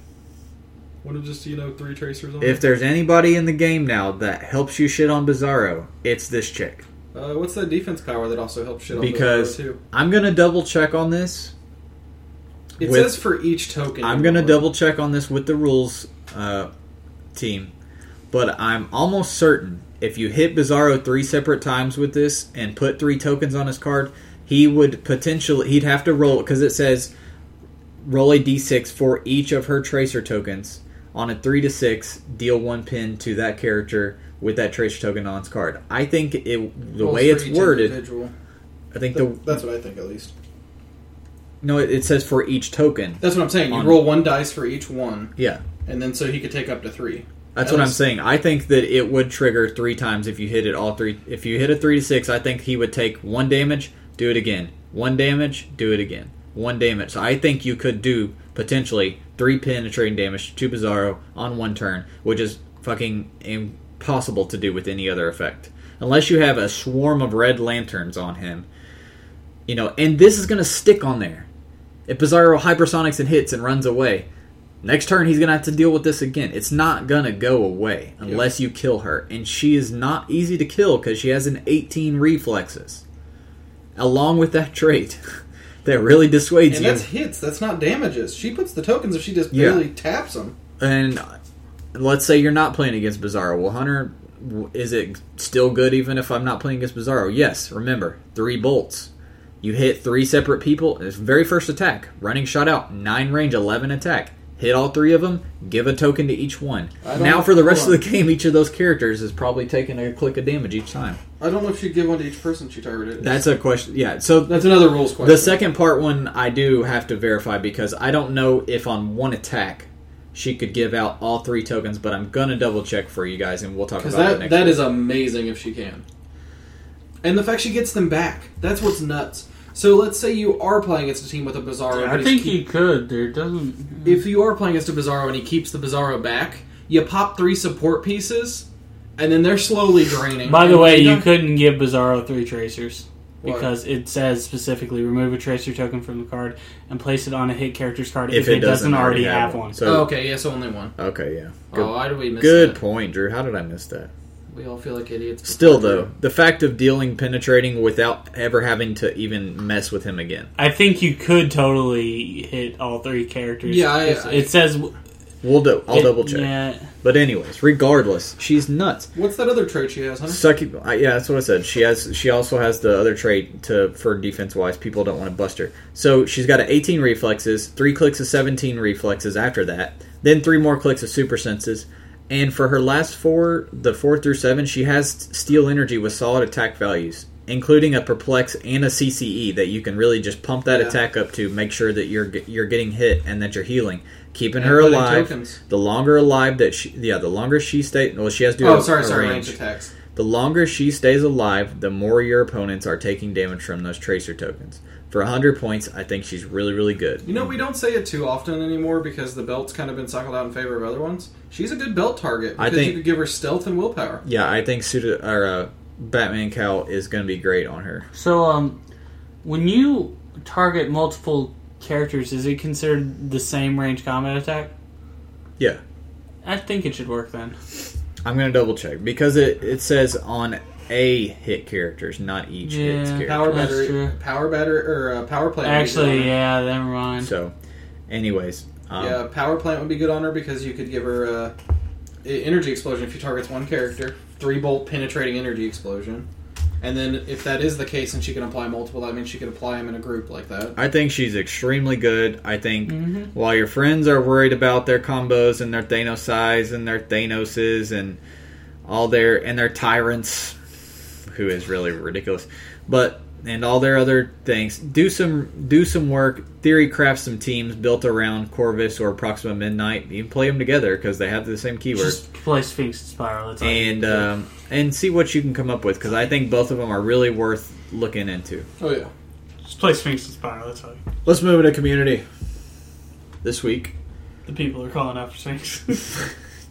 [SPEAKER 3] one of just you know three tracers on.
[SPEAKER 1] if there's anybody in the game now that helps you shit on Bizarro, it's this chick.
[SPEAKER 3] Uh, what's that defense power that also helps shit on
[SPEAKER 1] Because-
[SPEAKER 3] Bizarro too?
[SPEAKER 1] I'm gonna double check on this.
[SPEAKER 3] It
[SPEAKER 1] with-
[SPEAKER 3] says for each token.
[SPEAKER 1] I'm gonna double check on this with the rules uh, team, but I'm almost certain if you hit Bizarro three separate times with this and put three tokens on his card, he would potentially he'd have to roll because it says roll a d6 for each of her tracer tokens on a three to six deal one pin to that character with that tracer token on its card. I think it the
[SPEAKER 3] Well,
[SPEAKER 1] way
[SPEAKER 3] for
[SPEAKER 1] it's
[SPEAKER 3] each
[SPEAKER 1] worded,
[SPEAKER 3] individual.
[SPEAKER 1] I think the
[SPEAKER 3] Th- that's what I think at least.
[SPEAKER 1] no it, it says for each token.
[SPEAKER 3] That's what I'm saying. You
[SPEAKER 1] On-
[SPEAKER 3] roll one dice for each one,
[SPEAKER 1] Yeah.
[SPEAKER 3] and then so he could take up to three.
[SPEAKER 1] That's
[SPEAKER 3] At
[SPEAKER 1] what I'm
[SPEAKER 3] least-
[SPEAKER 1] saying. I think that it would trigger three times if you hit it all three. If you hit a three to six, I think he would take one damage, do it again. One damage, do it again. One damage. So I think you could do potentially three penetrating damage to Bizarro on one turn, which is fucking impossible to do with any other effect. Unless you have a swarm of red lanterns on him. You know, and this is going to stick on there. If Bizarro hypersonics and hits and runs away, Next turn, he's gonna have to deal with this again. It's not gonna go away unless you kill her, and she is not easy to kill because she has an 18 reflexes, along with that trait that really dissuades
[SPEAKER 3] And
[SPEAKER 1] you.
[SPEAKER 3] that's hits. That's not damages. She puts the tokens if she just
[SPEAKER 1] Yeah.
[SPEAKER 3] barely taps them.
[SPEAKER 1] And let's say you're not playing against Bizarro. Well, Hunter, w- is it still good even if I'm not playing against Bizarro? Yes. Remember, three bolts. You hit three separate people. It's very first attack, running shot out, nine range, eleven attack. Hit all three of them. Give a token to each one.
[SPEAKER 3] I don't-
[SPEAKER 1] Now for the rest of
[SPEAKER 3] hold
[SPEAKER 1] the
[SPEAKER 3] on.
[SPEAKER 1] game, each of those characters is probably taking a click of damage each time.
[SPEAKER 3] I don't know if she'd give one to each person she targeted.
[SPEAKER 1] That's a question. Yeah. So
[SPEAKER 3] That's another rules question.
[SPEAKER 1] the second part one I do have to verify because I don't know if on one attack she could give out all three tokens, but I'm gonna double check for you guys and we'll talk about
[SPEAKER 3] Because
[SPEAKER 1] it
[SPEAKER 3] that
[SPEAKER 1] next.
[SPEAKER 3] that
[SPEAKER 1] week.
[SPEAKER 3] is amazing if she can. And the fact she gets them back. That's what's nuts. So let's say you are playing against a team with a Bizarro. but
[SPEAKER 2] I
[SPEAKER 3] he's
[SPEAKER 2] think
[SPEAKER 3] keep-
[SPEAKER 2] he could. There doesn't.
[SPEAKER 3] if you are playing against a Bizarro and he keeps the Bizarro back, you pop three support pieces, and then they're slowly draining.
[SPEAKER 2] By the
[SPEAKER 3] And
[SPEAKER 2] way,
[SPEAKER 3] you
[SPEAKER 2] you
[SPEAKER 3] don't-
[SPEAKER 2] couldn't give Bizarro three tracers
[SPEAKER 3] Why?
[SPEAKER 2] because it says specifically remove a tracer token from the card and place it on a hit character's card
[SPEAKER 1] if, it doesn't, already have one.
[SPEAKER 3] Oh,
[SPEAKER 1] So
[SPEAKER 3] okay, yes, only one.
[SPEAKER 1] okay, yeah. Good,
[SPEAKER 3] Oh, why did we miss
[SPEAKER 1] good
[SPEAKER 3] that?
[SPEAKER 1] point, Drew. How did I miss that?
[SPEAKER 3] We all feel like idiots. before
[SPEAKER 1] Still,
[SPEAKER 3] we-
[SPEAKER 1] though, the fact of dealing penetrating without ever having to even mess with him again.
[SPEAKER 2] I think you could totally hit all three characters.
[SPEAKER 3] Yeah, I-
[SPEAKER 2] It's-
[SPEAKER 3] I-
[SPEAKER 2] it says
[SPEAKER 1] We'll do- I'll
[SPEAKER 2] it-
[SPEAKER 1] double check.
[SPEAKER 2] Yeah,
[SPEAKER 1] But anyways, regardless, she's nuts.
[SPEAKER 3] What's that other trait she has, huh?
[SPEAKER 1] Succu- I uh, yeah, that's what I said. She has. She also has the other trait to for defense wise. People don't want to bust her. So she's got a 18 reflexes, three clicks of 17 reflexes after that, then three more clicks of super senses, and for her last four, the four through seven, she has steel energy with solid attack values, including a perplex and a CCE that you can really just pump that
[SPEAKER 3] Yeah.
[SPEAKER 1] attack up to make sure that you're ge- you're getting hit and that you're healing, keeping
[SPEAKER 3] And
[SPEAKER 1] her
[SPEAKER 3] putting
[SPEAKER 1] alive.
[SPEAKER 3] tokens.
[SPEAKER 1] The longer alive that she, yeah, the longer she stays. Well, she has to. do
[SPEAKER 3] Oh,
[SPEAKER 1] a-
[SPEAKER 3] sorry,
[SPEAKER 1] a
[SPEAKER 3] sorry,
[SPEAKER 1] range.
[SPEAKER 3] range attacks.
[SPEAKER 1] The longer she stays alive, the more your opponents are taking damage from those tracer tokens. For 100 points, I think she's really, really good.
[SPEAKER 3] You know, we don't say it too often anymore because the belt's kind of been suckled out in favor of other ones. She's a good belt target
[SPEAKER 1] I
[SPEAKER 3] because you
[SPEAKER 1] think-
[SPEAKER 3] could give her stealth and willpower.
[SPEAKER 1] Yeah, I think Suda, or, uh, Batman Cow is going to be great on her.
[SPEAKER 2] So, um, when you target multiple characters, is it considered the same range combat attack?
[SPEAKER 1] Yeah.
[SPEAKER 2] I think it should work then.
[SPEAKER 1] I'm going to double check because it, it says on a hit characters, not each
[SPEAKER 2] Yeah.
[SPEAKER 1] hit character.
[SPEAKER 3] Power
[SPEAKER 2] That's
[SPEAKER 3] battery,
[SPEAKER 2] true.
[SPEAKER 3] power battery, or uh, power plant. would be good on
[SPEAKER 2] Actually,
[SPEAKER 3] her.
[SPEAKER 2] yeah, never mind.
[SPEAKER 1] So, anyways. Um,
[SPEAKER 3] yeah, power plant would be good on her because you could give her uh, e- energy explosion if she targets one character, three bolt penetrating energy explosion, and then if that is the case and she can apply multiple, that means she could apply them in a group like that.
[SPEAKER 1] I think she's extremely good. I think while your friends are worried about their combos and their Thanos size and their Thanoses and all their and their tyrants, who is really ridiculous, but and all their other things, do some do some work. Theory craft some teams built around Corvus or Proxima Midnight. You can play them together because they have the same keywords
[SPEAKER 2] Just play Sphinx and Spiral. That's all you
[SPEAKER 1] and
[SPEAKER 2] can do.
[SPEAKER 1] um, and see what you can come up with because I think both of them are really worth looking into.
[SPEAKER 3] Oh yeah,
[SPEAKER 2] just play Sphinx and Spiral. That's all. You,
[SPEAKER 6] Let's move into community. This week.
[SPEAKER 2] the people are calling out for Sphinx.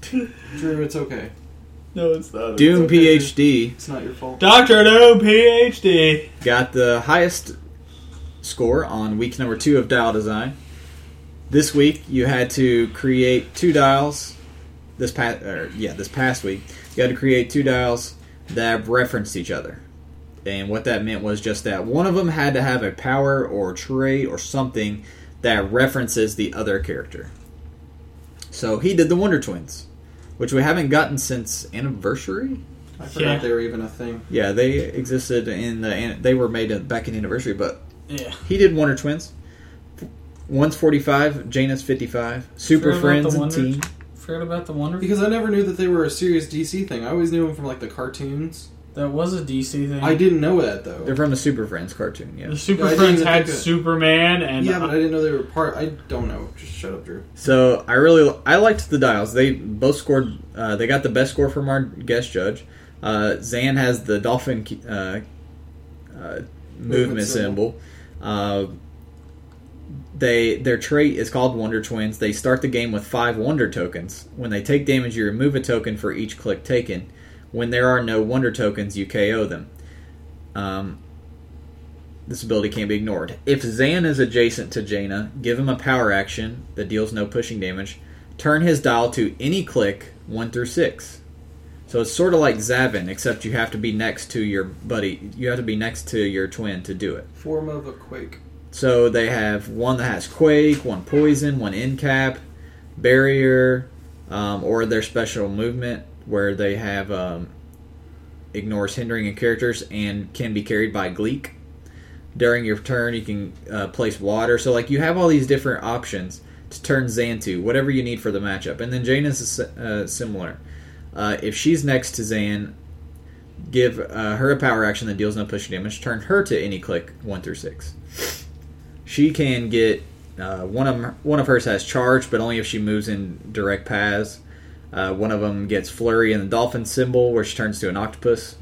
[SPEAKER 3] Drew, it's okay.
[SPEAKER 2] no, it's not.
[SPEAKER 6] Doom PhD
[SPEAKER 3] It's not your fault.
[SPEAKER 2] Doctor No PhD.
[SPEAKER 1] got the highest score on week number two of dial design. This week you had to create two dials. This past, or yeah, this past week you had to create two dials that referenced each other. And what that meant was just that one of them had to have a power or trait or something that references the other character. So he did the Wonder Twins, which we haven't gotten since anniversary.
[SPEAKER 3] I forgot
[SPEAKER 2] Yeah.
[SPEAKER 3] they were even a thing.
[SPEAKER 1] Yeah, they existed in the they were made in- back in anniversary, but
[SPEAKER 2] Yeah.
[SPEAKER 1] he did Wonder Twins. One's 45, Jana's 55, Super
[SPEAKER 2] Forgot about
[SPEAKER 1] Friends
[SPEAKER 2] the
[SPEAKER 1] and
[SPEAKER 2] Wonder-
[SPEAKER 1] Team.
[SPEAKER 2] Forgot about the Wonder.
[SPEAKER 3] Because I never knew that they were a serious DC thing. I always knew them from like the cartoons.
[SPEAKER 2] That was a DC thing.
[SPEAKER 3] I didn't know that though.
[SPEAKER 1] They're from the Super Friends cartoon, yeah.
[SPEAKER 2] The Super
[SPEAKER 3] I didn't
[SPEAKER 2] Friends
[SPEAKER 3] even
[SPEAKER 2] had
[SPEAKER 3] think of it.
[SPEAKER 2] Superman and
[SPEAKER 3] Yeah, but I didn't know they were part. I don't know. Just shut up, Drew.
[SPEAKER 1] So I really I liked the dials. They both scored. Uh, they got the best score from our guest judge. Uh, Zan has the dolphin uh, uh, movement,
[SPEAKER 3] symbol.
[SPEAKER 1] symbol. Uh, they their trait is called Wonder Twins. They start the game with five Wonder tokens. When they take damage, you remove a token for each click taken. When there are no Wonder tokens, you KO them. Um, this ability can't be ignored. If Zan is adjacent to Jaina, give him a power action that deals no pushing damage. Turn his dial to any click one through six. So it's sort of like Zavin, except you have to be next to your buddy. You have to be next to your twin to do it.
[SPEAKER 3] Form of a quake.
[SPEAKER 1] So they have one that has Quake, one Poison, one End Cap, Barrier, um, or their special movement where they have um, ignores hindering in characters and can be carried by Gleek. During your turn, you can uh, place water. So like you have all these different options to turn Zan to whatever you need for the matchup. And then Jane is uh, similar. Uh, if she's next to Zan, give uh, her a power action that deals no pushing damage. Turn her to any click one through six. She can get uh, one of 'em- one of hers has charge, but only if she moves in direct paths. Uh, one of them gets flurry and the dolphin symbol, where she turns to an octopus.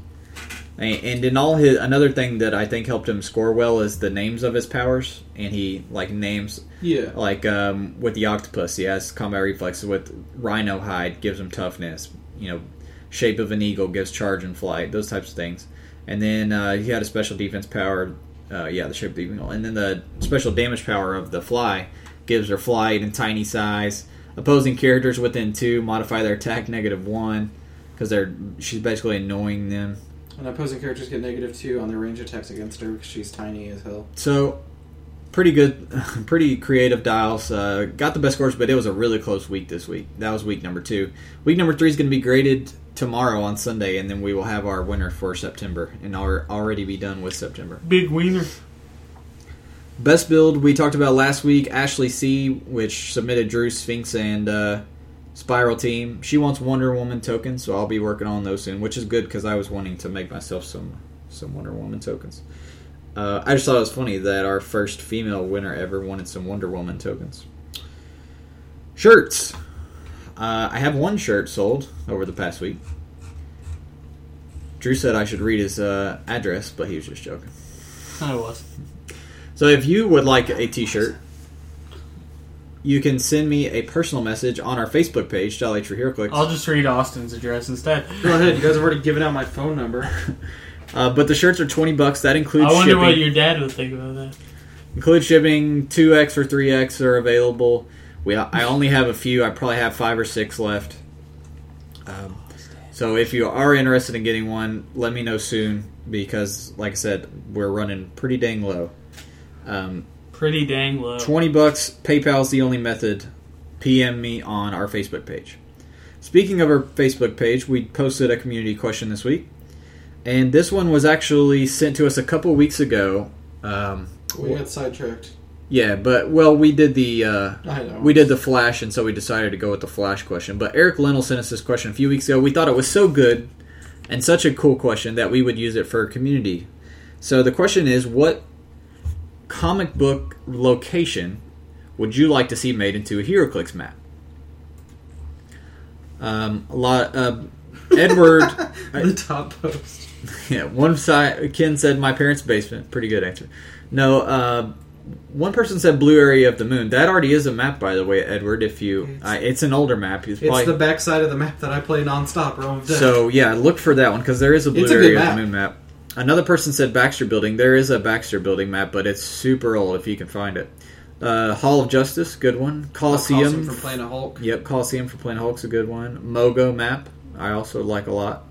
[SPEAKER 1] And, and in all his another thing that I think helped him score well is the names of his powers, and he like names
[SPEAKER 3] Yeah.
[SPEAKER 1] like um, with the octopus, he has combat reflexes. With rhino hide, gives him toughness. You know, shape of an eagle gives charge and flight. Those types of things. And then uh, he had a special defense power. Uh, yeah, the shape of the eagle. And then the special damage power of the fly gives her flight and tiny size. Opposing characters within two modify their attack negative one. because they're she's basically annoying them.
[SPEAKER 3] And opposing characters get negative two on their range attacks against her because she's tiny as hell.
[SPEAKER 1] So pretty good, pretty creative dials. Uh, got the best scores, but it was a really close week this week. That was week number two. Week number three is going to be graded tomorrow on Sunday, and then we will have our winner for September and al- already be done with September.
[SPEAKER 2] Big wiener.
[SPEAKER 1] Best build we talked about last week, Ashley C, which submitted Drew Sphinx and uh, Spiral Team. She wants Wonder Woman tokens, so I'll be working on those soon, which is good because I was wanting to make myself some some Wonder Woman tokens. Uh, I just thought it was funny that our first female winner ever wanted some Wonder Woman tokens. Shirts. Uh, I have one shirt sold over the past week. Drew said I should read his uh, address, but he was just joking.
[SPEAKER 2] I was.
[SPEAKER 1] So if you would like a t-shirt, you can send me a personal message on our Facebook page, Jolly True Hero Clicks.
[SPEAKER 2] I'll just read Austin's address instead.
[SPEAKER 3] Go ahead, you guys have already given out my phone number.
[SPEAKER 1] Uh, but the shirts are 20 bucks. That includes
[SPEAKER 2] I wonder
[SPEAKER 1] shipping.
[SPEAKER 2] what your dad would think about that.
[SPEAKER 1] includes shipping. 2X or 3X are available. We I only have a few. I probably have 5 or 6 left. Um, so if you are interested in getting one, let me know soon because like I said, we're running pretty dang low. Um,
[SPEAKER 2] Pretty dang low.
[SPEAKER 1] 20 bucks paypal's the only method pm me on our facebook page speaking of our facebook page we posted a community question this week and this one was actually sent to us a couple weeks ago um,
[SPEAKER 3] We got sidetracked.
[SPEAKER 1] yeah but well we did the uh,
[SPEAKER 3] I know.
[SPEAKER 1] we did the flash and so we decided to go with the flash question but eric lennell sent us this question a few weeks ago we thought it was so good and such a cool question that we would use it for community so the question is what comic book location would you like to see made into a heroclix map um, a lot uh, edward uh,
[SPEAKER 3] the top post.
[SPEAKER 1] yeah, one side. Ken said my parents' basement. Pretty good answer. No, uh, one person said blue area of the moon. That already is a map, by the way, Edward. If you, it's,
[SPEAKER 3] It's-
[SPEAKER 1] I, it's an older map. It's,
[SPEAKER 3] It's
[SPEAKER 1] probably,
[SPEAKER 3] the backside of the map that I play nonstop. Realm of Death.
[SPEAKER 1] so yeah, look for that one because there is a blue
[SPEAKER 3] It's a good
[SPEAKER 1] area of
[SPEAKER 3] map.
[SPEAKER 1] the moon map. Another person said Baxter Building. There is a Baxter Building map, but it's super old if you can find it. Uh, Hall of Justice, good one.
[SPEAKER 3] Coliseum
[SPEAKER 1] Coliseum
[SPEAKER 3] from Planet Hulk.
[SPEAKER 1] Yep, Coliseum for Planet Hulk's a good one. Mogo map, I also like a lot.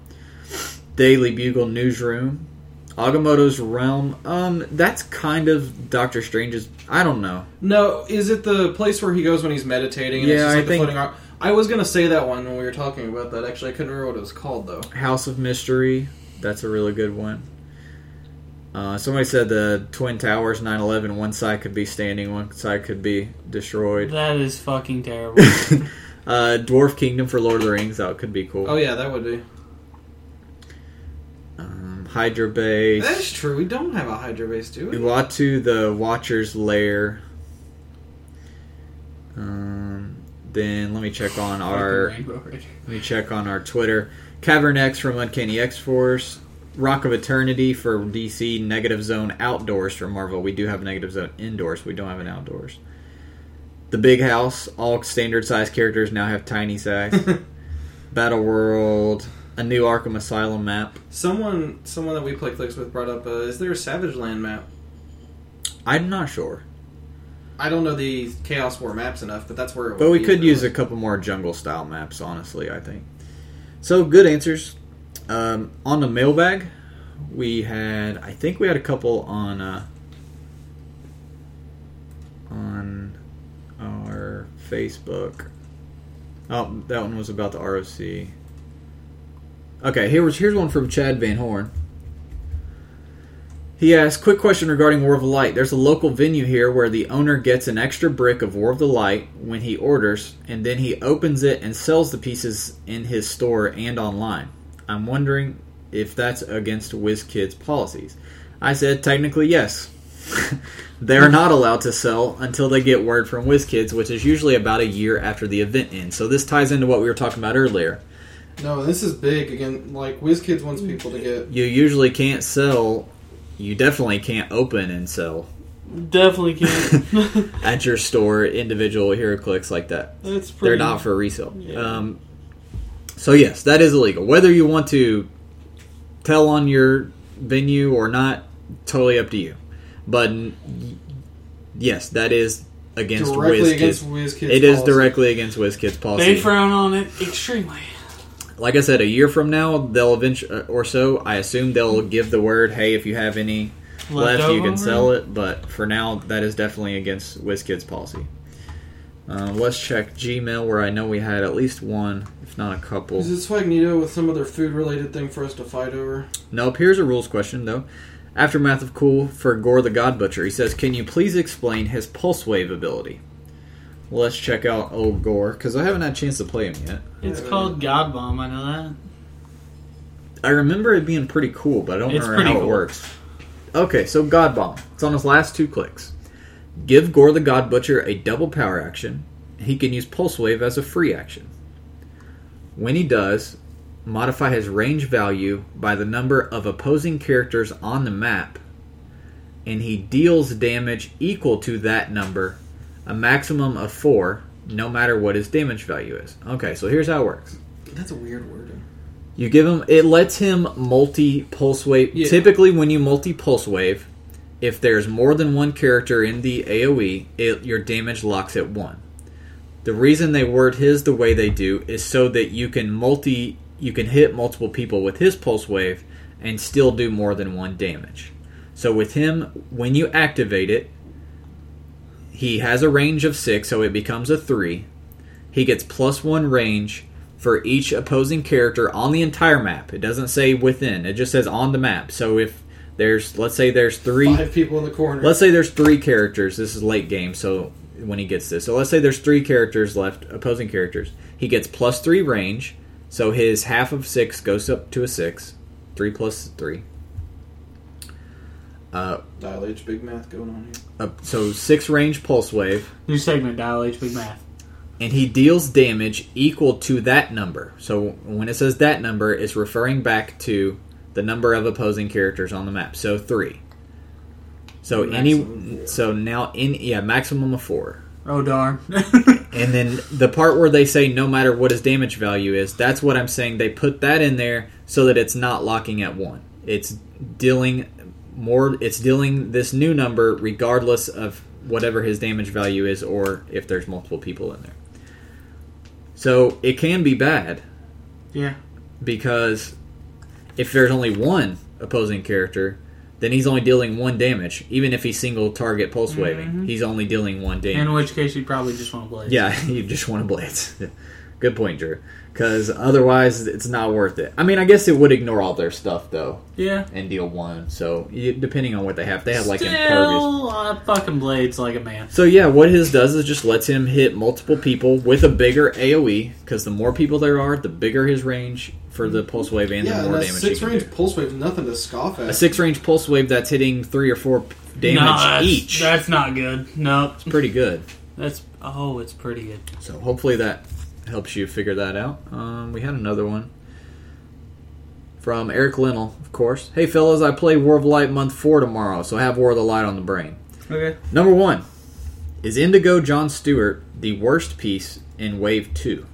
[SPEAKER 1] Daily Bugle newsroom. Agamotto's realm. Um, that's kind of Doctor Strange's. I don't know.
[SPEAKER 3] No, is it the place where he goes when he's meditating? And
[SPEAKER 1] Yeah,
[SPEAKER 3] it's
[SPEAKER 1] I
[SPEAKER 3] just like the
[SPEAKER 1] think-
[SPEAKER 3] floating rock? I was gonna say that one when we were talking about that. Actually, I couldn't remember what it was called though.
[SPEAKER 1] House of Mystery. That's a really good one. Uh, somebody said the Twin Towers, 9/11. One side could be standing, one side could be destroyed.
[SPEAKER 2] That is fucking terrible.
[SPEAKER 1] Uh, Dwarf Kingdom for Lord of the Rings. That could be cool.
[SPEAKER 3] Oh yeah, that would be.
[SPEAKER 1] Um, Hydra Bay.
[SPEAKER 3] That is true. We don't have a Hydra base, do we?
[SPEAKER 1] Uatu, the Watcher's lair. Um, then let me check on our
[SPEAKER 2] Fucking Rainbow Ranger.
[SPEAKER 1] let me check on our Twitter. Cavern X from Uncanny X Force. Rock of Eternity for DC. Negative Zone outdoors for Marvel. We do have Negative Zone indoors. We don't have an outdoors. The Big House. All standard size characters now have tiny size. Battle World. A new Arkham Asylum map.
[SPEAKER 3] Someone, someone that we play clicks with brought up. Uh, is there a Savage Land map?
[SPEAKER 1] I'm not sure,
[SPEAKER 3] I don't know the Chaos War maps enough, but that's where. It would
[SPEAKER 1] but we
[SPEAKER 3] be,
[SPEAKER 1] could
[SPEAKER 3] really.
[SPEAKER 1] use a couple more jungle style maps. Honestly, I think. So good answers. Um, on the mailbag, we had I think we had a couple on uh, on our Facebook. Oh, that one was about the ROC. Okay, here was here's one from Chad Van Horn. He asked, "Quick question regarding War of the Light. There's a local venue here where the owner gets an extra brick of War of the Light when he orders, and then he opens it and sells the pieces in his store and online. I'm wondering if that's against WizKids policies." I said, "Technically, yes. they are not allowed to sell until they get word from WizKids, which is usually about a year after the event ends. So this ties into what we were talking about earlier."
[SPEAKER 3] No, this is big again. Like WizKids wants people to get.
[SPEAKER 1] you usually can't sell you definitely can't open and sell
[SPEAKER 2] Definitely can't.
[SPEAKER 1] at your store individual hero clicks like that
[SPEAKER 2] That's pretty.
[SPEAKER 1] they're not for resale
[SPEAKER 2] Yeah.
[SPEAKER 1] um, so yes that is illegal whether you want to tell on your venue or not totally up to you but n- y- yes that is against
[SPEAKER 3] Directly
[SPEAKER 1] WizKids.
[SPEAKER 3] against WizKids
[SPEAKER 1] it is
[SPEAKER 3] policy.
[SPEAKER 1] directly against WizKids policy
[SPEAKER 2] They frown on it extremely.
[SPEAKER 1] like I said, a year from now, they'll eventually, or so, I assume they'll give the word, hey, if you have any left, you can
[SPEAKER 2] Leftover?
[SPEAKER 1] sell it. But for now, that is definitely against WizKid's policy. Uh, let's check Gmail, where I know we had at least one, if not a couple.
[SPEAKER 3] Is it Swagnito with some other food related thing for us to fight over?
[SPEAKER 1] Nope, here's a rules question, though. Aftermath of Cool for Gore the God Butcher. He says, Can you please explain his Pulse Wave ability? Well, let's check out old Gore, because I haven't had a chance to play him yet.
[SPEAKER 2] It's
[SPEAKER 3] Yeah.
[SPEAKER 2] called God Bomb. I know
[SPEAKER 1] I remember it being pretty cool, but I don't
[SPEAKER 2] It's
[SPEAKER 1] remember how
[SPEAKER 2] pretty
[SPEAKER 1] it
[SPEAKER 2] cool.
[SPEAKER 1] works. Okay, so God Bomb. It's on his last two clicks. Give Gore the God Butcher a double power action. He can use Pulse Wave as a free action. When he does, modify his range value by the number of opposing characters on the map, and he deals damage equal to that number, a maximum of four, no matter what his damage value is. Okay, so here's how it works.
[SPEAKER 3] That's a weird word.
[SPEAKER 1] You give him it lets him multi pulse wave.
[SPEAKER 3] Yeah.
[SPEAKER 1] Typically, when you multi pulse wave, if there's more than one character in the AOE, it, your damage locks at one. The reason they word his the way they do is so that you can multi you can hit multiple people with his pulse wave and still do more than one damage. So with him, when you activate it, he has a range of six, so it becomes a three. He gets plus one range for each opposing character on the entire map. It doesn't say within; it just says on the map. So if there's, let's say there's three,
[SPEAKER 3] Five people in the corner.
[SPEAKER 1] let's say there's three characters. This is late game, so when he gets this, so let's say there's three characters left, opposing characters. He gets plus three range, so his half of six goes up to a six. Three plus three. Uh,
[SPEAKER 3] Dial H, big math going on here.
[SPEAKER 1] up, so six range pulse wave.
[SPEAKER 2] that. New segment, Dial H Big Math.
[SPEAKER 1] and he deals damage equal to that number. So when it says that number, it's referring back to the number of opposing characters on the map. So three. So
[SPEAKER 3] Maximum
[SPEAKER 1] any
[SPEAKER 3] four.
[SPEAKER 1] so now in yeah maximum of four.
[SPEAKER 2] Oh darn.
[SPEAKER 1] And then the part where they say no matter what his damage value is, that's what I'm saying. They put that in there so that it's not locking at one. It's dealing more. It's dealing this new number regardless of whatever his damage value is, or if there's multiple people in there. So it can be bad
[SPEAKER 2] yeah.
[SPEAKER 1] because if there's only one opposing character, then he's only dealing one damage. Even if he's single target pulse waving,
[SPEAKER 2] Mhm.
[SPEAKER 1] he's only dealing one damage.
[SPEAKER 2] In which case, you probably just want to blaze.
[SPEAKER 1] Yeah, you just want to blitz. Good point, Drew. Because otherwise, it's not worth it. I mean, I guess it would ignore all their stuff though
[SPEAKER 2] Yeah.
[SPEAKER 1] and deal one. So you, depending on what they have, they have like impervious.
[SPEAKER 2] Still, uh, fucking blades like a man.
[SPEAKER 1] So yeah, what his does is just lets him hit multiple people with a bigger AOE. Because the more people there are, the bigger his range for the pulse wave and
[SPEAKER 3] yeah,
[SPEAKER 1] the
[SPEAKER 3] and
[SPEAKER 1] more
[SPEAKER 3] that
[SPEAKER 1] damage. he
[SPEAKER 3] six
[SPEAKER 1] can
[SPEAKER 3] range
[SPEAKER 1] do.
[SPEAKER 3] pulse wave, nothing to scoff at.
[SPEAKER 1] A six range pulse wave that's hitting three or four damage
[SPEAKER 2] No, that's,
[SPEAKER 1] each.
[SPEAKER 2] That's not good. No,
[SPEAKER 1] Pretty good.
[SPEAKER 2] that's oh, it's pretty good.
[SPEAKER 1] So hopefully that helps you figure that out. Um, we had another one from Eric Linnell, of course. Hey fellas, I play War of Light month four tomorrow, so I have War of the Light on the brain.
[SPEAKER 2] Okay.
[SPEAKER 1] Number one is Indigo John Stewart the worst piece in Wave Two.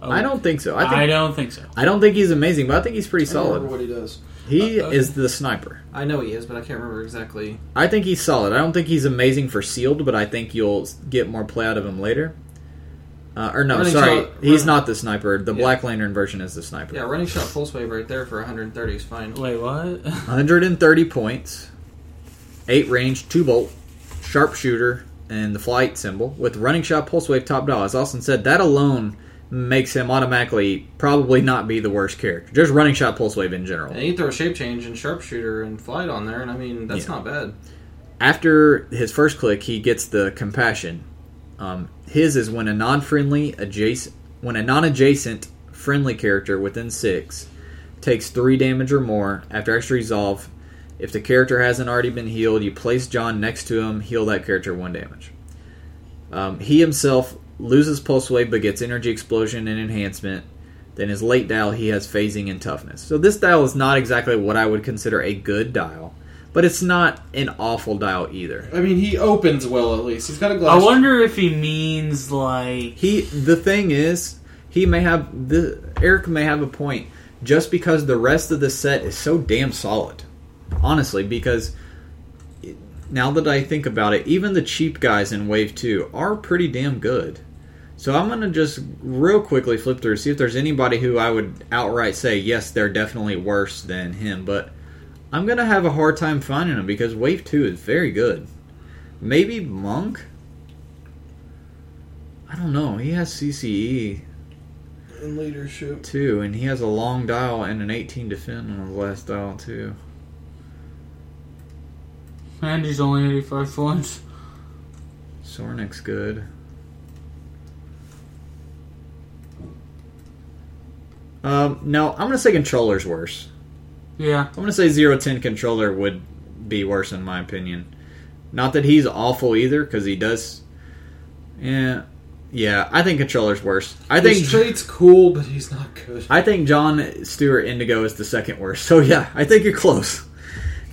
[SPEAKER 3] Oh.
[SPEAKER 1] I don't think so. I think I
[SPEAKER 2] Oh, I
[SPEAKER 1] don't,
[SPEAKER 2] don't think so.
[SPEAKER 1] think he's amazing, but I think he's pretty
[SPEAKER 3] I don't remember
[SPEAKER 1] solid.
[SPEAKER 3] what he does.
[SPEAKER 1] He
[SPEAKER 2] Uh, uh,
[SPEAKER 1] is the sniper.
[SPEAKER 3] I know he is, but I can't remember exactly.
[SPEAKER 1] I think he's solid. I don't think he's amazing for sealed, but I think you'll get more play out of him later. Uh, or no,
[SPEAKER 3] Running
[SPEAKER 1] sorry,
[SPEAKER 3] shot-
[SPEAKER 1] he's
[SPEAKER 3] run-
[SPEAKER 1] not the sniper. The
[SPEAKER 3] Yeah.
[SPEAKER 1] Black Lantern version is the sniper.
[SPEAKER 3] Yeah, running shot pulse wave right there for 130 is fine.
[SPEAKER 2] Wait, what?
[SPEAKER 1] 130 points, eight range, two bolt, sharpshooter, and the flight symbol with running shot, pulse wave, top dollar. As Austin said, that alone makes him automatically probably not be the worst character. Just running shot, pulse wave in general.
[SPEAKER 3] And you throw shape change and sharpshooter and flight on there, and I mean that's
[SPEAKER 1] Yeah.
[SPEAKER 3] not bad.
[SPEAKER 1] after his first click, he gets the compassion. Um, his is when a non-friendly adjacent when a non-adjacent friendly character within six takes three damage or more after extra resolve. If the character hasn't already been healed, you place John next to him, heal that character one damage. Um, he himself loses pulse wave but gets energy explosion and enhancement. Then his late dial, he has phasing and toughness. So this dial is not exactly what I would consider a good dial, but it's not an awful dial either.
[SPEAKER 3] I mean he opens well at least. He's got a
[SPEAKER 2] I
[SPEAKER 3] glass.
[SPEAKER 2] wonder if he means like
[SPEAKER 1] He the thing is, he may have the Eric may have a point just because the rest of the set is so damn solid. Honestly, because it- now that I think about it, even the cheap guys in Wave 2 are pretty damn good. So I'm gonna just real quickly flip through see if there's anybody who I would outright say yes, they're definitely worse than him. But I'm gonna have a hard time finding him because Wave Two is very good. Maybe Monk. I don't know. He has CCE
[SPEAKER 3] in leadership.
[SPEAKER 1] too, and he has a long dial and an 18 defend on his last dial too.
[SPEAKER 2] And he's only 85 points.
[SPEAKER 1] Sornick's good. Um, no, I'm gonna say controller's worse.
[SPEAKER 2] Yeah.
[SPEAKER 1] I'm gonna say zero ten controller would be worse in my opinion. Not that he's awful either, because he does. Yeah, yeah. I think controller's worse. I think
[SPEAKER 3] His trade's cool, but he's not good.
[SPEAKER 1] I think John Stewart Indigo is the second worst. So yeah, I think you're close.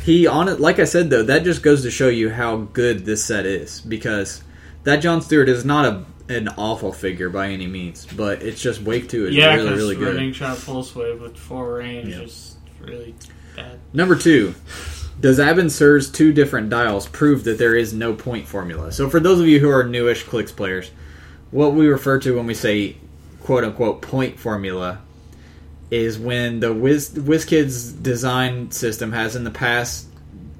[SPEAKER 1] He on it, like I said though, that just goes to show you how good this set is because that John Stewart is not a an awful figure by any means, but it's just Wave Two is
[SPEAKER 2] yeah,
[SPEAKER 1] really
[SPEAKER 2] because
[SPEAKER 1] really good.
[SPEAKER 2] running shot pulse wave with four range
[SPEAKER 1] Yeah.
[SPEAKER 2] is really bad.
[SPEAKER 1] Number two, does Abinsur's two different dials prove that there is no point formula? So, for those of you who are newish Clicks players, what we refer to when we say "quote unquote" point formula is when the Wiz WizKids design system has in the past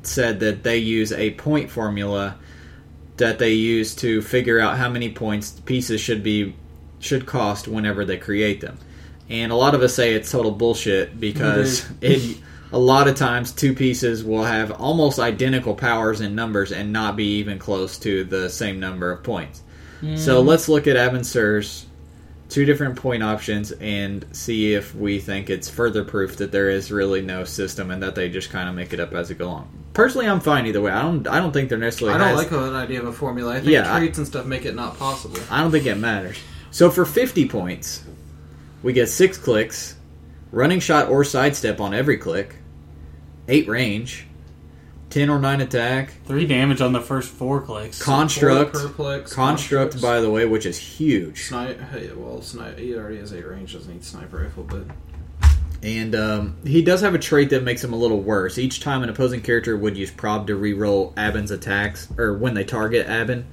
[SPEAKER 1] said that they use a point formula that they use to figure out how many points pieces should be should cost whenever they create them. And a lot of us say it's total bullshit because it a lot of times two pieces will have almost identical powers and numbers and not be even close to the same number of points.
[SPEAKER 3] Mm.
[SPEAKER 1] So let's look at Avansur's two different point options and see if we think it's further proof that there is really no system and that they just kind of make it up as it go along. Personally, I'm fine either way. I don't. I don't think they're necessarily.
[SPEAKER 3] I don't
[SPEAKER 1] has-
[SPEAKER 3] like that idea of a formula. I think
[SPEAKER 1] Yeah, I-
[SPEAKER 3] traits and stuff make it not possible.
[SPEAKER 1] I don't think it matters. So for 50 points, we get six clicks, running shot or sidestep on every click, eight range, 10 or 9 attack,
[SPEAKER 2] Three damage on the first four clicks.
[SPEAKER 1] construct,
[SPEAKER 3] Four perplex,
[SPEAKER 1] construct, by the way, which is huge.
[SPEAKER 3] Snipe, hey, well, snipe, he already has eight range, doesn't need sniper rifle, but
[SPEAKER 1] And um, he does have a trait that makes him a little worse. Each time an opposing character would use prob to reroll Abin's attacks, or when they target Abin,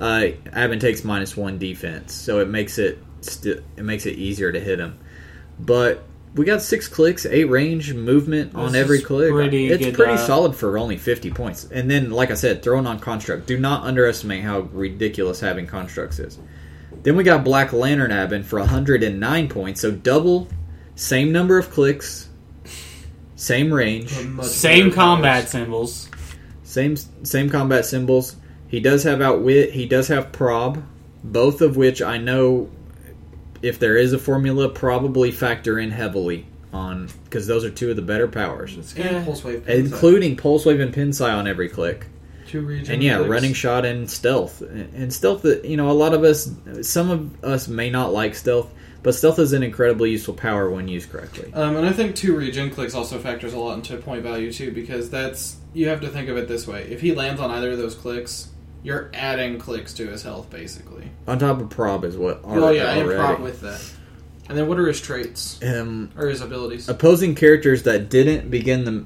[SPEAKER 1] uh, Abin takes minus one defense, so it makes it st- it makes it easier to hit him. But we got six clicks, eight range movement on
[SPEAKER 2] This
[SPEAKER 1] every
[SPEAKER 2] is
[SPEAKER 1] click.
[SPEAKER 2] pretty
[SPEAKER 1] it's
[SPEAKER 2] good,
[SPEAKER 1] pretty
[SPEAKER 2] uh,
[SPEAKER 1] solid for only fifty points. And then, like I said, thrown on construct. Do not underestimate how ridiculous having constructs is. Then we got Black Lantern Abin for 109 points, so double, same number of clicks, same range,
[SPEAKER 3] a much
[SPEAKER 2] Same
[SPEAKER 3] better
[SPEAKER 2] combat
[SPEAKER 3] powers.
[SPEAKER 2] symbols.
[SPEAKER 1] same same combat symbols. He does have outwit, he does have prob, both of which I know if there is a formula probably factor in heavily on because those are two of the better powers.
[SPEAKER 3] It's kind of pulse wave.
[SPEAKER 1] Including pulse wave and pinsci on every click.
[SPEAKER 3] two region
[SPEAKER 1] and yeah,
[SPEAKER 3] clicks.
[SPEAKER 1] running shot and stealth. And stealth, that you know, a lot of us, some of us may not like stealth, but stealth is an incredibly useful power when used correctly.
[SPEAKER 3] Um, and I think two regen clicks also factors a lot into point value too, because that's you have to think of it this way: if he lands on either of those clicks, you're adding clicks to his health, basically.
[SPEAKER 1] On top of prob is what.
[SPEAKER 3] Oh well, yeah, and
[SPEAKER 1] already.
[SPEAKER 3] prop with that. And then what are his traits
[SPEAKER 1] Um,
[SPEAKER 3] or his abilities?
[SPEAKER 1] opposing characters that didn't begin the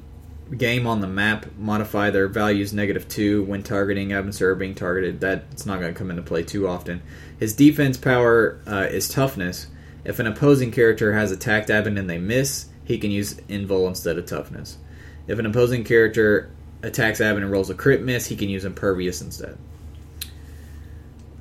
[SPEAKER 1] game on the map modify their values negative two when targeting Abensur being targeted. That's not going to come into play too often. His defense power uh, is toughness. If an opposing character has attacked Abin and they miss, he can use invul instead of toughness. If an opposing character attacks Abin and rolls a crit miss, he can use impervious instead.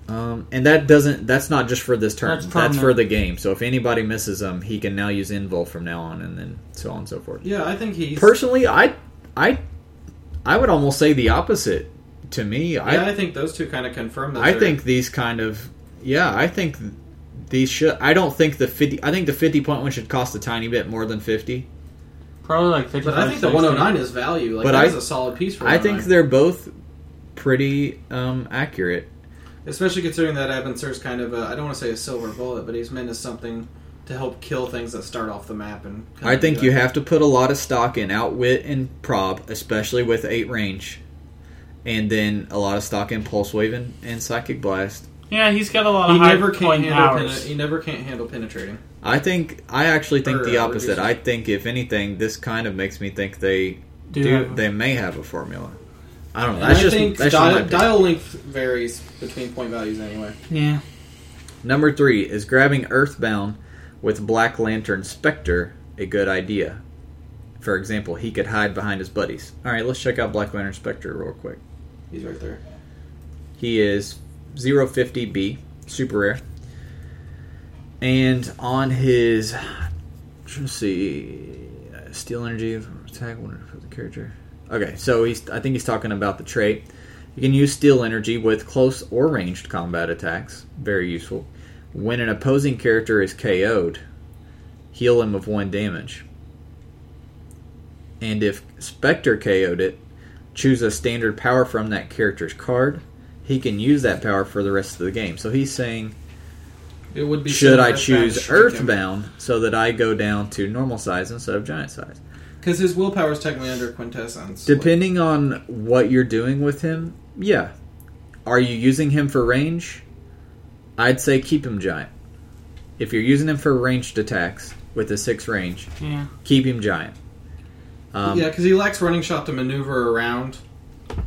[SPEAKER 1] Um, and that doesn't. That's not just for this turn.
[SPEAKER 2] That's
[SPEAKER 1] That's, for
[SPEAKER 2] permanent.
[SPEAKER 1] the game. So if anybody misses him, he can now use invul from now on, and then so on and so forth.
[SPEAKER 3] yeah, I think he's.
[SPEAKER 1] Personally, I, I, I would almost say the opposite. To me,
[SPEAKER 3] yeah, I,
[SPEAKER 1] I,
[SPEAKER 3] think those two kind of confirm that.
[SPEAKER 1] I
[SPEAKER 3] they're-
[SPEAKER 1] think these kind of, yeah, I think these should. I don't think the fifty. I think the fifty point one should cost a tiny bit more than fifty.
[SPEAKER 2] Probably like 55.
[SPEAKER 3] But I think the 109 is value. Like
[SPEAKER 1] But
[SPEAKER 3] that
[SPEAKER 1] I-
[SPEAKER 3] is a solid piece for.
[SPEAKER 1] I think
[SPEAKER 3] 109.
[SPEAKER 1] they're both pretty um, accurate.
[SPEAKER 3] especially considering that Abinsur's kind of a, I don't want to say a silver bullet, but he's meant as something to help kill things that start off the map. And
[SPEAKER 1] I think you have to put a lot of stock in outwit and prob, especially with eight range, and then a lot of stock in pulse waving and psychic blast.
[SPEAKER 2] Yeah, he's got a lot of
[SPEAKER 3] He
[SPEAKER 2] high
[SPEAKER 3] never can't
[SPEAKER 2] point
[SPEAKER 3] handle. pene-
[SPEAKER 2] powers.
[SPEAKER 3] he never can't handle penetrating.
[SPEAKER 1] I think I actually think
[SPEAKER 3] Or,
[SPEAKER 1] the
[SPEAKER 3] uh,
[SPEAKER 1] opposite.
[SPEAKER 3] reducing.
[SPEAKER 1] I think if anything, this kind of makes me think they
[SPEAKER 2] Do
[SPEAKER 1] do.
[SPEAKER 2] have-
[SPEAKER 1] they may have a formula. I don't know.
[SPEAKER 3] And
[SPEAKER 1] That's
[SPEAKER 3] I
[SPEAKER 1] just
[SPEAKER 3] think
[SPEAKER 1] that's just my
[SPEAKER 3] dial,
[SPEAKER 1] opinion.
[SPEAKER 3] dial length varies between point values anyway.
[SPEAKER 2] yeah.
[SPEAKER 1] Number three is grabbing Earthbound with Black Lantern Spectre a good idea. For example, he could hide behind his buddies. All right, let's check out Black Lantern Spectre real quick.
[SPEAKER 3] He's right there.
[SPEAKER 1] He is 050B, super rare. And on his, let's see, uh, steel energy attack one for the character. Okay, so he's I think he's talking about the trait. You can use steel energy with close or ranged combat attacks. Very useful. When an opposing character is KO'd, heal him of one damage. And if Spectre KO'd it, choose a standard power from that character's card. He can use that power for the rest of the game. So he's saying,
[SPEAKER 3] It would be.
[SPEAKER 1] should I choose Earthbound so that I go down to normal size instead of giant size?
[SPEAKER 3] Because his willpower is technically under quintessence.
[SPEAKER 1] Depending on what you're doing with him, yeah. Are you using him for range? I'd say keep him giant. If you're using him for ranged attacks with a six range,
[SPEAKER 2] Yeah.
[SPEAKER 1] keep him giant.
[SPEAKER 3] Like,
[SPEAKER 1] Um,
[SPEAKER 3] yeah, because he lacks running shot to maneuver around.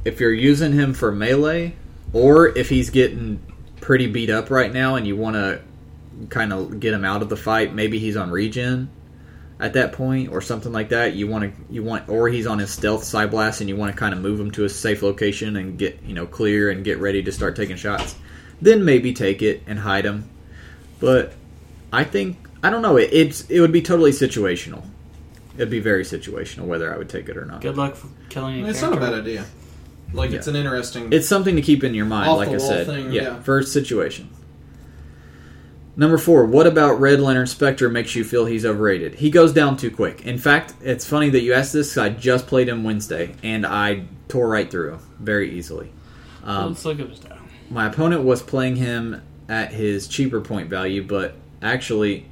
[SPEAKER 1] If you're using him for melee, or if he's getting pretty beat up right now and you want to kind of get him out of the fight, maybe he's on regen at that point or something like that. You want to you want or he's on his stealth side blast and you want to kind of move him to a safe location and get, you know, clear and get ready to start taking shots. Then maybe take it and hide him. But I think I don't know, it, it's it would be totally situational. It'd be very situational whether I would take it or not.
[SPEAKER 2] Good luck for killing a
[SPEAKER 3] It's not a
[SPEAKER 2] character.
[SPEAKER 3] bad idea. Like it's an interesting.
[SPEAKER 1] It's something to keep in your mind,
[SPEAKER 3] Off
[SPEAKER 1] like
[SPEAKER 3] the
[SPEAKER 1] I
[SPEAKER 3] wall
[SPEAKER 1] said.
[SPEAKER 3] thing,
[SPEAKER 1] yeah,
[SPEAKER 3] yeah.
[SPEAKER 1] first situation. Number four, what about Red Lantern Spectre makes you feel he's overrated? He goes down too quick. In fact, it's funny that you asked this. 'cause I just played him Wednesday, and I tore right through him very easily. Um,
[SPEAKER 2] Let's look at this down.
[SPEAKER 1] my opponent was playing him at his cheaper point value, but actually,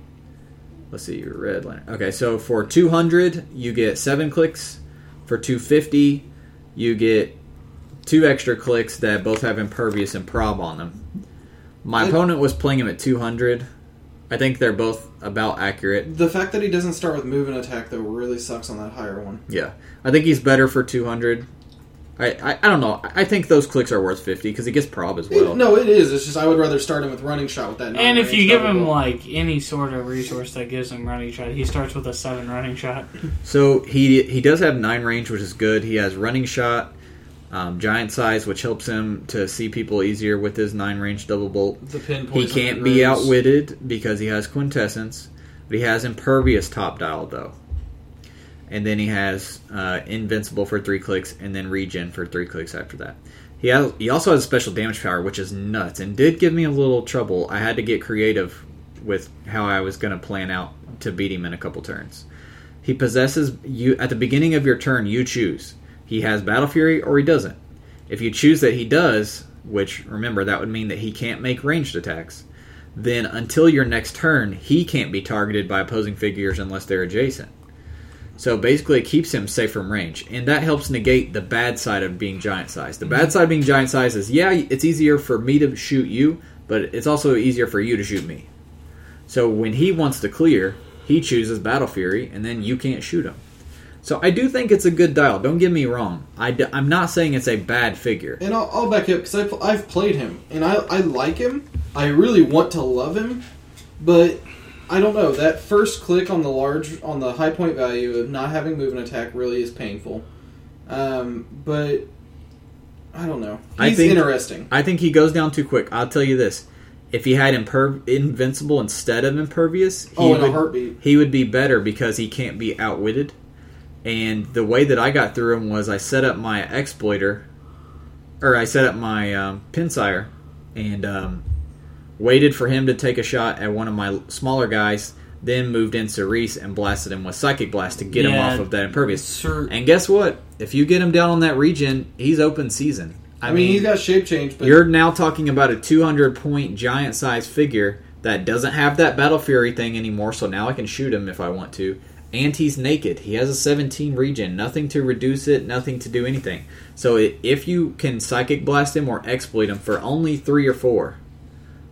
[SPEAKER 1] let's see, your red lantern. Okay, so for 200, you get seven clicks. For 250, you get two extra clicks that both have impervious and prob on them. My
[SPEAKER 3] I-
[SPEAKER 1] opponent was playing him at 200. I think they're both about accurate.
[SPEAKER 3] the fact that he doesn't start with move and attack though really sucks on that higher one.
[SPEAKER 1] Yeah, I think he's better for 200. I, I, I don't know. I I think those clicks are worth 50 because he gets prob as well.
[SPEAKER 3] It- no, it is. It's just I would rather start him with running shot with that.
[SPEAKER 2] And if
[SPEAKER 3] non-range
[SPEAKER 2] you give him
[SPEAKER 3] double.
[SPEAKER 2] like any sort of resource that gives him running shot, he starts with a seven running shot.
[SPEAKER 1] So he he does have nine range, which is good. He has running shot, um, giant size, which helps him to see people easier with his nine range double bolt.
[SPEAKER 3] the pin
[SPEAKER 1] He
[SPEAKER 3] poison
[SPEAKER 1] can't be
[SPEAKER 3] rose.
[SPEAKER 1] outwitted because he has quintessence, but he has impervious top dial though, and then he has uh, invincible for three clicks, and then regen for three clicks after that. He has, he also has a special damage power, which is nuts, and did give me a little trouble. I had to get creative with how I was going to plan out to beat him in a couple turns. He possesses you at the beginning of your turn. You choose. He has battle fury or he doesn't. If you choose that he does, which remember that would mean that he can't make ranged attacks, then until your next turn, he can't be targeted by opposing figures unless they're adjacent. So basically, it keeps him safe from range, and that helps negate the bad side of being giant size. The bad side of being giant size is yeah, it's easier for me to shoot you, but it's also easier for you to shoot me. So when he wants to clear, he chooses Battle Fury, and then you can't shoot him. So I do think it's a good dial. Don't get me wrong. I d- I'm not saying it's a bad figure.
[SPEAKER 3] And I'll, I'll back you up because I've, I've played him and I, I like him. I really want to love him, but I don't know. That first click on the large on the high point value of not having move and attack really is painful. Um, but I don't know. He's
[SPEAKER 1] I think-
[SPEAKER 3] interesting.
[SPEAKER 1] I think he goes down too quick. I'll tell you this: if he had imper- invincible instead of impervious, he
[SPEAKER 3] Oh, in a
[SPEAKER 1] would-
[SPEAKER 3] heartbeat.
[SPEAKER 1] he would be better because he can't be outwitted. And the way that I got through him was I set up my exploiter, or I set up my um, pinsire, and um, waited for him to take a shot at one of my smaller guys. Then moved in Cerise and blasted him with Psychic Blast to get him
[SPEAKER 2] Yeah,
[SPEAKER 1] off of that impervious.
[SPEAKER 2] Sir-
[SPEAKER 1] And guess what? If you get him down on that region, he's open season.
[SPEAKER 3] I, mean, he's got shape change, but
[SPEAKER 1] You're now talking about a 200 point giant size figure that doesn't have that battle fury thing anymore, so now I can shoot him if I want to. And he's naked. He has a 17 region. Nothing to reduce it, nothing to do anything. So i- if you can psychic blast him or exploit him for only three or four,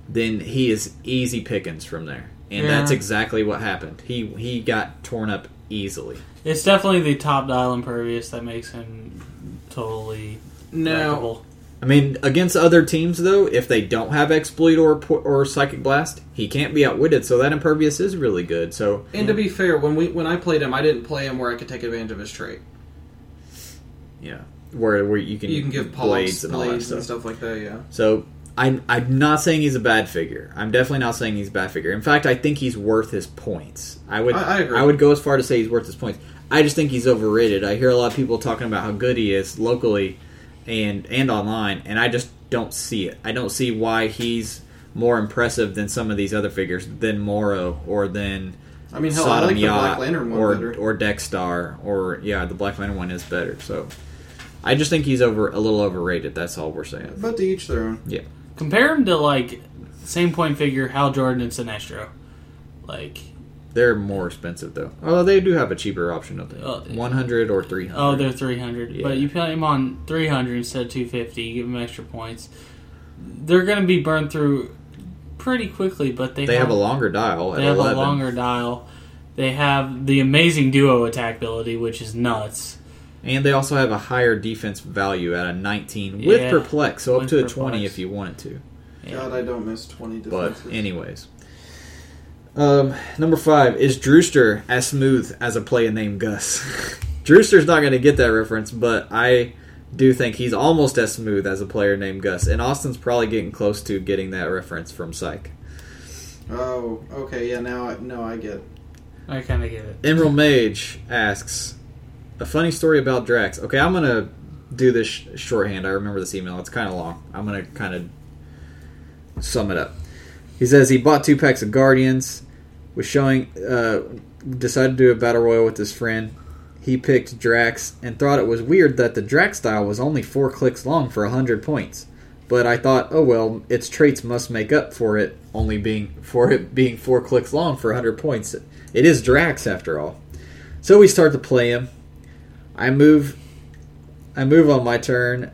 [SPEAKER 1] then he is easy pickings from there. And
[SPEAKER 2] Yeah.
[SPEAKER 1] that's exactly what happened. He he got torn up easily.
[SPEAKER 2] It's definitely the top dial impervious that makes him totally
[SPEAKER 3] now
[SPEAKER 2] wreckable.
[SPEAKER 1] I mean, against other teams though, if they don't have exploit or or psychic blast, he can't be outwitted. So that impervious is really good. So
[SPEAKER 3] And to be fair, when we when I played him, I didn't play him where I could take advantage of his trait.
[SPEAKER 1] yeah, where where you can
[SPEAKER 3] You can give polyps,
[SPEAKER 1] blades
[SPEAKER 3] blades, and,
[SPEAKER 1] and all that
[SPEAKER 3] stuff.
[SPEAKER 1] stuff.
[SPEAKER 3] like that. Yeah.
[SPEAKER 1] So I'm I'm not saying he's a bad figure. I'm definitely not saying he's a bad figure. In fact, I think he's worth his points. I would
[SPEAKER 3] I- I agree.
[SPEAKER 1] would go as far to say he's worth his points. I just think he's overrated. I hear a lot of people talking about how good he is locally and and online, and I just don't see it. I don't see why he's more impressive than some of these other figures, than Moro or than
[SPEAKER 3] I mean, hell, I
[SPEAKER 1] Sodom
[SPEAKER 3] like the Black
[SPEAKER 1] Yacht
[SPEAKER 3] Lantern one
[SPEAKER 1] or
[SPEAKER 3] better.
[SPEAKER 1] or Dexstar or yeah, the Black Lantern one is better. So I just think he's over a little overrated. That's all we're saying.
[SPEAKER 3] but to each their own.
[SPEAKER 1] Yeah.
[SPEAKER 2] Compare him to like same point figure Hal Jordan and Sinestro. Like
[SPEAKER 1] They're more expensive though. Although they do have a cheaper option, don't they?
[SPEAKER 2] Oh,
[SPEAKER 1] One hundred or three hundred.
[SPEAKER 2] oh, they're three hundred,
[SPEAKER 1] Yeah.
[SPEAKER 2] but you put him on three hundred instead of two fifty. You give him extra points. They're going to be burned through pretty quickly, but they
[SPEAKER 1] they have a longer dial.
[SPEAKER 2] they
[SPEAKER 1] at
[SPEAKER 2] have
[SPEAKER 1] 11.
[SPEAKER 2] a longer dial. They have the amazing duo attack ability, which is nuts.
[SPEAKER 1] and they also have a higher defense value at a nineteen with
[SPEAKER 2] Yeah.
[SPEAKER 1] perplex, so up
[SPEAKER 2] With
[SPEAKER 1] to a
[SPEAKER 2] perplex.
[SPEAKER 1] twenty if you wanted to.
[SPEAKER 3] God, I don't miss twenty
[SPEAKER 1] But
[SPEAKER 3] defenses.
[SPEAKER 1] anyways. Um, number five is Drewster as smooth as a player named Gus. Drewster's not going to get that reference, but I do think he's almost as smooth as a player named Gus, and Austin's probably getting close to getting that reference from Psych.
[SPEAKER 3] oh, okay, yeah. Now, I, no, I get. it.
[SPEAKER 2] I kind of get it.
[SPEAKER 1] Emerald Mage asks a funny story about Drax. Okay, I'm gonna do this sh- shorthand. I remember this email. It's kind of long. I'm gonna kind of sum it up. He says he bought two packs of Guardians. Was showing, uh, decided to do a battle royal with his friend. He picked Drax and thought it was weird that the Drax style was only four clicks long for hundred points. But I thought, oh well, its traits must make up for it only being for it being four clicks long for hundred points. It is Drax after all. So we start to play him. I move I move on my turn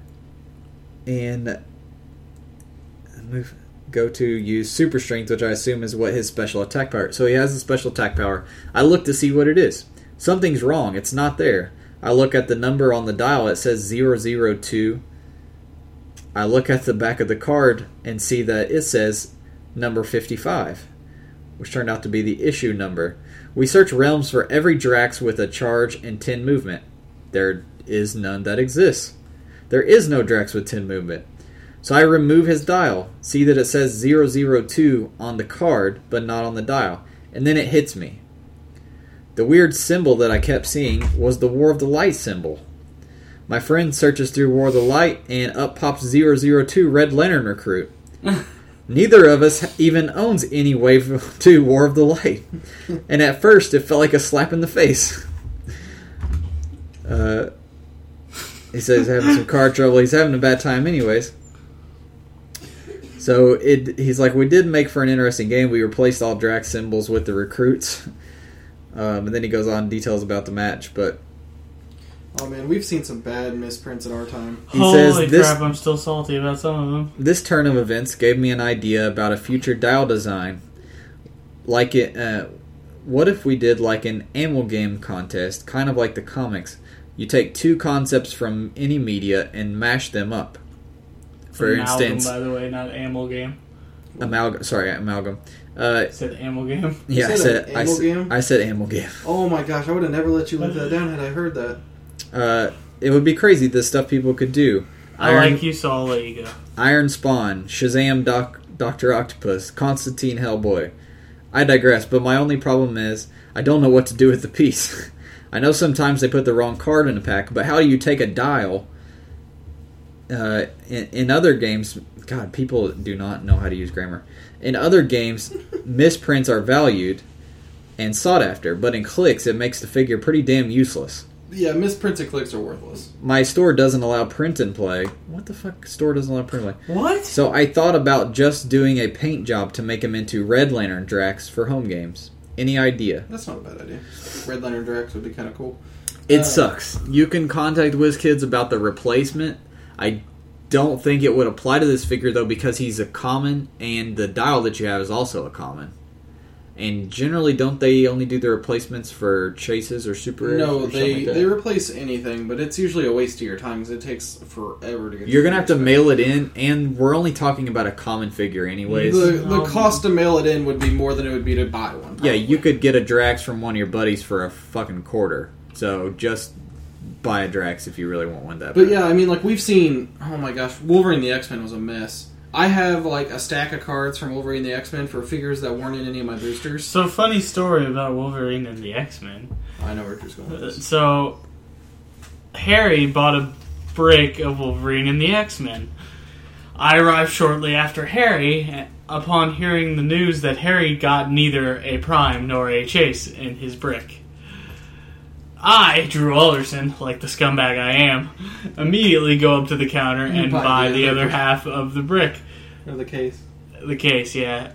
[SPEAKER 1] and move go to use super strength, which I assume is what his special attack power. So he has a special attack power. I look to see what it is. Something's wrong. It's not there. I look at the number on the dial. It says 002. I look at the back of the card and see that it says number 55, which turned out to be the issue number. We search realms for every Drax with a charge and 10 movement. There is none that exists. There is no Drax with 10 movement. So I remove his dial, see that it says 002 on the card, but not on the dial, and then it hits me. The weird symbol that I kept seeing was the War of the Light symbol. My friend searches through War of the Light, and up pops 002 Red Lantern Recruit. Neither of us even owns any Wave 2 War of the Light, and at first it felt like a slap in the face. Uh, he says he's having some car trouble. He's having a bad time, anyways. So it, he's like, we did make for an interesting game. We replaced all Drax symbols with the recruits, um, and then he goes on and details about the match. But
[SPEAKER 3] Oh man, we've seen some bad misprints in our time.
[SPEAKER 1] He
[SPEAKER 2] Holy
[SPEAKER 1] says this-
[SPEAKER 2] crap! I'm still salty about some of them.
[SPEAKER 1] this turn of events gave me an idea about a future dial design. Like it, uh, what if we did like an animal game contest, kind of like the comics? You take two concepts from any media and mash them up. For
[SPEAKER 2] Amalgam,
[SPEAKER 1] instance,
[SPEAKER 2] by the way, not animal game.
[SPEAKER 1] amalgam. Sorry, amalgam. Uh,
[SPEAKER 2] I said animal game.
[SPEAKER 1] yeah, I
[SPEAKER 3] said
[SPEAKER 1] said
[SPEAKER 3] an
[SPEAKER 1] I,
[SPEAKER 3] animal
[SPEAKER 1] said-
[SPEAKER 3] game?
[SPEAKER 1] I said animal game.
[SPEAKER 3] Oh my gosh, I would have never let you live that down had I heard that.
[SPEAKER 1] Uh, it would be crazy the stuff people could do.
[SPEAKER 2] I
[SPEAKER 1] Iron-
[SPEAKER 2] like you, so I'll let you go.
[SPEAKER 1] Iron Spawn, Shazam, Doc, Doctor Octopus, Constantine, Hellboy. I digress, but my only problem is I don't know what to do with the piece. I know sometimes they put the wrong card in a pack, but how do you take a dial? Uh, in, in other games, God, people do not know how to use grammar. In other games, misprints are valued and sought after, but in clicks, it makes the figure pretty damn useless
[SPEAKER 3] Yeah, misprints and clicks are worthless.
[SPEAKER 1] my store doesn't allow print and play. What the fuck store doesn't allow print and play?
[SPEAKER 2] What?
[SPEAKER 1] So I thought about just doing a paint job to make him into Red Lantern Drax for home games. Any idea?
[SPEAKER 3] That's not a bad idea. Red Lantern Drax would be kind of cool.
[SPEAKER 1] It
[SPEAKER 3] Uh,
[SPEAKER 1] sucks. You can contact WizKids about the replacement. I don't think it would apply to this figure though because he's a common and the dial that you have is also a common. And generally, don't they only do the replacements for chases or super? rares
[SPEAKER 3] No,
[SPEAKER 1] or something
[SPEAKER 3] they
[SPEAKER 1] like that?
[SPEAKER 3] they replace anything, but it's usually a waste of your time because it takes forever to get.
[SPEAKER 1] You're gonna have to
[SPEAKER 3] the-
[SPEAKER 1] mail it in, and we're only talking about a common figure, anyways.
[SPEAKER 3] The, the
[SPEAKER 2] Um,
[SPEAKER 3] cost to mail it in would be more than it would be to buy one.
[SPEAKER 1] yeah, you could get a Drax from one of your buddies for a fucking quarter. So just buy a Drax if you really want one that.
[SPEAKER 3] But
[SPEAKER 1] bad.
[SPEAKER 3] yeah, I mean, like we've seen. Oh my gosh, Wolverine the X Men was a mess. I have like a stack of cards from Wolverine the X Men for figures that weren't in any of my boosters.
[SPEAKER 2] So funny story about Wolverine and the X Men.
[SPEAKER 3] I know where Drew's going with this.
[SPEAKER 2] So Harry bought a brick of Wolverine and the X Men. I arrived shortly after Harry eh, upon hearing the news that Harry got neither a prime nor a chase in his brick. I, Drew Alderson, like the scumbag I am, immediately go up to the counter and
[SPEAKER 3] buy
[SPEAKER 2] buy
[SPEAKER 3] the
[SPEAKER 2] the
[SPEAKER 3] other
[SPEAKER 2] other
[SPEAKER 3] brick.
[SPEAKER 2] half of the brick
[SPEAKER 3] Or the case.
[SPEAKER 2] the case, yeah.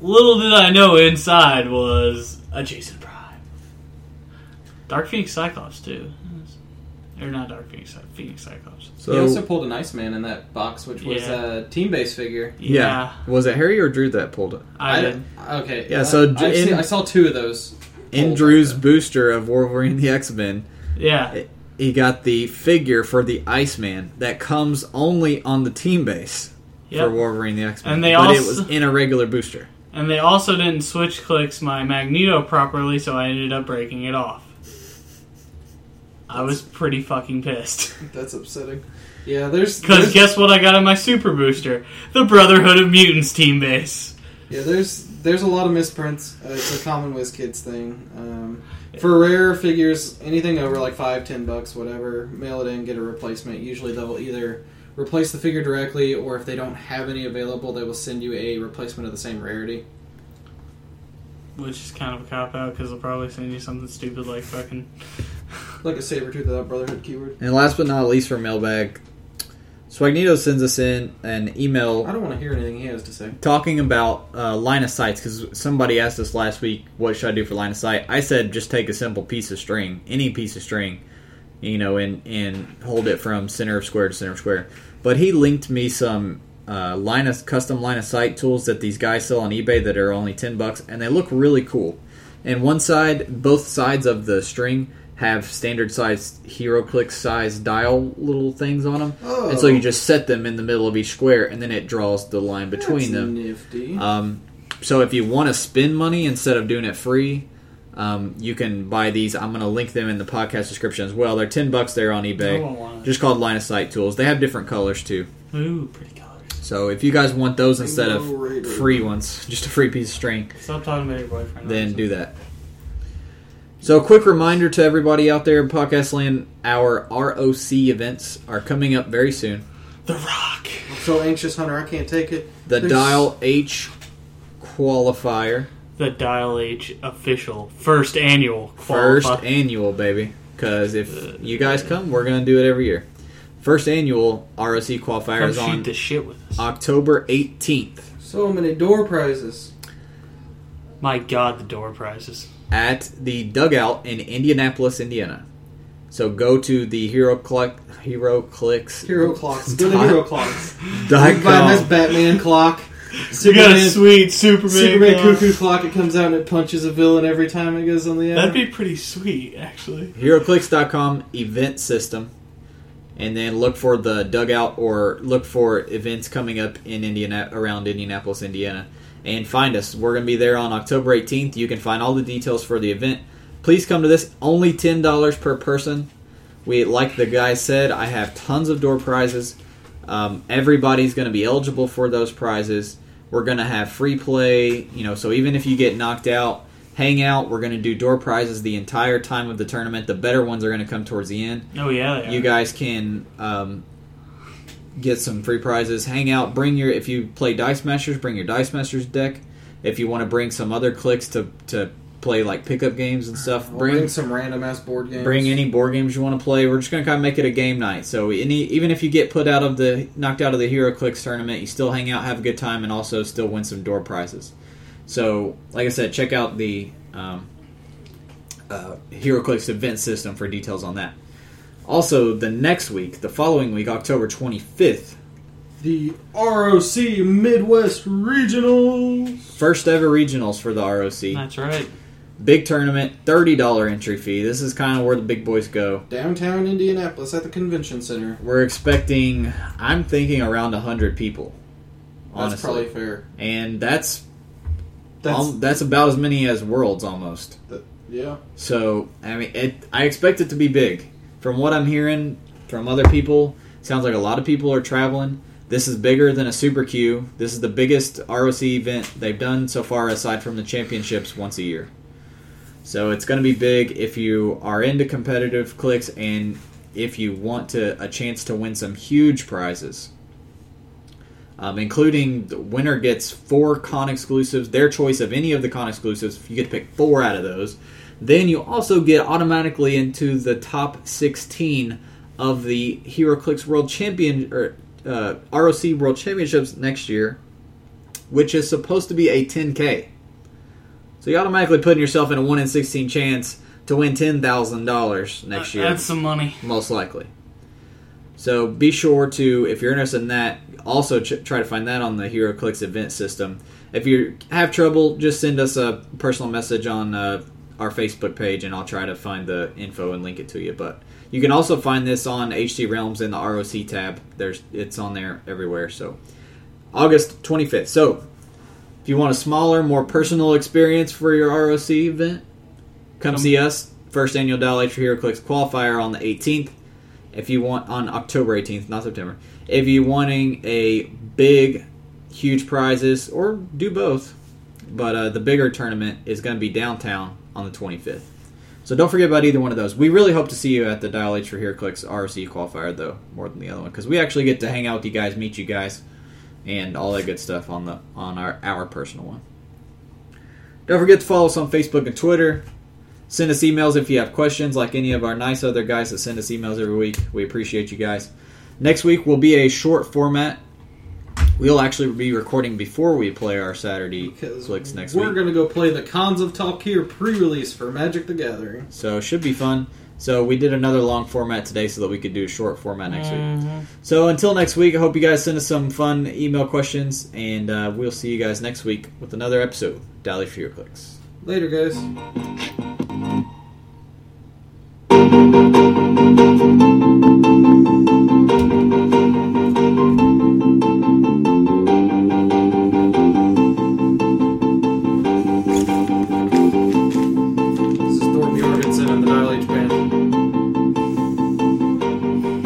[SPEAKER 2] Little did I know inside was a Jason Prime. Dark Phoenix Cyclops, too. Or not Dark Phoenix, Cy- Phoenix Cyclops.
[SPEAKER 1] So
[SPEAKER 3] he also pulled an Iceman in that box, which was
[SPEAKER 2] Yeah.
[SPEAKER 3] a team based figure.
[SPEAKER 1] yeah. was it Harry or Drew that pulled it?
[SPEAKER 2] I did.
[SPEAKER 3] okay.
[SPEAKER 1] Yeah,
[SPEAKER 3] uh,
[SPEAKER 1] so
[SPEAKER 3] I've
[SPEAKER 1] in-
[SPEAKER 3] seen- I saw two of those.
[SPEAKER 1] In
[SPEAKER 3] Oh,
[SPEAKER 1] Drew's
[SPEAKER 3] okay.
[SPEAKER 1] booster of Wolverine the X Men,
[SPEAKER 2] Yeah.
[SPEAKER 1] he got the figure for the Iceman that comes only on the team base for
[SPEAKER 2] Yep.
[SPEAKER 1] Wolverine the X Men.
[SPEAKER 2] And they
[SPEAKER 1] but it
[SPEAKER 2] also-
[SPEAKER 1] was in a regular booster.
[SPEAKER 2] And they also didn't switch clicks my Magneto properly, so I ended up breaking it off. I was pretty fucking pissed.
[SPEAKER 3] That's upsetting. Yeah, there's
[SPEAKER 2] Because
[SPEAKER 3] there's-
[SPEAKER 2] guess what I got in my Super Booster? The Brotherhood of Mutants team base.
[SPEAKER 3] Yeah, there's there's a lot of misprints. Uh, it's a common whiz kids thing. Um, for rare figures, anything over like five, ten bucks, whatever, mail it in, get a replacement. Usually they'll either replace the figure directly, or if they don't have any available, they will send you a replacement of the same rarity.
[SPEAKER 2] Which is kind of a cop out because they'll probably send you something stupid like fucking
[SPEAKER 3] Like a saber tooth without brotherhood keyword.
[SPEAKER 1] And last but not least for mailbag, Swagnito sends us in an email
[SPEAKER 3] I don't want to hear anything he has to say.
[SPEAKER 1] talking about uh, line of sights because somebody asked us last week what should i do for line of sight i said just take a simple piece of string any piece of string you know and and hold it from center of square to center of square but he linked me some uh, line of custom line of sight tools that these guys sell on ebay that are only 10 bucks and they look really cool and one side both sides of the string have standard size hero click size dial little things on them and so
[SPEAKER 3] Oh.
[SPEAKER 1] you just set them in the middle of each square and then it draws the line between
[SPEAKER 3] That's
[SPEAKER 1] them
[SPEAKER 3] nifty.
[SPEAKER 1] um, so if you want to spend money instead of doing it free, um, you can buy these. I'm going to link them in the podcast description as well. They're ten bucks there on
[SPEAKER 2] I
[SPEAKER 1] eBay.
[SPEAKER 2] want one.
[SPEAKER 1] Just called line of sight tools. They have different colors too.
[SPEAKER 2] Ooh, pretty colors.
[SPEAKER 1] So if you guys want those instead of
[SPEAKER 3] Rainbow Raider.
[SPEAKER 1] free ones, just a free piece of string,
[SPEAKER 2] Stop talking about your boyfriend.
[SPEAKER 1] then do that. So a quick reminder to everybody out there in podcast land: our ROC events are coming up very soon.
[SPEAKER 2] The Rock.
[SPEAKER 3] I'm so anxious, Hunter. I can't take it.
[SPEAKER 1] The
[SPEAKER 3] There's-
[SPEAKER 1] Dial H qualifier,
[SPEAKER 2] The Dial H official first annual
[SPEAKER 1] First
[SPEAKER 2] qualifier.
[SPEAKER 1] annual, baby. Because if you guys come, we're going to do it every year. First annual ROC qualifier
[SPEAKER 2] Come
[SPEAKER 1] is
[SPEAKER 2] shoot
[SPEAKER 1] on
[SPEAKER 2] the Oh, shit with us.
[SPEAKER 1] October 18th
[SPEAKER 3] So many door prizes.
[SPEAKER 2] My God, the door prizes.
[SPEAKER 1] at the Dugout in Indianapolis, Indiana. So go to the Hero Clock, Hero Clicks,
[SPEAKER 3] Hero clocks. Go to hero clocks.
[SPEAKER 1] dot
[SPEAKER 3] You can buy a nice
[SPEAKER 1] com.
[SPEAKER 3] Batman clock.
[SPEAKER 2] You got a
[SPEAKER 3] Superman-
[SPEAKER 2] sweet Superman.
[SPEAKER 3] Superman
[SPEAKER 2] clock.
[SPEAKER 3] cuckoo clock. It comes out and it punches a villain every time it goes on the air.
[SPEAKER 2] That'd be pretty sweet, actually.
[SPEAKER 1] HeroClix.com event system, and then look for the dugout or look for events coming up in Indiana around Indianapolis, Indiana, and find us. We're going to be there on October 18th. You can find all the details for the event. Please come to this. Only ten dollars per person. We like the guy said. I have tons of door prizes. Um, everybody's going to be eligible for those prizes. We're going to have free play, you know. So even if you get knocked out, hang out. We're going to do door prizes the entire time of the tournament. The better ones are going to come towards the end.
[SPEAKER 2] Oh yeah, they are.
[SPEAKER 1] You guys can um, get some free prizes. Hang out. Bring your if you play Dice Masters, bring your Dice Masters deck. If you want to bring some other clicks to to play like pickup games and stuff,
[SPEAKER 3] I'll bring, some random ass board games.
[SPEAKER 1] Bring any board games you want to play. We're just going to kind of make it a game night. So any even if you get put out of the knocked out of the Hero Clicks tournament, you still hang out, have a good time, and also still win some door prizes. So like I said, check out the um, uh, Hero Clicks event system for details on that. Also, the next week, the following week, October 25th,
[SPEAKER 3] the ROC Midwest Regionals.
[SPEAKER 1] First ever regionals for the ROC.
[SPEAKER 2] That's right.
[SPEAKER 1] Big tournament, $30 entry fee. This is kind of where the big boys go.
[SPEAKER 3] Downtown Indianapolis at the convention center.
[SPEAKER 1] We're expecting, I'm thinking around 100 people.
[SPEAKER 3] That's
[SPEAKER 1] Honestly. Um,
[SPEAKER 3] probably fair.
[SPEAKER 1] And that's
[SPEAKER 3] That's
[SPEAKER 1] al- that's about as many as worlds almost.
[SPEAKER 3] yeah.
[SPEAKER 1] So I mean, it, I expect it to be big. From what I'm hearing from other people, sounds like a lot of people are traveling. This is bigger than a Super Q. This is the biggest ROC event they've done so far, aside from the championships once a year. So it's going to be big if you are into competitive clicks and if you want to a chance to win some huge prizes. Um, including the winner gets four con exclusives, their choice of any of the con exclusives. You get to pick four out of those then you also get automatically into the top 16 of the HeroClix World Champion or uh, ROC World Championships next year, which is supposed to be a 10k. So you're automatically putting yourself in a 1 in 16 chance to win $10,000 next year,
[SPEAKER 2] Uh, That's some money.
[SPEAKER 1] most likely. So be sure to, if you're interested in that, also ch- try to find that on the HeroClix event system. If you have trouble, just send us a personal message on uh, our Facebook page, and I'll try to find the info and link it to you. But you can also find this on HC Realms in the ROC tab. There's it's on there everywhere. So August 25th. So if you want a smaller, more personal experience for your ROC event, come see us. First annual Dial H for HeroClix qualifier on the 18th if you want on October 18th, not September. If you're wanting a big, huge prizes or do both, but uh, the bigger tournament is going to be downtown on the 25th. So don't forget about either one of those. We really hope to see you at the Dial H for HeroClix RC qualifier though, more than the other one because we actually get to hang out with you guys, meet you guys, and all that good stuff on the on our our personal one. Don't forget to follow us on Facebook and Twitter. Send us emails if you have questions, like any of our nice other guys that send us emails every week. We appreciate you guys. Next week will be a short format. We'll actually be recording before we play our Saturday clicks next
[SPEAKER 3] we're
[SPEAKER 1] week.
[SPEAKER 3] gonna go play the Cons of Talkir pre-release for Magic: The Gathering.
[SPEAKER 1] So it should be fun. So we did another long format today so that we could do a short format next week.
[SPEAKER 2] Mhm.
[SPEAKER 1] So until next week, I hope you guys send us some fun email questions, and uh, we'll see you guys next week with another episode. Dally for your clicks.
[SPEAKER 3] Later, guys.